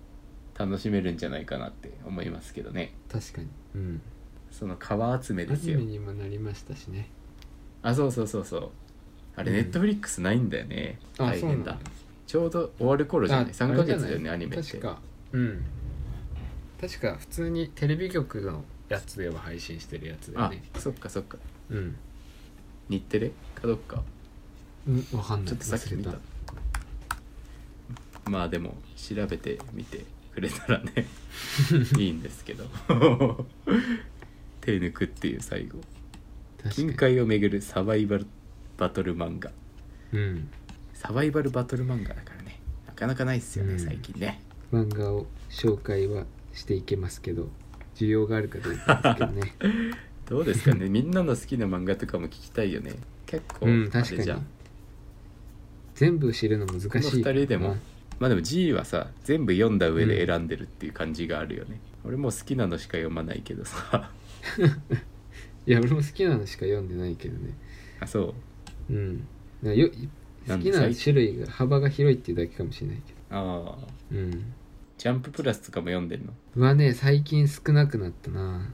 A: 楽しめるんじゃないかなって思いますけどね
B: 確かにうん
A: その皮集めで
B: ア
A: す
B: ニ
A: よ
B: メにもなりましたしね
A: あそうそうそうそうあれ
B: うん
A: ネットフリックスないんだよね、
B: あ
A: 大変だ
B: そうなんだ
A: ちょうど終わる頃じゃない
B: あ
A: 3
B: あ
A: ヶ
B: れじゃ
A: 月
B: ない
A: だよねアニメって
B: 確かうん確か普通にテレビ局のやつでは配信してるやつだよ
A: あ
B: ね
A: そっかそっか
B: うん
A: 日テレかどっか
B: うんわかんない
A: ちょっとさっき見た
B: 忘れ
A: まあでも調べてみてくれたら
B: [laughs]
A: ねいいんですけど手抜くっていう最後
B: た確
A: 近
B: か
A: 海をめぐるサバイバルバトル漫画
B: にうん
A: サバイバルバトル漫画だからねなかなかないっすよね、
B: うん
A: 最近ね
B: 漫画を紹介はしていけますけど需要があるかどうかですけ
A: [laughs]
B: どね
A: どうですかねみんなの好きな漫画とかも聞きたいよね結構
B: うん
A: あれ
B: 確
A: じ
B: かに
A: ゃん、
B: 全部知るの難しい
A: この2
B: からな
A: 人でもまあでも G はさ全部読んだ上で選んでるっていう感じがあるよね、俺も好きなのしか読まないけどさ
B: いや俺も好きなのしか読んでないけどね
A: あそう
B: うんなよ
A: な
B: 好
A: ん
B: き
A: で
B: な種類が幅が広いっていうだけかもしれないけ
A: ああ
B: どうん
A: ジャンププラスとかも読んでんの
B: はね最近少なくなったな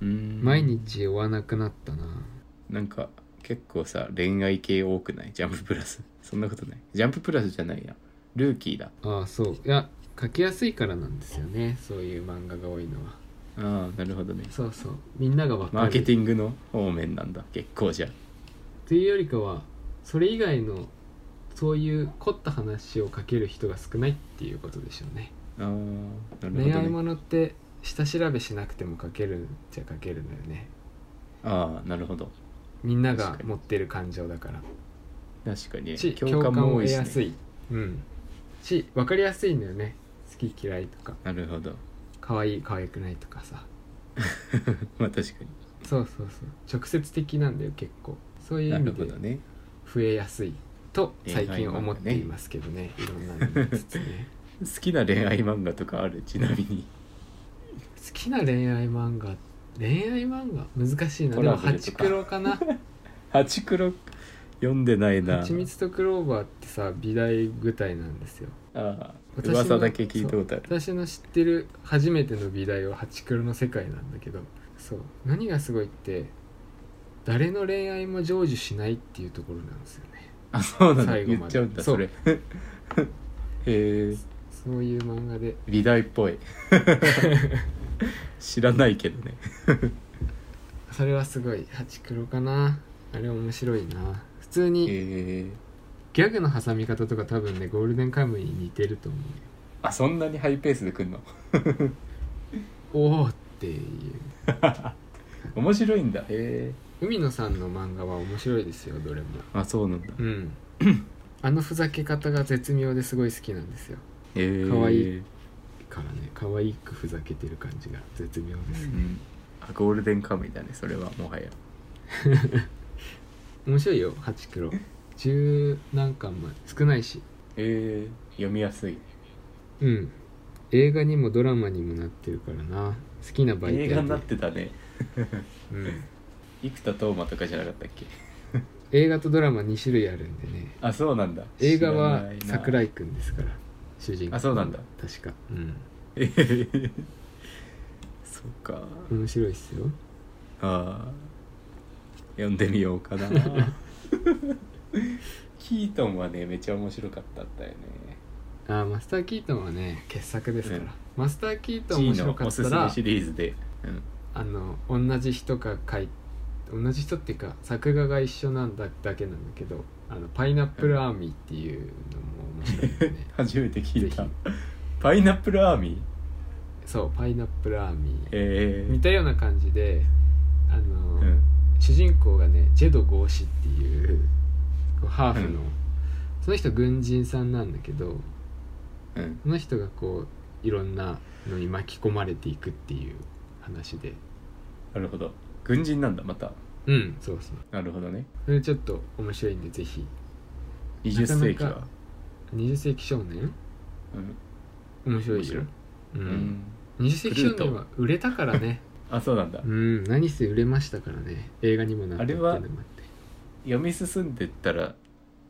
A: うーん
B: 毎日追わなくなったな
A: なんか結構さ恋愛系多くないジャンププラス [laughs] そんなことないジャンププラスじゃないやルーキーだ
B: ああそういや書きやすいからなんですよねそういう漫画が多いのは
A: ああなるほどね
B: そうそうみんなが分かる
A: マーケテ
B: ィン
A: ィングの方面なんだ結構じゃ
B: グっていうよりかはそれ以外のそういう凝った話を書ける人が少ないっていうことでしょうね
A: ああーなるほど、ね、
B: 恋愛ものって下調べしなくても書けるじゃ書けるんだよね
A: ああなるほど
B: みんなが
A: 確かに
B: 持ってる感情だから
A: 確かに
B: し
A: 共感も多いし、
B: 共感を得やす
A: ね、
B: いうんし分かりやすいんだよね好き嫌いとか
A: なるほど [laughs]
B: 可愛い可愛くないとかさ
A: まあ確かに
B: そうそうそう直接的なんだよ結構そういう
A: な
B: 意
A: る
B: 味
A: ほ
B: で
A: どね
B: 増えやすいと最
A: 恋愛
B: 近
A: 漫画ね
B: 思っていますけどねいろんなのにつつね [laughs]
A: 好きな恋愛漫画とかあるちなみに
B: 好きな恋愛漫画恋愛漫画難しいな
A: ト
B: でも
A: ラブ
B: ハ
A: ルと
B: チ
A: か
B: クロかな
A: ハチクロ読んでないな
B: ハチミツとクローバーってさ美大舞台なんですよ
A: ああ
B: 私の
A: 噂だけ聞いたことある
B: 私の知ってる初めての美大はハチクロの世界なんだけどそう何がすごいって誰の恋愛も成就しないっていうところなんですよね
A: あそうなんだ
B: 最後まで
A: 言っちゃうんだ
B: そう
A: それへえ
B: そういう漫画で
A: 美大っぽ
B: [laughs]
A: い知らないけどね
B: それはすごいハチクロかなあれ面白いな普通に
A: へえ
B: ギャグの挟み方とか多分ねゴールデンカムイに似てると思うよ
A: あそんなにハイペースで来んの
B: おおっていう
A: 面白いんだへえ
B: 海野さんの漫画は面白いですよどれも
A: あそうなんだ
B: うん
A: [laughs]
B: あのふざけ方が絶妙ですごい好きなんですよ
A: へえ
B: かわいいからね可愛くふざけてる感じが絶妙で
A: う
B: す
A: んあゴールデンカムイだねそれはもはや
B: 面白いよハチクロ十何巻まで少ないし
A: へえ読みやすい
B: うん映画にもドラマにもなってるからな好きな媒体
A: 映
B: で
A: 画になってたね
B: うん、
A: 生田斗真とかじゃなかったっけ
B: 映画とドラマ2種類あるんでね
A: あそうなんだ
B: 映画は桜
A: 井
B: 井くんですから主人公
A: あそうなんだ
B: 確かうん
A: [laughs] そうか
B: 面白いっすよ
A: ああ読んでみようかな [laughs] キートンはねめちゃ面白かったんだよね
B: あーマスター・キートンはね傑作ですから、
A: うん
B: マスター・キートン
A: G
B: 面白
A: の
B: か
A: お
B: っ
A: す
B: た
A: すめ
B: ら
A: シリーズで、うん、
B: あの同じ人が書い同じ人っていうか作画が一緒なんだだけなんだけどあのパイナップルアーミーっていうのも面白いん
A: [laughs]
B: でね
A: 初めて聞いた
B: ぜ
A: パイナップルアーミー
B: そうパイナップルアーミー
A: ええ
B: 似たような感じであの、
A: うん
B: 主人公がねジェド・ゴーシっていうこうハーフの、
A: うん
B: その人軍人さんなんだけど
A: うん
B: その人がこういろんなのに巻き込まれていくっていう話で
A: なるほど軍人なんだまた
B: うんそうそう
A: なるほどね
B: それちょっと面白いんでぜひ
A: 20世紀は
B: なかなか20世紀少年
A: うん
B: 面白いよ
A: 面
B: う、
A: うんん
B: 20世紀少年は売れたか
A: [laughs]
B: らね
A: あそうなんだ
B: うん何せ売れましたからね映画にもなったっていうのもあって
A: 読み進んでったら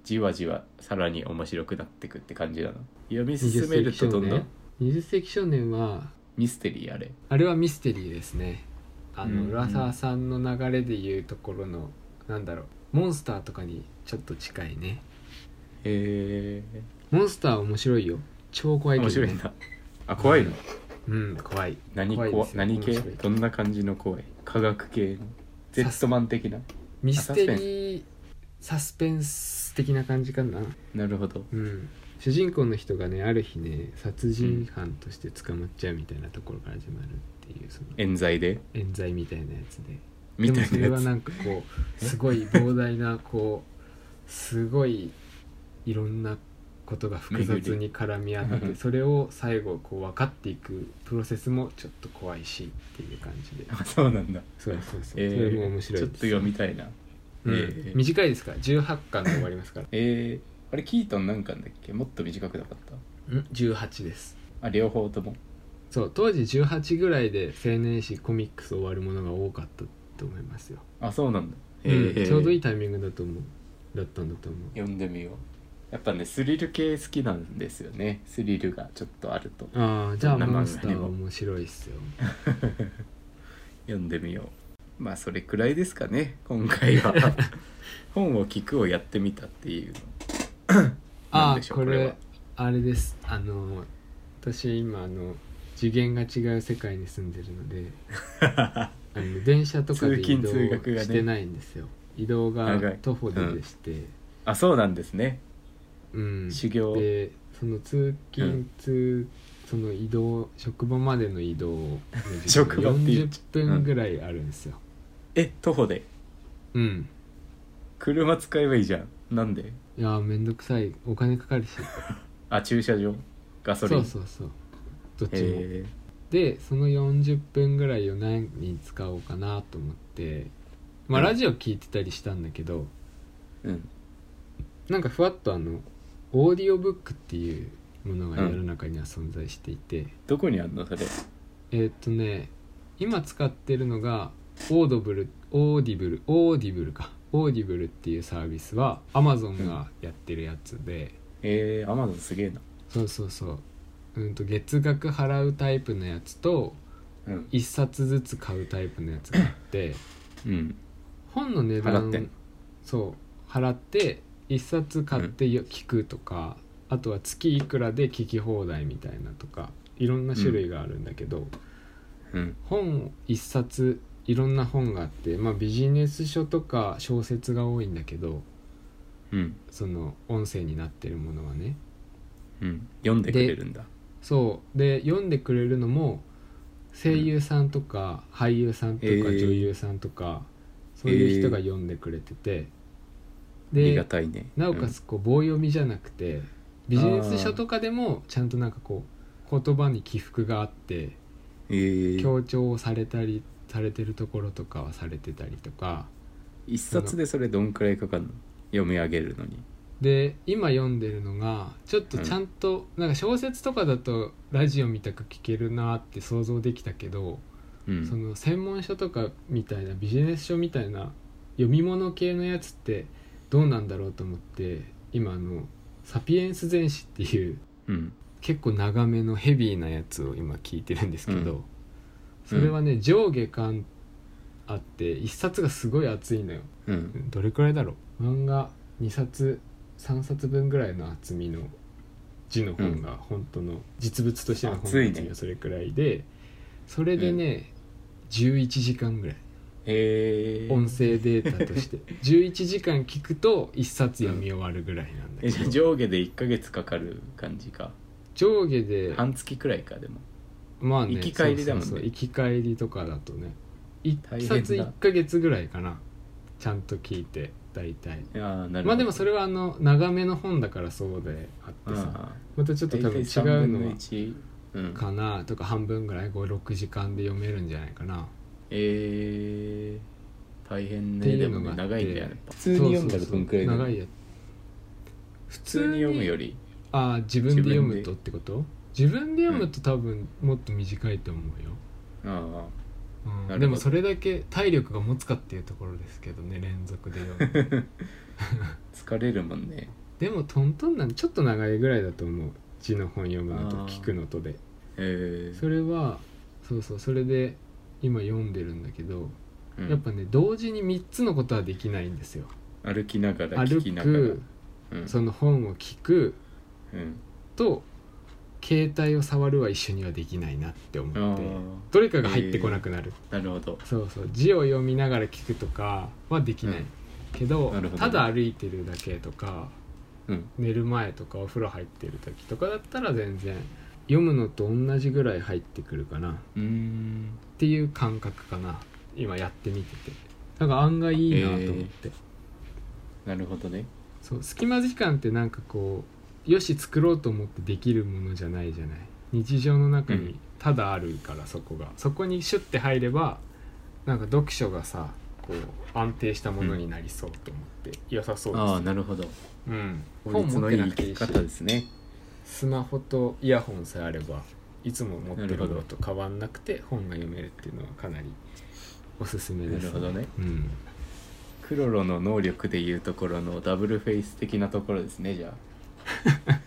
A: じわじわさらに面白くなってくって感じなの読み進めるとどんどん
B: 20世紀少年は
A: ミステリーあれ
B: あれはミステリーですねあの、
A: うん
B: 浦沢さんの流れでいうところのなんだろうモンスターとかにちょっと近いね
A: へえ
B: モンスターは面白いよ超怖いけ
A: 面
B: ど、
A: 白
B: ね、
A: いなあ怖いの
B: うん怖い
A: 何怖
B: 怖いですよ
A: 何系
B: 面白い
A: どんな感じの怖い科学系の Z マン的な
B: ミステリーサスペンス的な感じかな
A: なるほど
B: うん主人公の人がねある日ね殺人犯として捕まっちゃうみたいなところから始まるっていうその
A: 冤罪で
B: 冤罪みたいなやつで
A: みた
B: でもそ
A: い
B: れ
A: な
B: は
A: やつ
B: なんかこ
A: [laughs]
B: うすごい膨大なこうすごいいろんなことが複雑に絡み合っ
A: 巡
B: て
A: り
B: それを最後こう分かっていくプロセスもちょっと怖いしっていう感じで
A: あ [laughs] そうなんだ
B: そうそうそう、
A: え
B: それも面白
A: ちょ
B: い
A: っと
B: です
A: 読みたいな
B: うん
A: ええ
B: 短いですから18巻で終わりますから
A: えー、あれキートン何巻だっけもっと短くなかっ
B: うん18です
A: たあ両方とも
B: そう当時18ぐらいで青年誌コミックス終わるものが多かったと思いますよ、
A: あそうなんだ
B: うんちょうどいい
A: い
B: タイミングだと思うだったんだと思う
A: 読んでみようやっぱねスリル系好きなんですよねスリルがちょっとあると
B: ああじゃあ
A: どんな漫画
B: モンスタ
A: に
B: ー
A: も
B: は面白い
A: [laughs]
B: っすよ
A: 読んでみようまあそれくらいですかね今回
B: [laughs]
A: は本を聞くをやってみたっていうな
B: あ
A: んで
B: あ
A: しょう
B: これ
A: これは
B: あれですあの私今あの次元が違う世界に住んでる
A: [laughs]
B: のであの電車とかで
A: 通
B: 移
A: 勤
B: 動
A: 通学がね
B: してないんですよ、移動が
A: 長い
B: 徒歩ででして、
A: あそうなんですね
B: うん
A: 修行
B: でその通勤、
A: うん
B: 通その移動職場までの
A: [laughs]
B: 移動の時間が
A: 職場って言っ
B: 40
A: ち
B: 分ぐらいあるんですよ、
A: え徒歩で
B: うん
A: 車使えばいいじゃんなんで
B: いやーめんどくさいお金かかる
A: [laughs]
B: し
A: あ駐車場ガソ
B: そう
A: リン
B: そうそうどっちも、
A: え
B: でその40分ぐらいを何に使おうかなと思ってまあ
A: うん
B: ラジオ聞いてたりしたんだけど、
A: ーうん
B: なんかふわっとあのオーディオブックっていうものが世の中には存在していて、
A: どこにあんのそれ
B: えーっとね今使ってるのがオードブルオーディブルオーディブルかオーディブルっていうサービスはアマゾンがやってるやつで、
A: えー、アマゾンすげえな
B: そうそうそううんと月額払うタイプのやつと
A: うん
B: 1冊ずつ買うタイプのやつがあ
A: [laughs]
B: って
A: うん
B: 本の値段
A: 払ってんの
B: そう払って1冊買ってよ聞くとか、あとは月いくらで聞き放題みたいなとかいろんな種類があるんだけど、
A: うん
B: 本1冊いろんな本があって、まあ、ビジネス書とか小説が多いんだけど
A: うん
B: その音声になってるものはね。
A: うん読んでくれるんだ
B: そうで読んでくれるのも声優さんとか俳優さんとか
A: え
B: 女
A: ー
B: 優さんとか、そういう人が読んでくれてて、
A: ありが
B: で
A: たいね
B: なおかつこう棒読みじゃなくてビジネス書とかでもちゃんとなんかこう言葉に起伏があって
A: うんえー、
B: 強調されたりされてるところとかはされてたりとか
A: 一冊でそれどんくらいかかるの読み上げるのに
B: で今読んでるのがちょっとちゃんと、なんか小説とかだとラジオみたく聞けるなって想像できたけど、
A: う
B: そ
A: ん
B: の専門書とかみたいなビジネス書みたいな読み物系のやつってどうなんだろうと思って今あの「サピエンス全史」っていう
A: うん
B: 結構長めのヘビーなやつを今聞いてるんですけど、
A: うん
B: それはね上下巻あって一冊がすごい厚いのよ
A: うん
B: どれくらいだろう漫画2冊3冊分ぐらいの厚みの字の本が本当の実物としての本
A: 厚いね
B: の厚みがそれくらいでそれでね、11時間ぐらい
A: えー、
B: 音声データとして11時間聞くと1冊読み終わるぐらいなんだ
A: えじゃあ
B: けど
A: 上下で1ヶ月かかる感じか
B: 上下で
A: 半月くらいかでも
B: まあね
A: 行き帰りだもんね
B: そうそうそう行き帰りとかだとね
A: 大
B: 1
A: 変だ
B: 冊1ヶ月ぐらいかなちゃんと聞いて大体
A: いやーなるほど
B: まあでもそれ
A: は
B: はあの長めの本だからそうであってさ、またちょっと多分違うのは
A: うん、
B: かなとか半分ぐらい56時間で読めるんじゃないかな
A: えー、大変
B: って
A: ね
B: い
A: で
B: うの
A: も
B: があ
A: ね
B: って
A: 長いんだよね普通に読んだらどんくらい
B: そ
A: なの
B: うそうそう長いや
A: 普通に読むより
B: ああ自分で読む
A: 自
B: と
A: 分
B: ってこと自分で読むと多分もっと短いと思うよ、
A: あ
B: うん
A: なるほど
B: でもそれだけ体力が持つかっていうところですけどね連続で読
A: [laughs]
B: む
A: あ疲れるもんね
B: でもトントンなんちょっと長いぐらいだと思う字の本読むのと
A: あー
B: 聞くのとで
A: えー
B: それはそうそうそれで今読んでるんだけど、
A: うん
B: やっぱね同時に3つのことはできないんですよ
A: 歩きながら
B: 歩
A: 聞きながら
B: く
A: うん
B: その本を聞く
A: うん
B: と携帯を触るは一緒にはできないなって思
A: あ
B: って
A: ー
B: どれかが入ってこなくなる、
A: なるほど
B: そうそう字を読みながら聞くとかはできない、
A: うん
B: けど
A: なるほど
B: ただ歩いてるだけとか
A: うん
B: 寝る前とかお風呂入ってる時とかだったら全然読むのと同じぐらい入ってくるかな
A: うーん
B: っていう感覚かな今やってみててなんか案外いいなと思って、
A: なるほどね
B: そう隙間時間ってなんかこうよし作ろうと思ってできるものじゃないじゃない日常の中
A: う
B: に
A: ん
B: ただあるからそこがそこにシュッて入ればなんか読書がさこう安定したものになりそうと思って、良さそう
A: ああ
B: で
A: なるほど
B: すうん
A: 効率のいい生き
B: し
A: 方ですね
B: スマホとイヤホンさえあればいつも持ってる
A: な
B: の
A: るほ
B: と変わんなくて本が読めるっていうのはかなりおすすめで
A: な
B: す
A: るほどね
B: うん
A: クロロの能力でいうところのダブルフェイス的なところですねじゃあ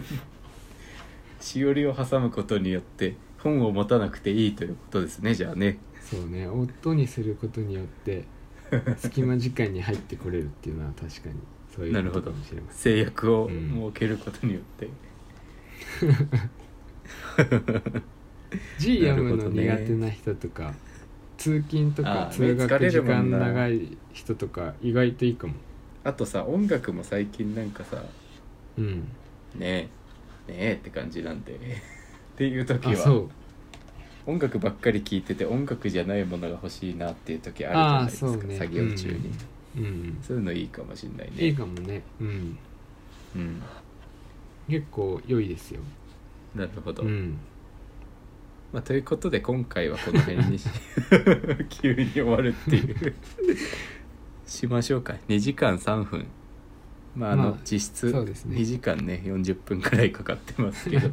B: [laughs]
A: しおりを挟むことによって本を持たなくていいということですねじゃあね
B: そうね音にすることによって隙間時間に入ってこれるっていうのは確かにそう
A: ないる
B: う
A: ほ
B: こと
A: ど
B: かもしれません
A: 制約を設
B: うん
A: けることによって、
B: G 読む
A: なる
B: の
A: ほどね
B: 苦手な人とか、通勤と
A: あ
B: か
A: ー
B: 通
A: 疲
B: 学
A: れ
B: 時
A: るもん
B: 間
A: な
B: 長い人とか意外といいかも
A: あとさ音楽も最近なんかさ
B: うん
A: ねえねえって感じなんでっていう時
B: あ
A: は
B: そう
A: 音楽ばっかり聴いてて音楽じゃないものが欲しいなっていう時あるじゃないです
B: あー
A: か、
B: そうね
A: 作業中に、
B: うんうん
A: そういうのいいかもしんないね
B: いいかもねうん
A: うん
B: 結構良いですよ
A: なるほど、
B: うん
A: まあ、ということで今回はこの辺にし [laughs] 急に終わるっていうしましょうか2時間3分まああの、
B: まあ
A: 実質
B: そうですね
A: 2時間ね40分くらいかかってます [laughs] けど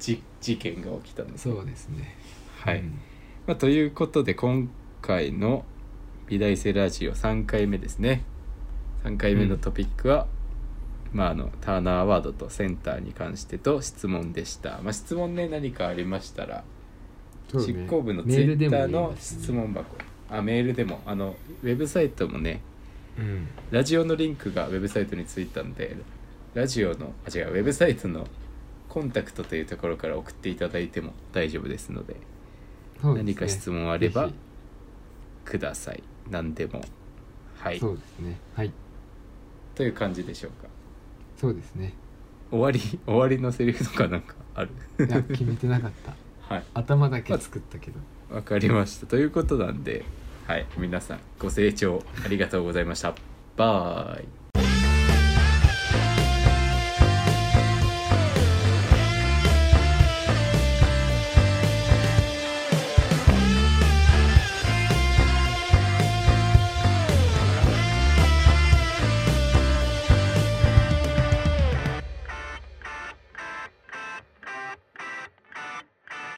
A: じ事件が起きたんですね
B: そうですね
A: はい、
B: うん
A: まあ、ということで今回の「美大生ラジオ」3回目ですね3回目のトピックは、まあ、あのターナーアワードとセンターに関してと質問でした、まあ、質問ね何かありましたら
B: そうね
A: 執行部の
B: メ
A: ツイ
B: ールで
A: ッ
B: も
A: ター
B: 言い
A: の
B: ますね
A: 質問箱あメールでもあのウェブサイトもね
B: うん
A: ラジオのリンクがウェブサイトについたんでラジオのあ違うウェブサイトのコンタクトというところから送っていただいても大丈夫ですので
B: そうですね
A: 何か質問あれば
B: ぜ
A: ください何でもは
B: ひ
A: い
B: そうですねはい
A: という感じでしょうか
B: そうですね
A: 終わり [laughs] 終わりのセリフとかなんかある
B: いや決めてなかった
A: はい
B: 頭だけ作ったけど
A: わかりましたということなんではい皆さんご清聴ありがとうございましたバイ